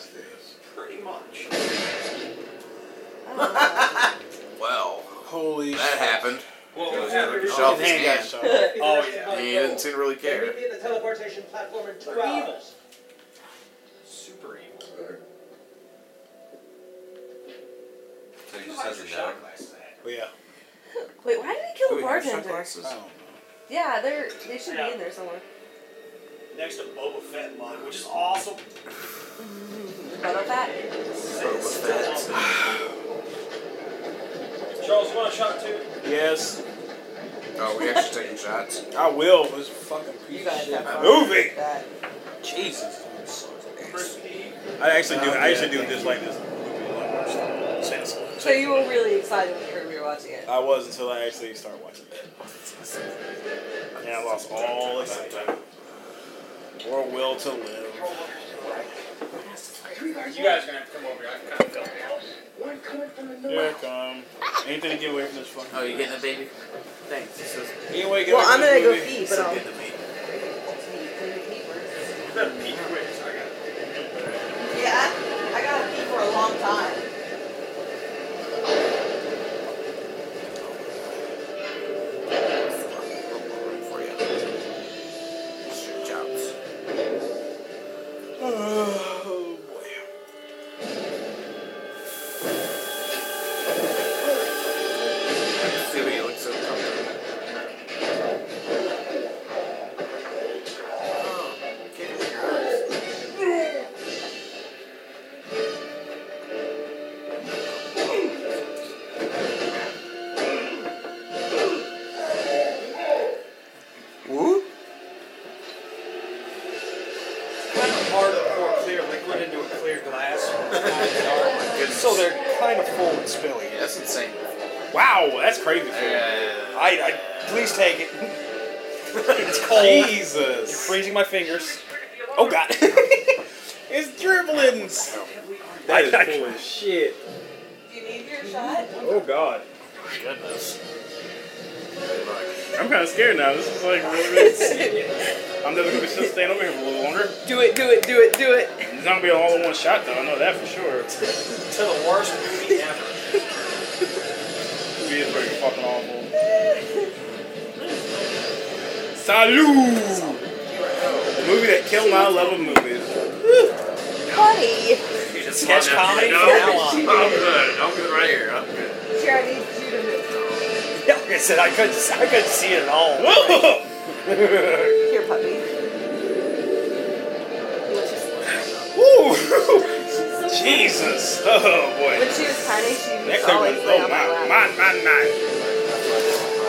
S2: Pretty much.
S8: Oh.
S7: Well, holy. That happened.
S2: Well,
S7: Goes
S2: yeah,
S7: under the
S2: your
S7: shelf
S2: hand
S7: scan.
S2: got shot. Oh, yeah.
S7: And he didn't seem to really care.
S29: Meet me at the teleportation platform in two hours.
S2: Super evil.
S5: So he just has a knife.
S1: yeah.
S8: Wait, why did he kill the
S1: I
S8: bartender?
S1: don't know.
S8: Yeah, they're they should be in there somewhere.
S2: Next to Boba Fett mug, which is awesome.
S8: Boba Fett.
S2: Charles, you want a shot too?
S1: Yes.
S7: Oh, we actually taking shots.
S1: I will. but It's fucking piece of shit.
S7: have
S1: Moving.
S7: Jesus.
S1: I actually do. I actually do this like this.
S8: So you were really excited when you were watching it.
S1: I was until I actually started watching that. And I lost all excitement. Or will to live.
S5: You guys are gonna have to come over here. I can kind of feel it now.
S10: One coming from the
S1: Here I come. Anything to get away from this fucking.
S7: Oh, you getting a baby? Thanks. This is-
S1: Anyway, get
S8: Well, I'm gonna
S1: away
S8: go
S1: from this movie.
S8: pee, but I'll. Yeah, I gotta pee for a long time.
S7: Jobs. See what you look so comfortable.
S2: Woo? Kind of hard to pour clear liquid into a clear glass. so they're kind of full and spilly.
S7: Yeah, that's insane.
S1: Wow, that's crazy.
S2: I, I please take it. it's cold.
S1: Jesus.
S2: You're freezing my fingers.
S1: Oh god. it's dribblings. That is full of shit.
S8: Do you need your shot?
S1: Oh god.
S7: Goodness.
S1: I'm kind of scared now. This is like really, really. I'm never gonna be still staying over here for a little longer.
S8: Do it, do it, do it, do it.
S1: It's not gonna be all in one shot though. I know that for sure.
S2: To the worst movie ever.
S1: It is pretty fucking awful. Salud. The movie that killed my love of movies.
S8: Honey.
S2: Sketch comedy
S5: No,
S2: from now on.
S5: I'm good. I'm good right here. I'm good.
S8: Sure, I need you to move.
S2: Yeah, like I said, I couldn't, I couldn't see it at all.
S8: Here, puppy.
S1: Woo! Jesus. Oh boy.
S8: When she was tiny, she
S1: That
S8: used to
S1: could
S8: always
S1: went,
S8: lay
S1: oh
S8: on my
S1: my,
S8: lap.
S1: my, my, my.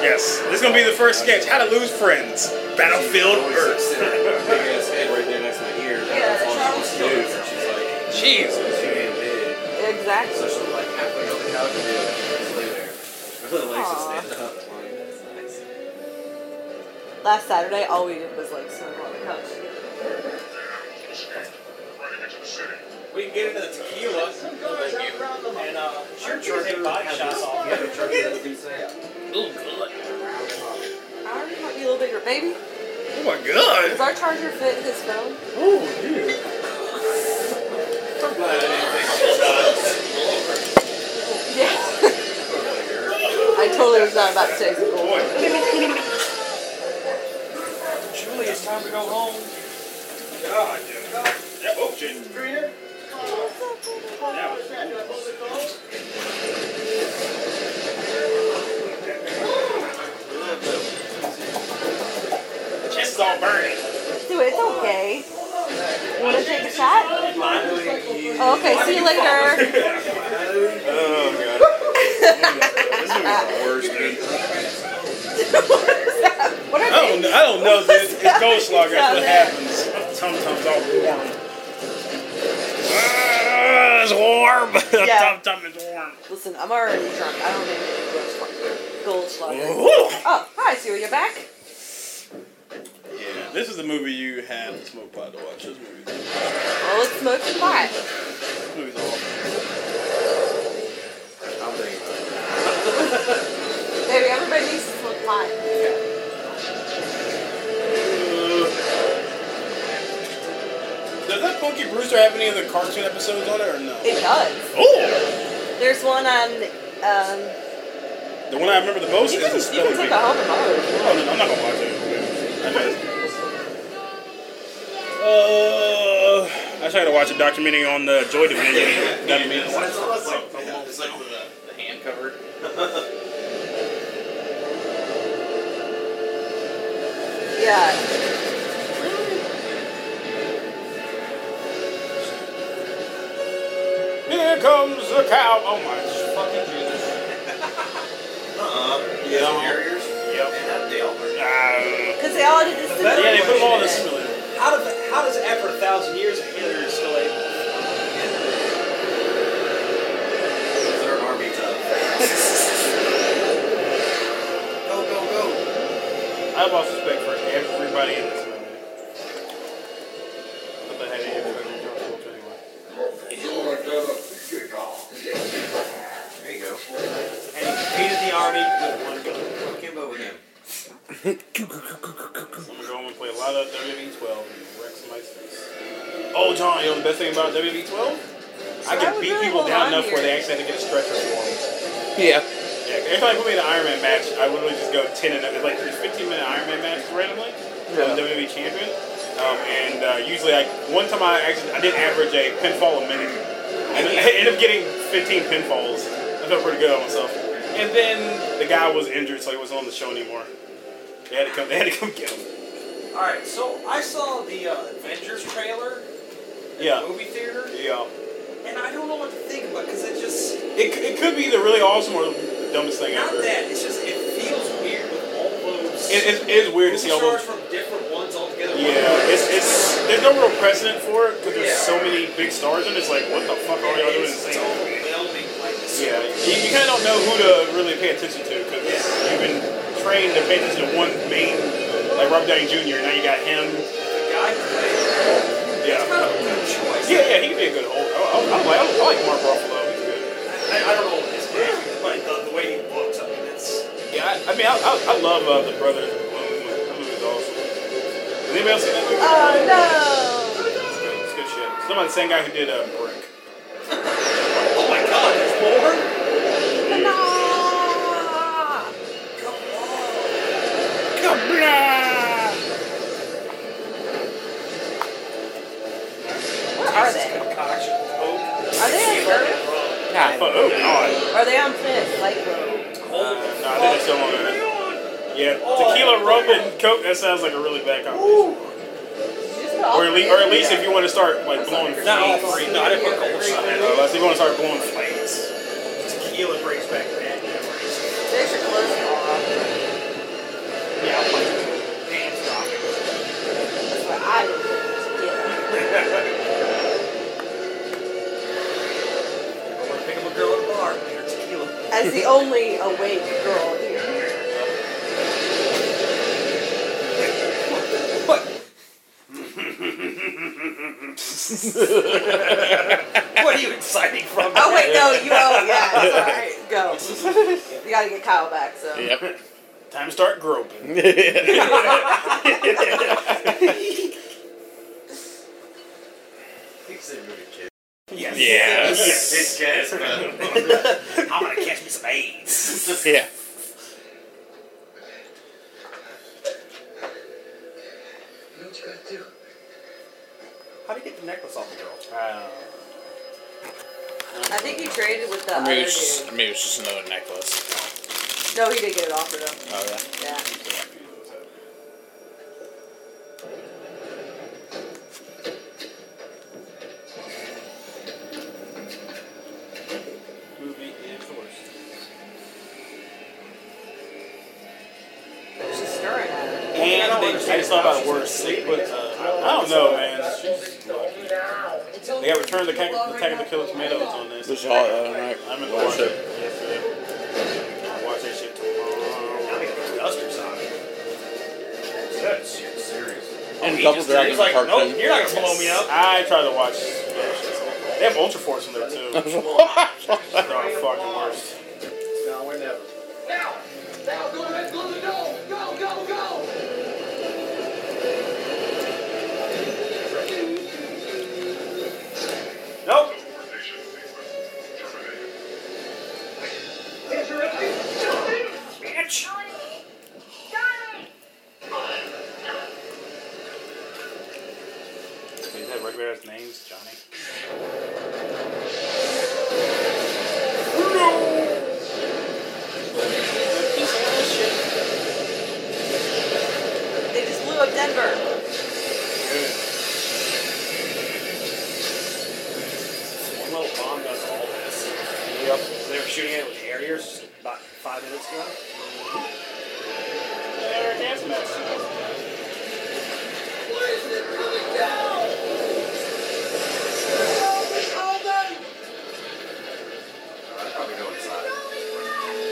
S1: Yes, this is gonna be the first sketch. How to lose friends. Battlefield Earth.
S5: Big ass head right there next to my ear. That's all she wants to do. So she's like,
S1: Jesus.
S5: she ain't big. So
S8: Exactly.
S5: she's like halfway on the couch and be like, just lay there. Her legs just stand up.
S8: Last Saturday, all we did was like snuggle on the couch.
S2: We can get into the tequila. And uh, sure, sure, take body shots off.
S5: You have a turkey that's decent.
S7: Ooh, good.
S8: I already want you a little bigger, baby.
S1: Oh my
S8: Does
S1: god.
S8: our charger fit his phone?
S1: Oh, dude.
S5: I'm glad I didn't take my shots.
S8: Yeah. I totally was not about to take the gold.
S2: Julie, it's time to go home. God, dude. God. Yeah, oh, shit. Greener. Just all burning.
S8: okay. You want to take a shot? Oh, okay, see you later. Oh,
S1: I don't, I don't know. This it's Goldschlager. That's what happens. Sometimes all warm. Ah, it's warm.
S8: Yeah.
S1: Sometimes it's warm.
S8: Listen, I'm already drunk. I don't need gold slugger.
S1: Ooh.
S8: Oh, hi, Sue, you're back?
S1: Yeah. This is the movie you have to smoke pot to watch. This movie.
S8: Well, let's smoke some pot.
S1: This movie's awful.
S30: I'm thinking
S8: Baby, everybody needs to smoke pot.
S1: Does that Funky Brewster have any of the cartoon episodes on it or no?
S8: It does.
S1: Oh,
S8: There's one on. Um,
S1: the one I remember the most
S8: you
S1: is
S8: can,
S1: the
S8: you can take a home and home.
S1: Oh, no, I'm not gonna watch it. Uh, I tried to watch a documentary on the Joy Division. That means-
S5: It's like the, the hand covered.
S8: Yeah.
S1: Here comes the cow. Oh my fucking Jesus.
S5: Uh-uh. Yeah. Carriers?
S1: Yep.
S5: Man, that they all work.
S8: Because they all did this
S2: Yeah,
S8: similar
S2: they put them all in a
S8: shit.
S2: How, do, how does after a thousand years a Hitler is still able?
S5: Third army
S1: Go, go, go. I have all suspect for everybody in this movie. What the heck is it? George Bush anyway?
S5: There you go.
S2: And he defeated the army with one gun.
S5: Kimbo again.
S1: I'm gonna go home and play a lot of WWE 12 and wreck somebody's face. Oh, John, you know the best thing about WWE 12? I
S6: I
S1: can
S6: would
S1: beat
S6: really
S1: people
S6: hold
S1: down
S6: on
S1: enough
S6: to
S1: where they
S6: yours.
S1: actually have to get a stretcher for them.
S6: Yeah.
S1: Yeah, every time I put me in an Iron Man match, I literally just go 10 and up. It's like there's 15 minute Iron Man match randomly. I'm
S6: Yeah.
S1: WWE E champion. Um, and uh, usually, I one time I actually I did average a pinfall a minute. And I ended up getting 15 pinfalls. I felt pretty good on myself. And then the guy was injured, so he wasn't on the show anymore. They had to come. They had to come get him.
S2: All right, so I saw the uh, Avengers trailer at
S1: Yeah.
S2: the movie theater,
S1: Yeah.
S2: and I don't know what to think about because it just
S1: It, it could be the really awesome or the dumbest thing
S2: not
S1: ever. It,
S2: that it's just it feels weird with all those.
S1: it, it is weird to see all
S2: charged
S1: those.
S2: from different ones altogether.
S1: Yeah, it's, it's there's no real precedent for it because there's so many big stars in it. It's like, what the fuck are y'all doing? in the same
S2: overwhelming. Like this.
S1: Yeah, you, you kind of don't know who to really pay attention to because you've been trained to pay attention to one main, like Robert Downey Jr. Now you got him. Yeah. Yeah, yeah, he could be a good Hulk. I, I, I, like, I like Mark Ruffalo. He's good.
S2: I, I don't know what his name, but the, the way he looks, I mean, it's
S1: Yeah, I, I mean, I, I, I love uh, the brothers. That movie's awesome. Has anybody else seen that movie?
S8: Oh,
S3: Uh,
S1: It's
S8: no.
S1: good, it's good shit. It's about the same guy who did uh, Brick.
S2: oh my god, there's more.
S8: Ah! What are they?
S2: Concoction.
S8: Are they on bourbon?
S1: Oh, oh God.
S8: Are they on fizz? Like bourbon?
S1: No, I think it's still on there. Yeah, tequila, rum, and coke. That sounds like a really bad combination. Or at least, or at least if you want to start like blowing flames.
S2: Not all three. No, I didn't put Goldshot in.
S1: Uh, if you want to start blowing flames.
S2: Tequila brings back bad memories.
S8: They should close it all up.
S2: Yeah, I'll punch Hands dropping.
S8: That's what I would do. Yeah.
S2: I'm gonna pick up a girl at a bar. Get her tequila.
S8: As the only awake girl here.
S2: What are you exciting from?
S8: Oh, wait, no, you owe. Yeah, it's all right. Go. You gotta get Kyle back, so.
S6: Yep.
S1: Time to start groping.
S5: He's a good kid.
S2: Yes. Yes.
S6: Yes.
S5: Yes,
S2: I'm gonna catch me some AIDS.
S6: Yeah.
S31: You know what you gotta do?
S2: How do you get the necklace off the girl?
S8: I think he traded with the
S6: Or
S8: other
S6: maybe
S8: dude.
S6: it's just maybe it's just another necklace.
S8: No, he did get it offered him.
S6: Oh yeah.
S8: Yeah. was just staring at her.
S1: And they, I just thought about it worse. They put, uh, I don't know, man. They got Return of the Attack of the Killer Tomatoes on this.
S6: This is all uh, night.
S1: I'm gonna
S6: Watch
S1: watch it. I'll watch that shit tomorrow.
S2: Now they got dusters on it. That shit's serious.
S6: And
S2: He
S6: Double
S2: just-
S6: Dragon
S2: he's like,
S6: Part
S2: nope,
S6: Two.
S2: you're not gonna blow me up.
S1: I tried to watch. Yeah, shit's awful. they have Ultra Force in there too. They're the fucking worst.
S32: No, we're never.
S10: Now! Now, go ahead, blow the dome! Go, go, go!
S2: Nope. Bitch.
S1: Is that Rugrats' name's Johnny?
S8: They just blew up Denver.
S2: One little bomb does all this. Yep. They were shooting it with Harriers about five minutes ago.
S32: I'd probably go inside.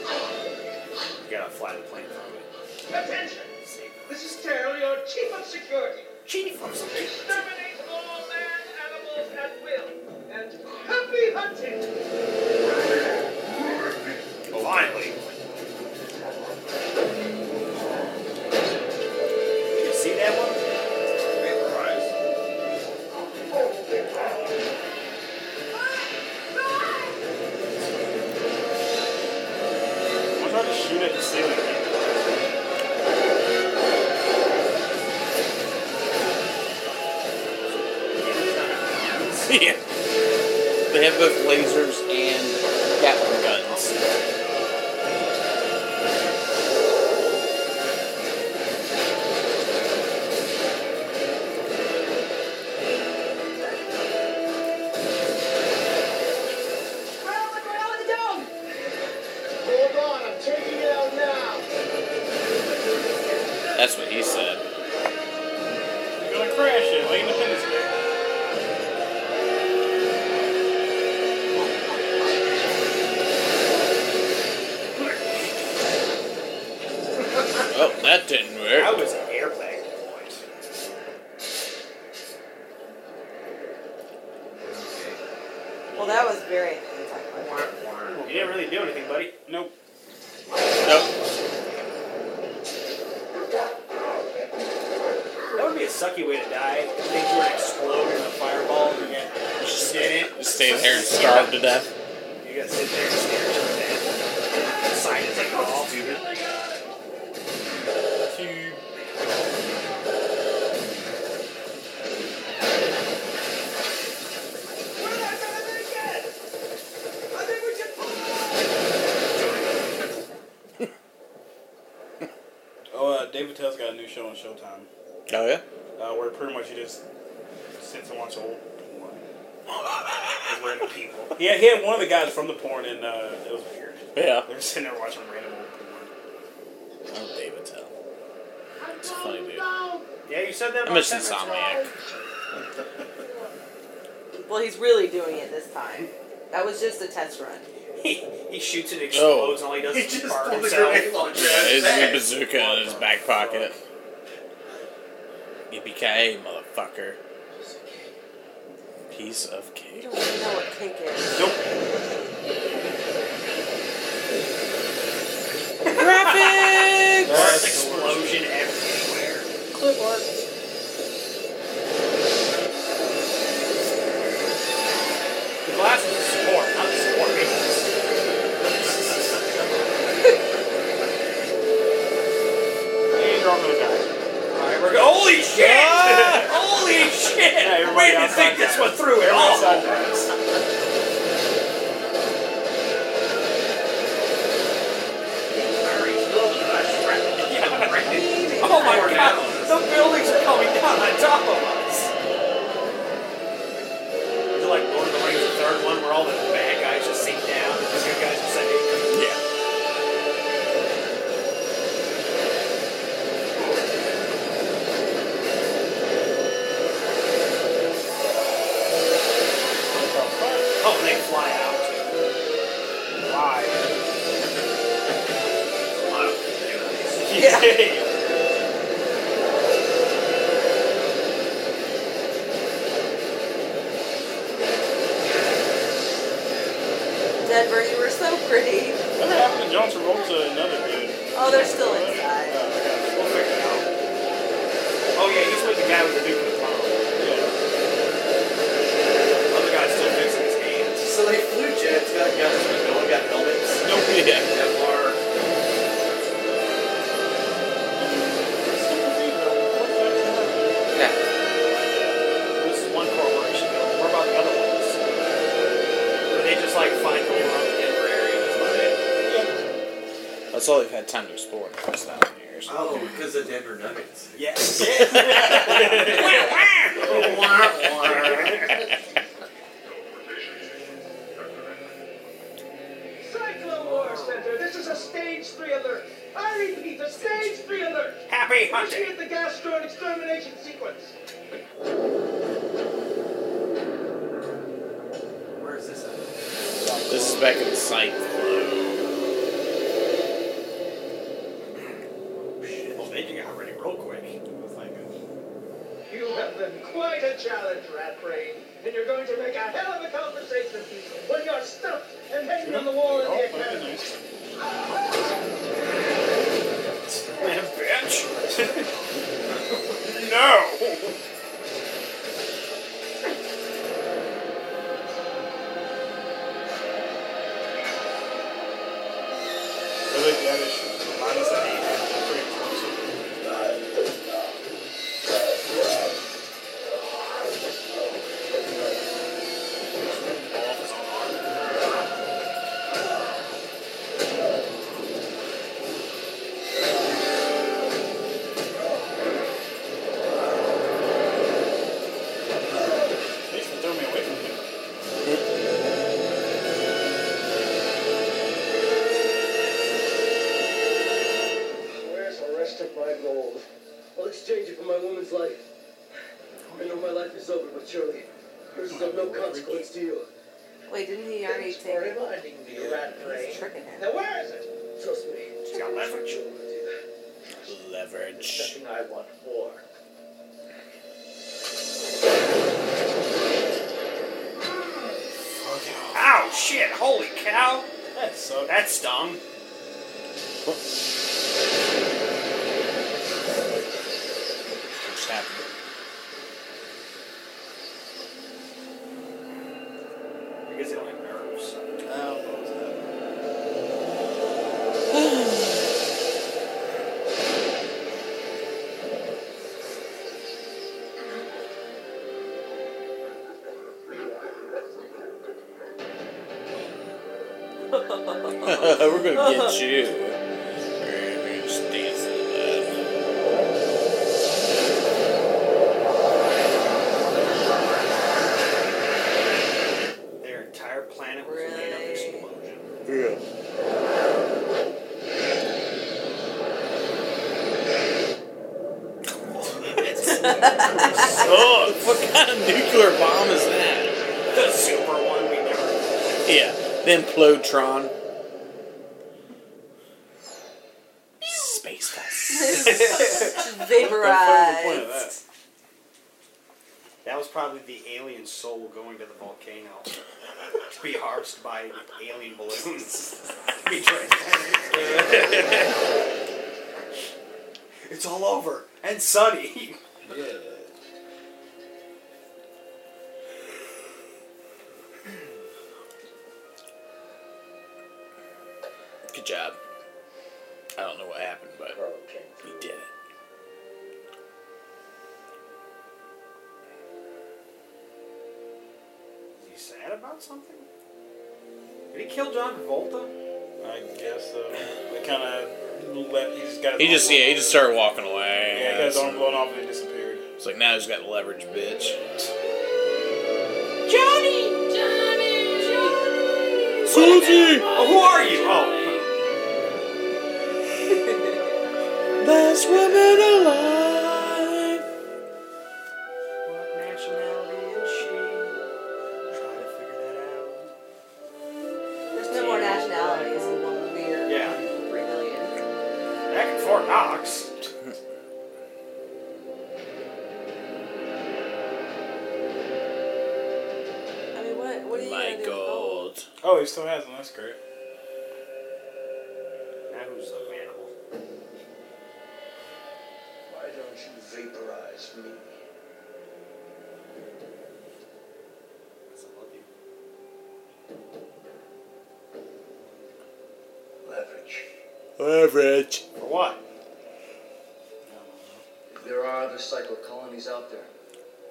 S2: You gotta fly the plane from
S10: Attention! This is Terrell, your chief of security.
S2: Chief of security.
S10: Exterminate all land animals at will. And happy hunting!
S2: it. Blindly. You see that one?
S1: I'm trying to shoot at the ceiling.
S6: yeah. They have both lasers and Gatling guns.
S10: Hold on, I'm taking it out now!
S6: That's what he said.
S1: You're gonna crash it like Independence Day.
S6: Oh, that didn't work.
S2: I was an airplane at one point.
S8: Well, that was very.
S2: You didn't really do anything, buddy. Nope. Nope. That would be a sucky way to die. I think you were to explode in a fireball and you get just in it.
S6: Just stay in there and starve to death.
S2: You gotta sit there and stare at your death. The sign is like all stupid.
S1: Oh, uh, David Tell's got a new show on Showtime.
S6: Oh yeah.
S1: Uh, where pretty much he just sits and watches old porn. Just random people. Yeah, he had one of the guys from the porn, and uh, it was weird.
S6: Yeah.
S1: They were sitting there watching random old porn.
S6: Oh, David Tell. It's a funny dude.
S2: Yeah, you said that.
S6: I miss Insomniac.
S8: Well, he's really doing it this time. That was just a test run.
S2: He, he shoots and it explodes, and all he does is fart himself.
S6: Yeah, his new bazooka in his back pocket. Yippee ki motherfucker. Piece of cake.
S8: You don't even know what kink is.
S2: There's explosion everywhere. The glass was a sport, not a sport.
S1: He's wrong with the guy.
S2: Alright, we're go- Holy shit! Holy shit! we didn't think this one through at all. Oh my god, the buildings are coming down on top of us. They're like Lord of the Rings third one where all the bad guys just sink down and the good guys are saved?
S6: Yeah.
S2: Oh, and they fly out. Why? Yeah.
S8: Denver, you were so pretty.
S1: Whatever happened to John Travolta? Another dude.
S8: Oh, they're still inside.
S2: We'll figure it out. Oh yeah, he's with the guy with the big guitar. Yeah. Other guy's still fixing his hands.
S5: So they flew jets, got guns, but no one got helmets.
S6: Nope. Yeah.
S5: Kevlar.
S6: Yeah.
S2: This is one corporation building. What about the other ones? Or they just like find people around the Denver area and just let it.
S6: That's all they've had time to explore in the first thousand years.
S5: Oh, because of Denver Nuggets.
S2: Yes.
S10: Cyclo War Center, this is a stage three alert. I repeat, a stage three alert.
S2: Happy hunting.
S10: Initiate the gastron extermination sequence.
S5: Where is this at?
S6: This is back in the site.
S2: Oh, Well, they did got ready real quick. Like,
S10: You have been quite a challenge, Rat Brain, and you're going to make a hell of a conversation when you're stuffed and hanging on the wall in the academy.
S2: Man, bitch.
S1: No. Really, that is minus an eight. That's pretty close. At least they threw me away from him.
S10: Where's the rest of my gold? I'll exchange it for my woman's life. I know my life is over, but surely hers is of no consequence to you.
S8: Wait, didn't he already take
S10: for
S8: it?
S10: reminding me, Rat Brain.
S8: He's tricking him.
S10: Now where is it? Trust me.
S2: He's got leverage.
S6: Leverage.
S10: Nothing I want more.
S2: Ow, shit. Holy cow.
S1: That sucked.
S2: That stung.
S6: Which happened.
S2: I guess they don't have nerves.
S6: We're gonna get you. Just dance to that.
S2: Their entire planet was made of explosion.
S6: Yeah.
S2: Sucks.
S6: What kind of nuclear bomb is that?
S2: The super one we never.
S6: Yeah, the Implodtron. Space dust.
S8: Vaporized.
S2: That was probably the alien soul going to the volcano to be harvested by alien balloons. Be transparent. it's all over and sunny.
S6: Good job. I don't know what happened, but you did it.
S2: Is he sad about something? Did he kill John Travolta?
S1: I guess so. They kind of let. He just got. his
S6: He
S1: arm
S6: just yeah, he just started walking away.
S1: Yeah, he got his arm blown off and it disappeared.
S6: It's like now he's got leverage, bitch.
S33: Johnny!
S6: Susie!
S2: Oh, who are you? Oh,
S6: Best woman alive!
S2: what nationality is she? Try to figure that out.
S8: There's no more nationalities in one beer.
S2: Yeah.
S8: Three million.
S2: Back in Fort Knox.
S34: I mean, what, what are you
S6: My
S34: gonna do?
S6: God.
S1: Oh, he still has them. That's great.
S2: Now who's the manimal?
S35: Why don't you vaporize me? Leverage.
S6: Leverage.
S2: For what?
S10: There are other cycle colonies out there.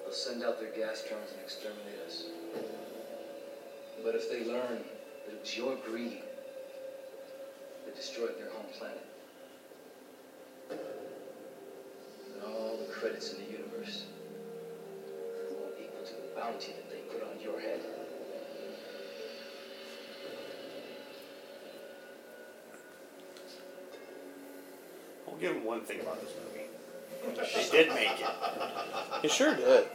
S10: They'll send out their gas drones and exterminate us. But if they learn that it was your greed that destroyed their home planet, then all the credits in the universe won't equal to the bounty that they put on your head.
S2: We'll give him one thing about this movie. She did make it.
S6: He sure did.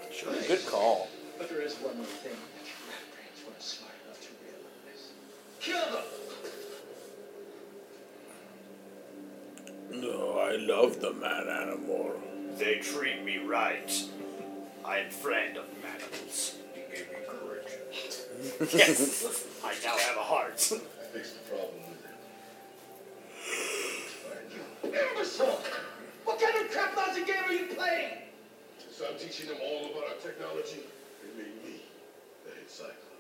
S6: Good call.
S10: But there is one more thing that your rat brains weren't smart enough to realize. Kill them!
S6: No, I love the man animal.
S2: They treat me right. I'm friend of manimals. You gave me courage. yes, I now have a heart.
S36: Fix the problem with it.
S10: Imbecile! What kind of crap lousy game are you playing?
S36: Since I'm teaching them all about our technology, they made me the head cyclone.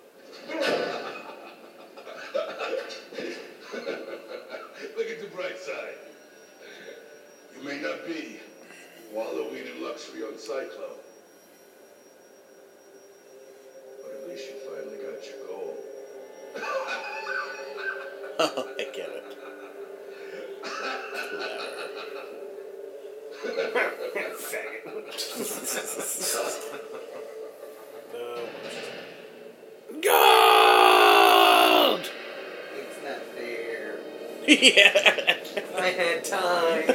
S36: Look at the bright side. You may not be wallowing in luxury on Cyclone, but at least you finally got your goal.
S6: I get it. Gold!
S8: It's not fair.
S6: yeah.
S8: I had time.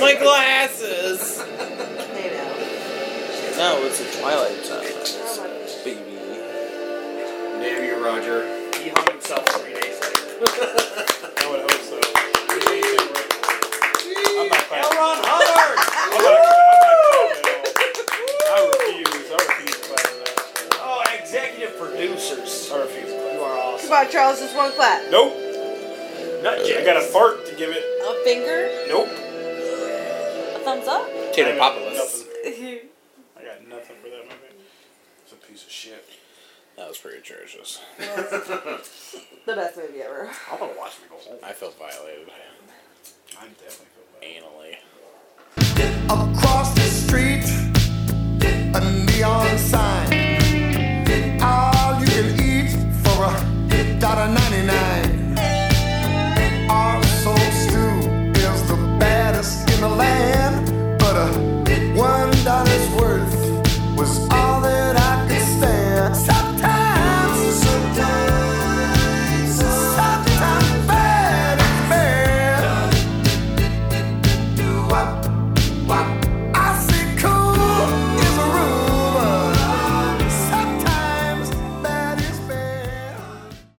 S6: My glasses.
S8: I know.
S6: No, it's a Twilight Zone. Baby.
S2: Damn you, Roger. He hung himself three days later.
S1: I would hope so. I'm not fighting.
S2: L. Ron Hubbard!
S1: I'm not, I'm not fighting at all. I refuse. I refuse to fight at all.
S2: Oh, executive producers.
S1: I refuse to fight.
S2: You are awesome.
S8: Come on, Charles, just one clap.
S1: Nope. I got a fart to give it.
S8: A finger,
S1: Nope.
S8: a thumbs up.
S1: I got nothing. I got nothing for that movie. It's a piece of shit.
S6: That was pretty atrocious.
S8: the best movie ever.
S2: I'm gonna watch me go home.
S6: I feel violated
S1: I'm definitely.
S6: anally.
S7: Across uh,